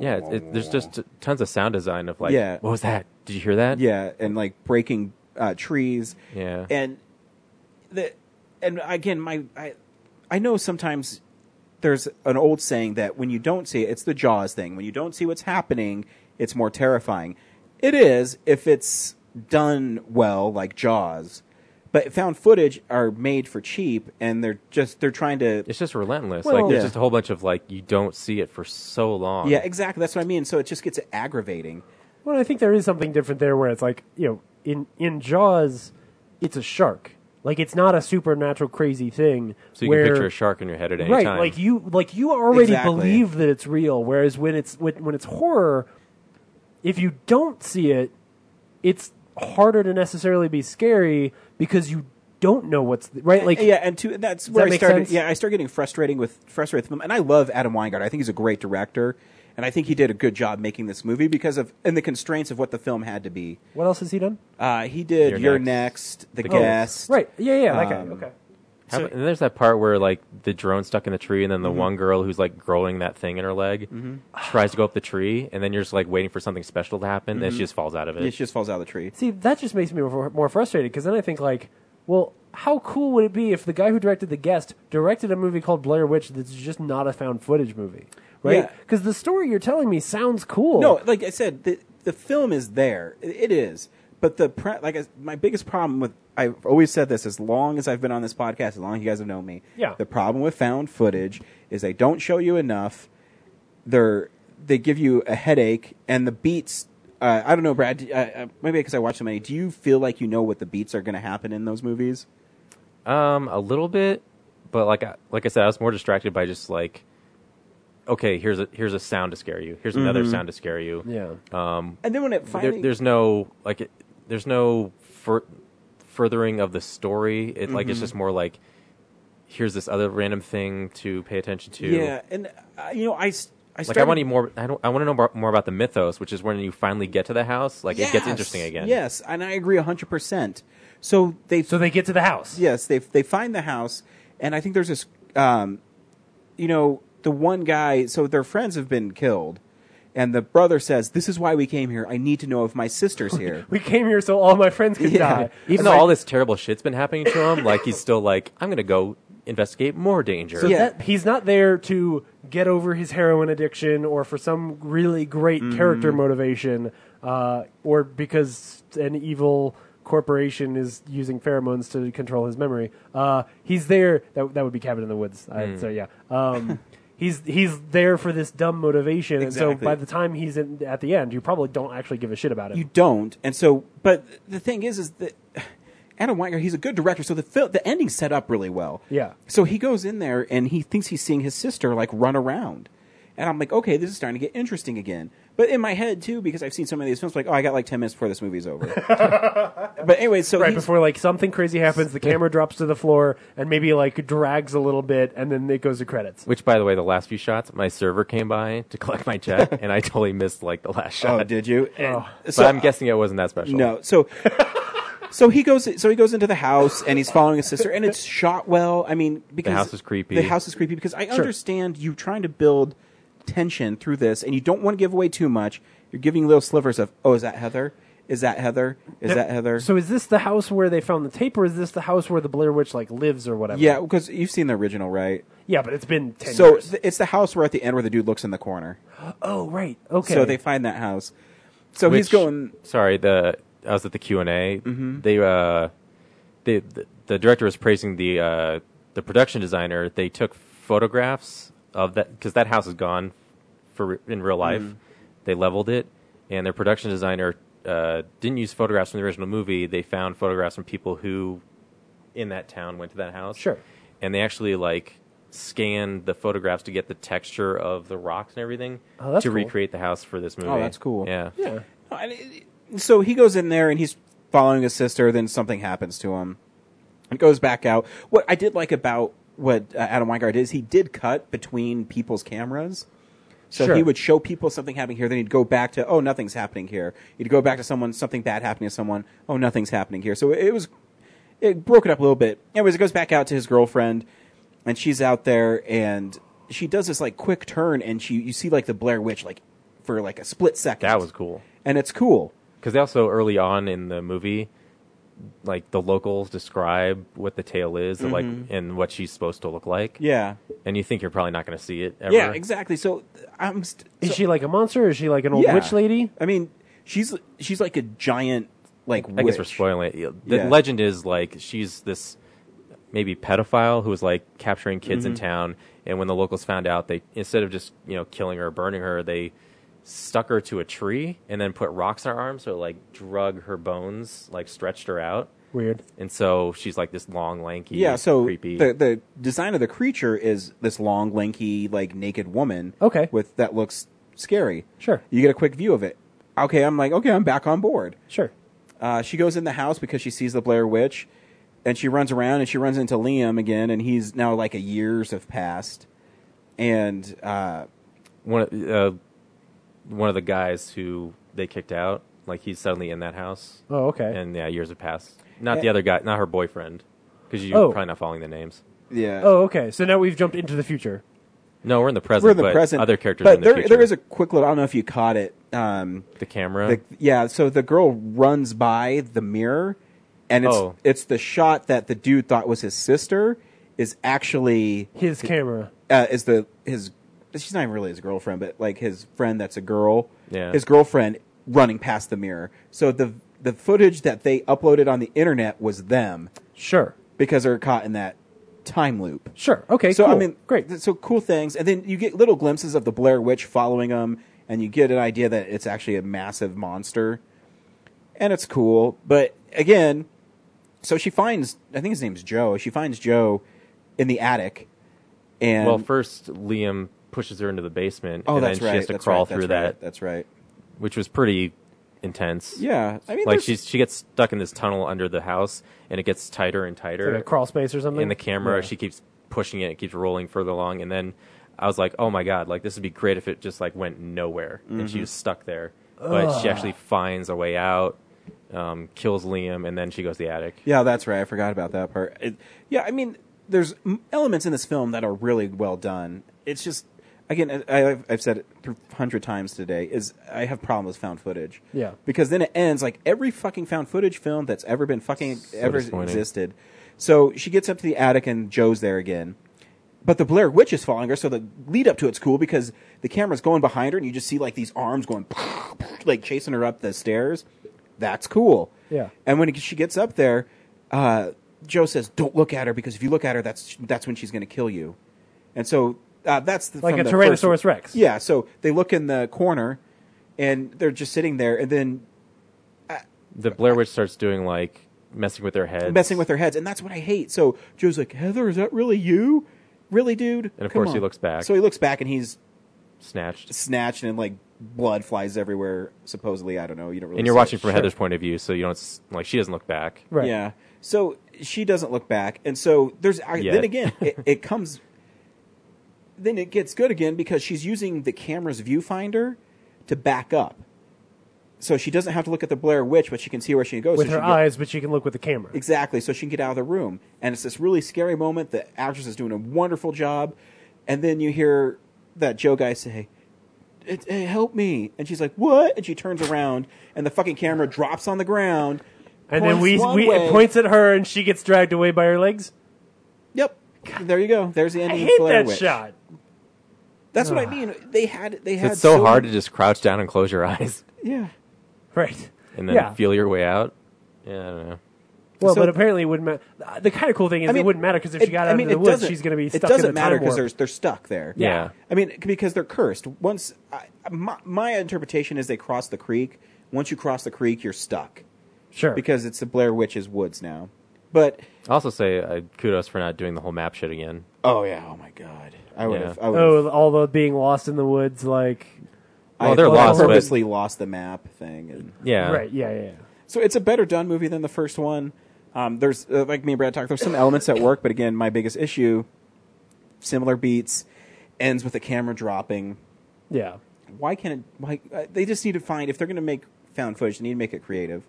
S2: yeah, it, it- there's just tons of sound design of like,
S1: yeah.
S2: "What was that? Did you hear that?"
S1: Yeah, and like breaking uh, trees.
S2: Yeah.
S1: and the and again, my I I know sometimes there's an old saying that when you don't see it, it's the Jaws thing. When you don't see what's happening, it's more terrifying. It is if it's done well, like Jaws. But found footage are made for cheap, and they're just they're trying to.
S2: It's just relentless.
S1: Well-
S2: like, there's
S1: Yeah.
S2: just a whole bunch of like, you don't see it for so long.
S1: Yeah, exactly. That's what I mean. So it just gets aggravating.
S3: Well, I think there is something different there where it's like, you know, in, in Jaws, it's a shark. Like it's not a supernatural crazy thing.
S2: So you
S3: where,
S2: can picture a shark in your head at any
S3: right,
S2: time.
S3: like you like you already
S2: Exactly.
S3: believe that it's real. Whereas when it's when, when it's horror, if you don't see it, it's harder to necessarily be scary because you don't know what's th- right. [laughs] Like
S1: yeah, and to, that's
S3: Does
S1: where
S3: that
S1: I
S3: make
S1: started.
S3: sense?
S1: Yeah, I started getting frustrating with frustrated with him, and I love Adam Weingart. I think he's a great director, and I think he did a good job making this movie because of and the constraints of what the film had to be.
S3: what else has he done?
S1: Uh, he did
S2: You're
S1: You're, Next, The
S2: The
S1: Guest,
S3: Oh, right? Yeah, yeah. That guy.
S1: Um,
S3: Okay.
S2: How about- and there's that part where like the drone stuck in the tree, and then the
S1: Mhm.
S2: one girl who's like growing that thing in her leg
S1: Mm-hmm.
S2: tries to go up the tree, and then you're just like waiting for something special to happen, and
S1: Mhm.
S2: she just falls out of it.
S1: Yeah, she just falls out of the tree.
S3: See, that just makes me more more frustrated because then I think like, well, how cool would it be if the guy who directed The Guest directed a movie called Blair Witch that's just not a found footage movie, right?
S1: Yeah.
S3: Because the story you're telling me sounds cool.
S1: No, like I said, the the film is there. It- It is. But the pre- like I, my biggest problem with I've always said this as long as I've been on this podcast, as long as you guys have known me.
S3: Yeah.
S1: The problem with found footage is they don't show you enough. They're they give you a headache and the beats. Uh, I don't know, Brad. do- Uh, uh, maybe because I watch so many. Do you feel like you know what the beats are going to happen in those movies?
S2: Um, a little bit, but like I, like I said, I was more distracted by just like, okay, here's a here's a sound to scare you. Here's another
S1: Mhm.
S2: sound to scare you.
S3: Yeah.
S2: Um,
S1: And then when it
S2: there-
S1: finally-
S2: there's no like, it, there's no fur- furthering of the story. It like it's
S1: Mhm.
S2: just more like, here's this other random thing to pay attention to.
S1: Yeah, and uh, you know I s- I
S2: like I
S1: started-
S2: want to more. I don't. I want to know more, more about the mythos, which is when you finally get to the house. Like it gets
S1: Yes.
S2: interesting again.
S1: Yes, and I agree hundred percent. So they so
S3: they get to the house.
S1: Yes, they they find the house, and I think there's this, um, you know, the one guy. So their friends have been killed, and the brother says, "This is why we came here. I need to know if my sister's here."
S3: we came here so all my friends could die.
S2: Even
S3: It's
S2: though
S3: like-
S2: all this terrible shit's been happening to him, like he's still like, I'm gonna go investigate more danger.
S3: So that, he's not there to get over his heroin addiction or for some really great character
S2: Mhm.
S3: motivation uh, or because an evil corporation is using pheromones to control his memory. Uh, he's there. That, that would be Cabin in the Woods. I-
S15: Mm.
S3: so, yeah. Um, [laughs] He's he's there for this dumb motivation, and so
S1: Exactly.
S3: by the time he's in, at the end, you probably don't actually give a shit about him.
S1: You don't, and so. But the thing is, is that [sighs] Adam Wingard, he's a good director, so the fil- the ending's set up really well.
S3: yeah,
S1: So he goes in there and he thinks he's seeing his sister like run around. And I'm like, okay, this is starting to get interesting again. But in my head too, because I've seen so many of these films, like, oh, I got like ten minutes before this movie's over.
S3: [laughs]
S1: but anyway, so
S3: right before like something crazy
S1: [laughs]
S3: happens, the camera drops to the floor and maybe like drags a little bit, and then it goes to credits.
S2: Which, by the way, the last few shots, my server came by to collect my
S1: [laughs]
S2: check, and I totally missed like the last shot.
S1: Oh, did you?
S2: And-
S1: Oh.
S2: But
S1: So-
S2: I'm guessing it wasn't that special.
S1: no, so so he goes, so he goes into the house and he's following his sister, and it's shot well. I mean, because
S2: house is creepy.
S1: The house is creepy because I
S2: Sure.
S1: understand you trying to build tension through this, and you don't want to give away too much. You're giving little slivers of, oh, is that Heather? Is that Heather? Is that Heather?
S3: So is this the house where they found the tape, or is this the house where the Blair Witch like lives or whatever?
S1: Yeah, because you've seen the original, right?
S3: yeah, but it's been ten
S1: so
S3: years.
S1: th- it's the house where at the end where the dude looks in the corner.
S3: Oh right, okay.
S1: So they find that house. So he's
S2: Which-
S1: going.
S2: Sorry, the I was at the Q and A.
S1: Mhm.
S2: They uh, they the, the director was praising the uh the production designer. They took photographs of that because that house is gone for re- in real life.
S1: Mhm.
S2: They leveled it, and their production designer uh didn't use photographs from the original movie. They found photographs from people who in that town went to that house.
S3: Sure.
S2: And they actually like scanned the photographs to get the texture of the rocks and everything
S1: Oh, that's
S2: to
S1: cool.
S2: recreate the house for this movie.
S1: Oh, that's cool.
S2: Yeah.
S3: Yeah.
S1: So he goes in there and he's following his sister. Then something happens to him. It goes back out. What I did like about what uh, Adam Weingart is, he did cut between people's cameras. So
S3: Sure.
S1: he would show people something happening here, then he'd go back to oh nothing's happening here. He'd go back to someone something bad happening to someone oh nothing's happening here. So it, it was it broke it up a little bit. Anyways, it goes back out to his girlfriend, and she's out there, and she does this like quick turn, and she you see like the Blair Witch like for like a split second.
S2: That was cool.
S1: and it's cool.
S2: Because they also early on in the movie, like the locals describe what the tale is, and,
S1: Mhm.
S2: like and what she's supposed to look like.
S1: Yeah.
S2: and you think you're probably not going to see it. Ever.
S1: Yeah, exactly. So th- I'm. St-
S3: is she like a monster? Or is she like an old
S1: Yeah.
S3: witch lady?
S1: I mean, she's she's like a giant like.
S2: I guess we're
S1: witch.
S2: spoiling it. The
S1: Yeah.
S2: legend is like she's this maybe pedophile who was like capturing kids in
S1: Mhm.
S2: town, and when the locals found out, they instead of just you know killing her or burning her, they stuck her to a tree and then put rocks in her arms, so it, like drug her bones, like stretched her out.
S3: Weird.
S2: And so she's like this long, lanky,
S1: Yeah, so
S2: creepy.
S1: the the design of the creature is this long, lanky, like naked woman.
S3: Okay.
S1: With that looks scary.
S3: Sure.
S1: You get a quick view of it. Okay, I'm like, okay, I'm back on board.
S3: Sure.
S1: Uh, she goes in the house because she sees the Blair Witch, and she runs around and she runs into Liam again, and he's now like a years have passed, and uh,
S2: one of- uh, one of the guys who they kicked out, like he's suddenly in that house.
S3: Oh, okay.
S2: And yeah, years have passed. Not the
S3: Yeah.
S2: other guy, not her boyfriend, because you're
S3: Oh.
S2: probably not following the names.
S1: yeah.
S3: Oh, okay. So now we've jumped into the future.
S2: No, we're in the present.
S1: we're in the
S2: but
S1: present.
S2: Other characters
S1: but
S2: are in the
S1: there,
S2: future.
S1: there is a quick little. I don't know if you caught it. Um,
S2: the camera.
S1: The, yeah, so the girl runs by the mirror, and it's
S2: Oh.
S1: it's the shot that the dude thought was his sister is actually
S3: His camera.
S1: Uh, is the his she's not even really his girlfriend, but like his friend that's a girl.
S2: Yeah.
S1: his girlfriend running past the mirror. So the the footage that they uploaded on the internet was them.
S3: Sure,
S1: because they're caught in that time loop.
S3: Sure. Okay.
S1: So I
S3: cool.
S1: mean, great. So cool things, and then you get little glimpses of the Blair Witch following them, and you get an idea that it's actually a massive monster, and it's cool. But again, so she finds I think his name's Joe. She finds Joe in the attic, and
S2: well, first Liam pushes her into the basement,
S1: Oh,
S2: and
S1: that's
S2: then she
S1: right,
S2: has to
S1: that's
S2: crawl
S1: right, that's
S2: through
S1: right,
S2: that.
S1: That's right.
S2: Which was pretty intense.
S1: Yeah, I mean,
S2: like
S1: there's-
S2: she's she gets stuck in this tunnel under the house, and it gets tighter and tighter.
S3: like a crawl space or something?
S2: In the camera,
S3: Yeah.
S2: she keeps pushing it, it keeps rolling further along, and then I was like, "Oh my god! Like this would be great if it just like went nowhere and she
S1: Mhm.
S2: was stuck there." But she
S1: Ugh.
S2: actually finds a way out, um, kills Liam, and then she goes to the attic.
S1: Yeah, that's right. I forgot about that part. It- yeah, I mean, there's m- elements in this film that are really well done. It's just, again, I, I've, I've said it a hundred times today, is I have problems with found footage.
S3: Yeah.
S1: Because then it ends like every fucking found footage film that's ever been fucking ever
S2: disappointing.
S1: existed. So she gets up to the attic and Joe's there again. But the Blair Witch is following her, so the lead up to it's cool because the camera's going behind her and you just see like these arms going [laughs] like chasing her up the stairs. That's cool.
S3: Yeah.
S1: And when she gets up there, uh, Joe says, "Don't look at her because if you look at her, that's that's when she's going to kill you." And so uh, that's the,
S3: Like
S1: from
S3: a
S1: the
S3: Tyrannosaurus
S1: first-
S3: Rex.
S1: Yeah. So they look in the corner, and they're just sitting there, and then
S2: The Blair Witch starts doing like messing with their heads.
S1: messing with their heads, and that's what I hate. So Joe's like, "Heather, is that really you? Really, dude?"
S2: And of
S1: Come
S2: course he
S1: on."
S2: looks back.
S1: So he looks back, and he's
S2: snatched,
S1: snatched, and like blood flies everywhere. Supposedly, I don't know. You don't. Really
S2: and you're
S1: see it.
S2: watching from
S1: Sure.
S2: Heather's point of view, so you don't s- like she doesn't look back.
S1: Yeah. So she doesn't look back, and so there's I,
S2: Yet.
S1: then again
S2: [laughs]
S1: it, it comes. Then it gets good again because she's using the camera's viewfinder to back up, so she doesn't have to look at the Blair Witch, but she can see where she goes
S3: with
S1: so
S3: her
S1: she can get-
S3: eyes, but she can look with the camera.
S1: Exactly. So she can get out of the room. And it's this really scary moment. The actress is doing a wonderful job. And then you hear that Joe guy say, "It- hey, help me. And she's like, what? And she turns around and the fucking camera drops on the ground.
S3: And then
S1: points
S3: we,
S1: one
S3: we
S1: way.
S3: it points at her, and she gets dragged away by her legs.
S1: Yep. There you go. There's the ending
S3: I
S1: of
S3: hate
S1: Blair
S3: that
S1: Witch.
S3: shot.
S1: That's what I mean. They had, they had
S2: It's so hard to just crouch down and close your [laughs] eyes
S1: Yeah.
S3: Right.
S2: and then
S3: Yeah.
S2: feel your way out. Yeah, I don't know.
S3: Well,
S1: So-
S3: but apparently it wouldn't matter. The kind of cool thing is
S1: I mean,
S3: it wouldn't matter because if she
S1: it-
S3: got out
S1: I mean,
S3: of the
S1: it
S3: woods,
S1: doesn't-
S3: she's going to be
S1: It
S3: stuck
S1: doesn't
S3: in the
S1: matter
S3: time warp.
S1: they're, they're stuck there.
S3: Yeah. Yeah.
S1: I mean, c- because they're cursed. Once I, my, my interpretation is they cross the creek. Once you cross the creek, you're stuck.
S3: Sure.
S1: Because it's the Blair Witch's woods now. But
S2: I also say uh, kudos for not doing the whole map shit again.
S1: oh yeah, oh my god, I would
S2: Yeah.
S1: have. I would have.
S3: Oh, all the being lost in the woods, like.
S1: I
S2: they're lost, but-
S1: purposely lost the map thing. And
S2: Yeah.
S3: Right. Yeah. Yeah. yeah.
S1: So it's a better done movie than the first one. Um, there's uh, like me and Brad talked. There's some elements that work, but again, my biggest issue, similar beats, ends with the camera dropping.
S3: Yeah.
S1: Why can't it? Why uh, they just need to find if they're going to make found footage, they need to make it creative.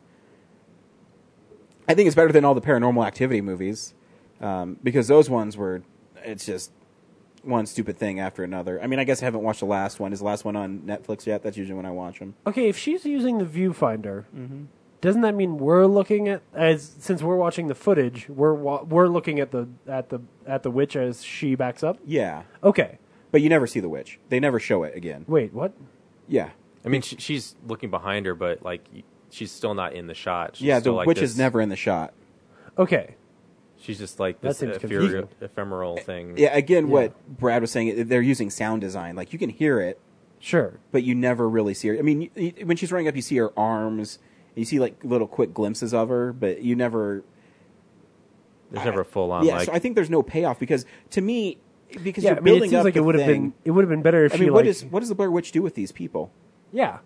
S1: I think it's better than all the Paranormal Activity movies um, because those ones were it's just one stupid thing after another. I mean, I guess I haven't watched the last one. Is the last one on Netflix yet? That's usually when I watch them.
S3: Okay, if she's using the viewfinder, doesn't that mean we're looking at as since we're watching the footage, we're wa- we're looking at the at the at the witch as she backs up?
S1: Yeah,
S3: Okay.
S1: but you never see the witch. They never show it again.
S3: Wait, what?
S1: Yeah,
S2: I mean, she, she's looking behind her, but like y- she's still not in the shot. She's
S1: yeah. The
S2: still, like,
S1: witch
S2: this-
S1: is never in the shot.
S3: Okay.
S2: She's just like
S3: That
S2: this
S3: seems
S2: ephemera-
S3: confusing.
S2: ephemeral thing.
S1: Eh, Yeah. Again, what Brad was saying, they're using sound design. Like you can hear it,
S3: Sure.
S1: but you never really see her. I mean, y y- when she's running up, you see her arms. You see like little quick glimpses of her, but you never.
S2: There's never a full on
S1: yeah,
S2: like.
S1: so I think there's no payoff because to me, because
S3: Yeah,
S1: you're
S3: I mean, it
S1: building
S3: seems
S1: up
S3: like it
S1: the
S3: would have
S1: thing.
S3: been it would have been better if
S1: I
S3: she
S1: mean, what
S3: like
S1: is what does the Blair Witch do with these people?
S3: yeah.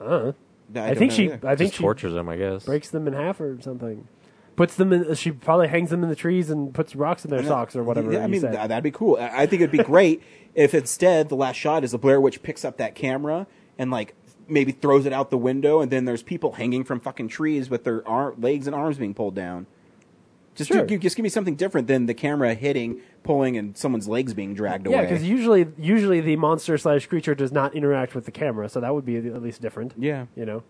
S3: Uh,
S1: I
S3: I,
S1: don't
S3: think
S1: know
S3: she
S1: either.
S3: I think
S2: Just
S3: she
S2: tortures them, I guess.
S3: breaks them in half or something. Puts them in. She probably hangs them in the trees and puts rocks in their socks or whatever.
S1: Yeah, I
S3: you
S1: mean,
S3: said.
S1: th- that'd be cool. I I think it'd be
S3: [laughs]
S1: great if instead the last shot is the Blair Witch picks up that camera and like maybe throws it out the window, and then there's people hanging from fucking trees with their ar- legs and arms being pulled down. Just do-
S3: Sure.
S1: g- just give me something different than the camera hitting, pulling, and someone's legs being dragged
S3: yeah,
S1: away.
S3: because usually usually the monster slash creature does not interact with the camera, so that would be at least different.
S1: Yeah. Um,
S3: you know. Um,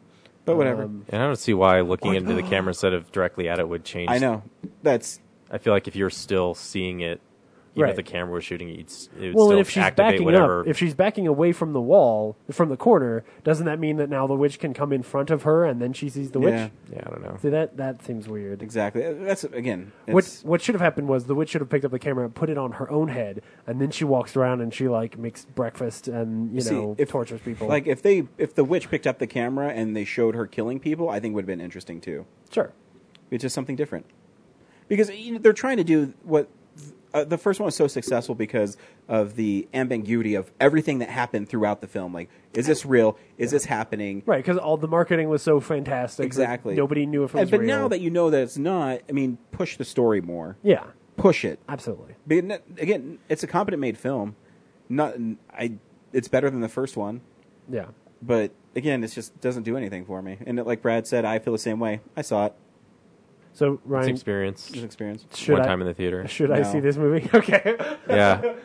S1: but whatever.
S2: and I don't see why looking into the camera instead of directly at it would change.
S1: I know that's
S2: I feel like if you're still seeing it, even
S3: Right.
S2: if the camera was shooting it, you'd, s- it would
S3: Well,
S2: still
S3: and if she's
S2: activate
S3: backing
S2: whatever.
S3: up, if she's backing away from the wall, from the corner, doesn't that mean that now the witch can come in front of her and then she sees the
S1: Yeah.
S3: witch?
S2: yeah, I don't know.
S3: See that that seems weird.
S1: exactly. Uh, That's again.
S3: What
S1: it's-
S3: what should have happened was the witch should have picked up the camera and put it on her own head, and then she walks around and she like makes breakfast and you
S1: See,
S3: know
S1: if-
S3: tortures people.
S1: Like if they if the witch picked up the camera and they showed her killing people, I think would have been interesting too.
S3: sure,
S1: It's just something different. Because you know, they're trying to do what uh, the first one was so successful because of the ambiguity of everything that happened throughout the film. Like, is this real? Is this happening?
S3: right? Because all the marketing was so fantastic, that
S1: Exactly.
S3: Nobody knew if it
S1: And-
S3: was
S1: but
S3: real.
S1: now that you know that it's not, I mean, push the story more.
S3: yeah,
S1: Push it.
S3: absolutely.
S1: But n- again, it's a competent made film. Not, I. It's better than the first one,
S3: Yeah.
S1: but again, it just doesn't do anything for me. And it, like Brad said, I feel the same way. I saw it.
S3: So
S2: It's
S3: Ryan,
S2: an experience.
S1: It's an experience.
S3: should
S2: One
S3: I-
S2: time in the theater.
S3: Should I
S1: No.
S3: see this movie? [laughs] Okay.
S2: Yeah. [laughs]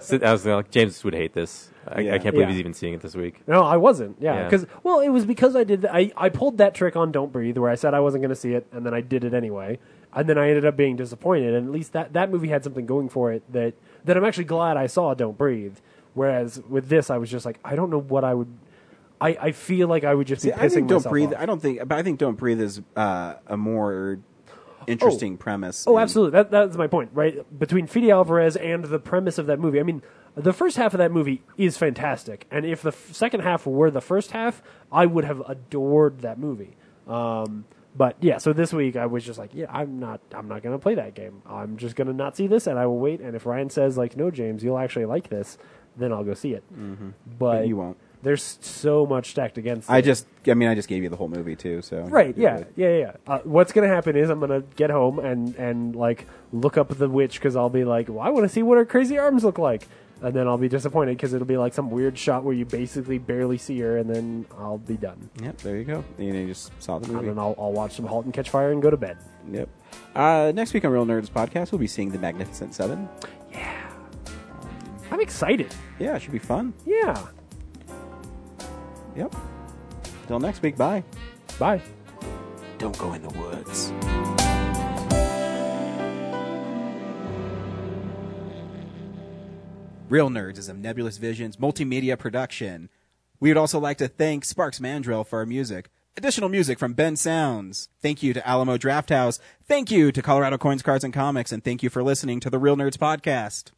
S2: So I was like, James would hate this. I,
S1: Yeah.
S2: I can't believe
S3: Yeah.
S2: he's even seeing it this week.
S3: No, I wasn't. Yeah,
S2: Yeah.
S3: because well, it was because I did. I I pulled that trick on "Don't Breathe," where I said I wasn't going to see it, and then I did it anyway, and then I ended up being disappointed. And at least that that movie had something going for it that that I'm actually glad I saw. Don't breathe. Whereas with this, I was just like, I don't know what I would. I, I feel like I would just
S1: See,
S3: be pissing
S1: I think Don't
S3: myself
S1: Breathe.
S3: off.
S1: I don't think, but I think Don't Breathe is uh, a more interesting premise.
S3: Oh,
S1: and-
S3: absolutely. That, that's my point, right? Between Fede Alvarez and the premise of that movie. I mean, the first half of that movie is fantastic. And if the f- second half were the first half, I would have adored that movie. Um, but yeah, so this week I was just like, yeah, I'm not, I'm not going to play that game. I'm just going to not see this, and I will wait. And if Ryan says like, no, James, you'll actually like this, then I'll go see it.
S1: Mhm.
S3: But
S1: you won't.
S3: There's so much stacked against.
S1: I
S3: it.
S1: just, I mean, I just gave you the whole movie too. So
S3: Right. Yeah. Yeah. Yeah. Uh, what's gonna happen is I'm gonna get home and and like look up the witch because I'll be like, well, I want to see what her crazy arms look like, and then I'll be disappointed because it'll be like some weird shot where you basically barely see her, and then I'll be done.
S1: Yep. There you go. And you just saw the
S3: And
S1: movie.
S3: then I'll, I'll watch some *Halt and Catch Fire* and go to bed.
S1: Yep. Uh, next week on Real Nerds Podcast, we'll be seeing The Magnificent Seven.
S3: I'm excited.
S1: Yeah, it should be fun.
S3: Yeah.
S1: Yep. Till next week. Bye.
S3: Bye.
S1: Don't go in the woods. Real Nerds is a Nebulous Visions multimedia production. We would also like to thank Sparks Mandrell for our music. Additional music from Ben Sounds. Thank you to Alamo Drafthouse. Thank you to Colorado Coins, Cards, and Comics. And thank you for listening to the Real Nerds Podcast.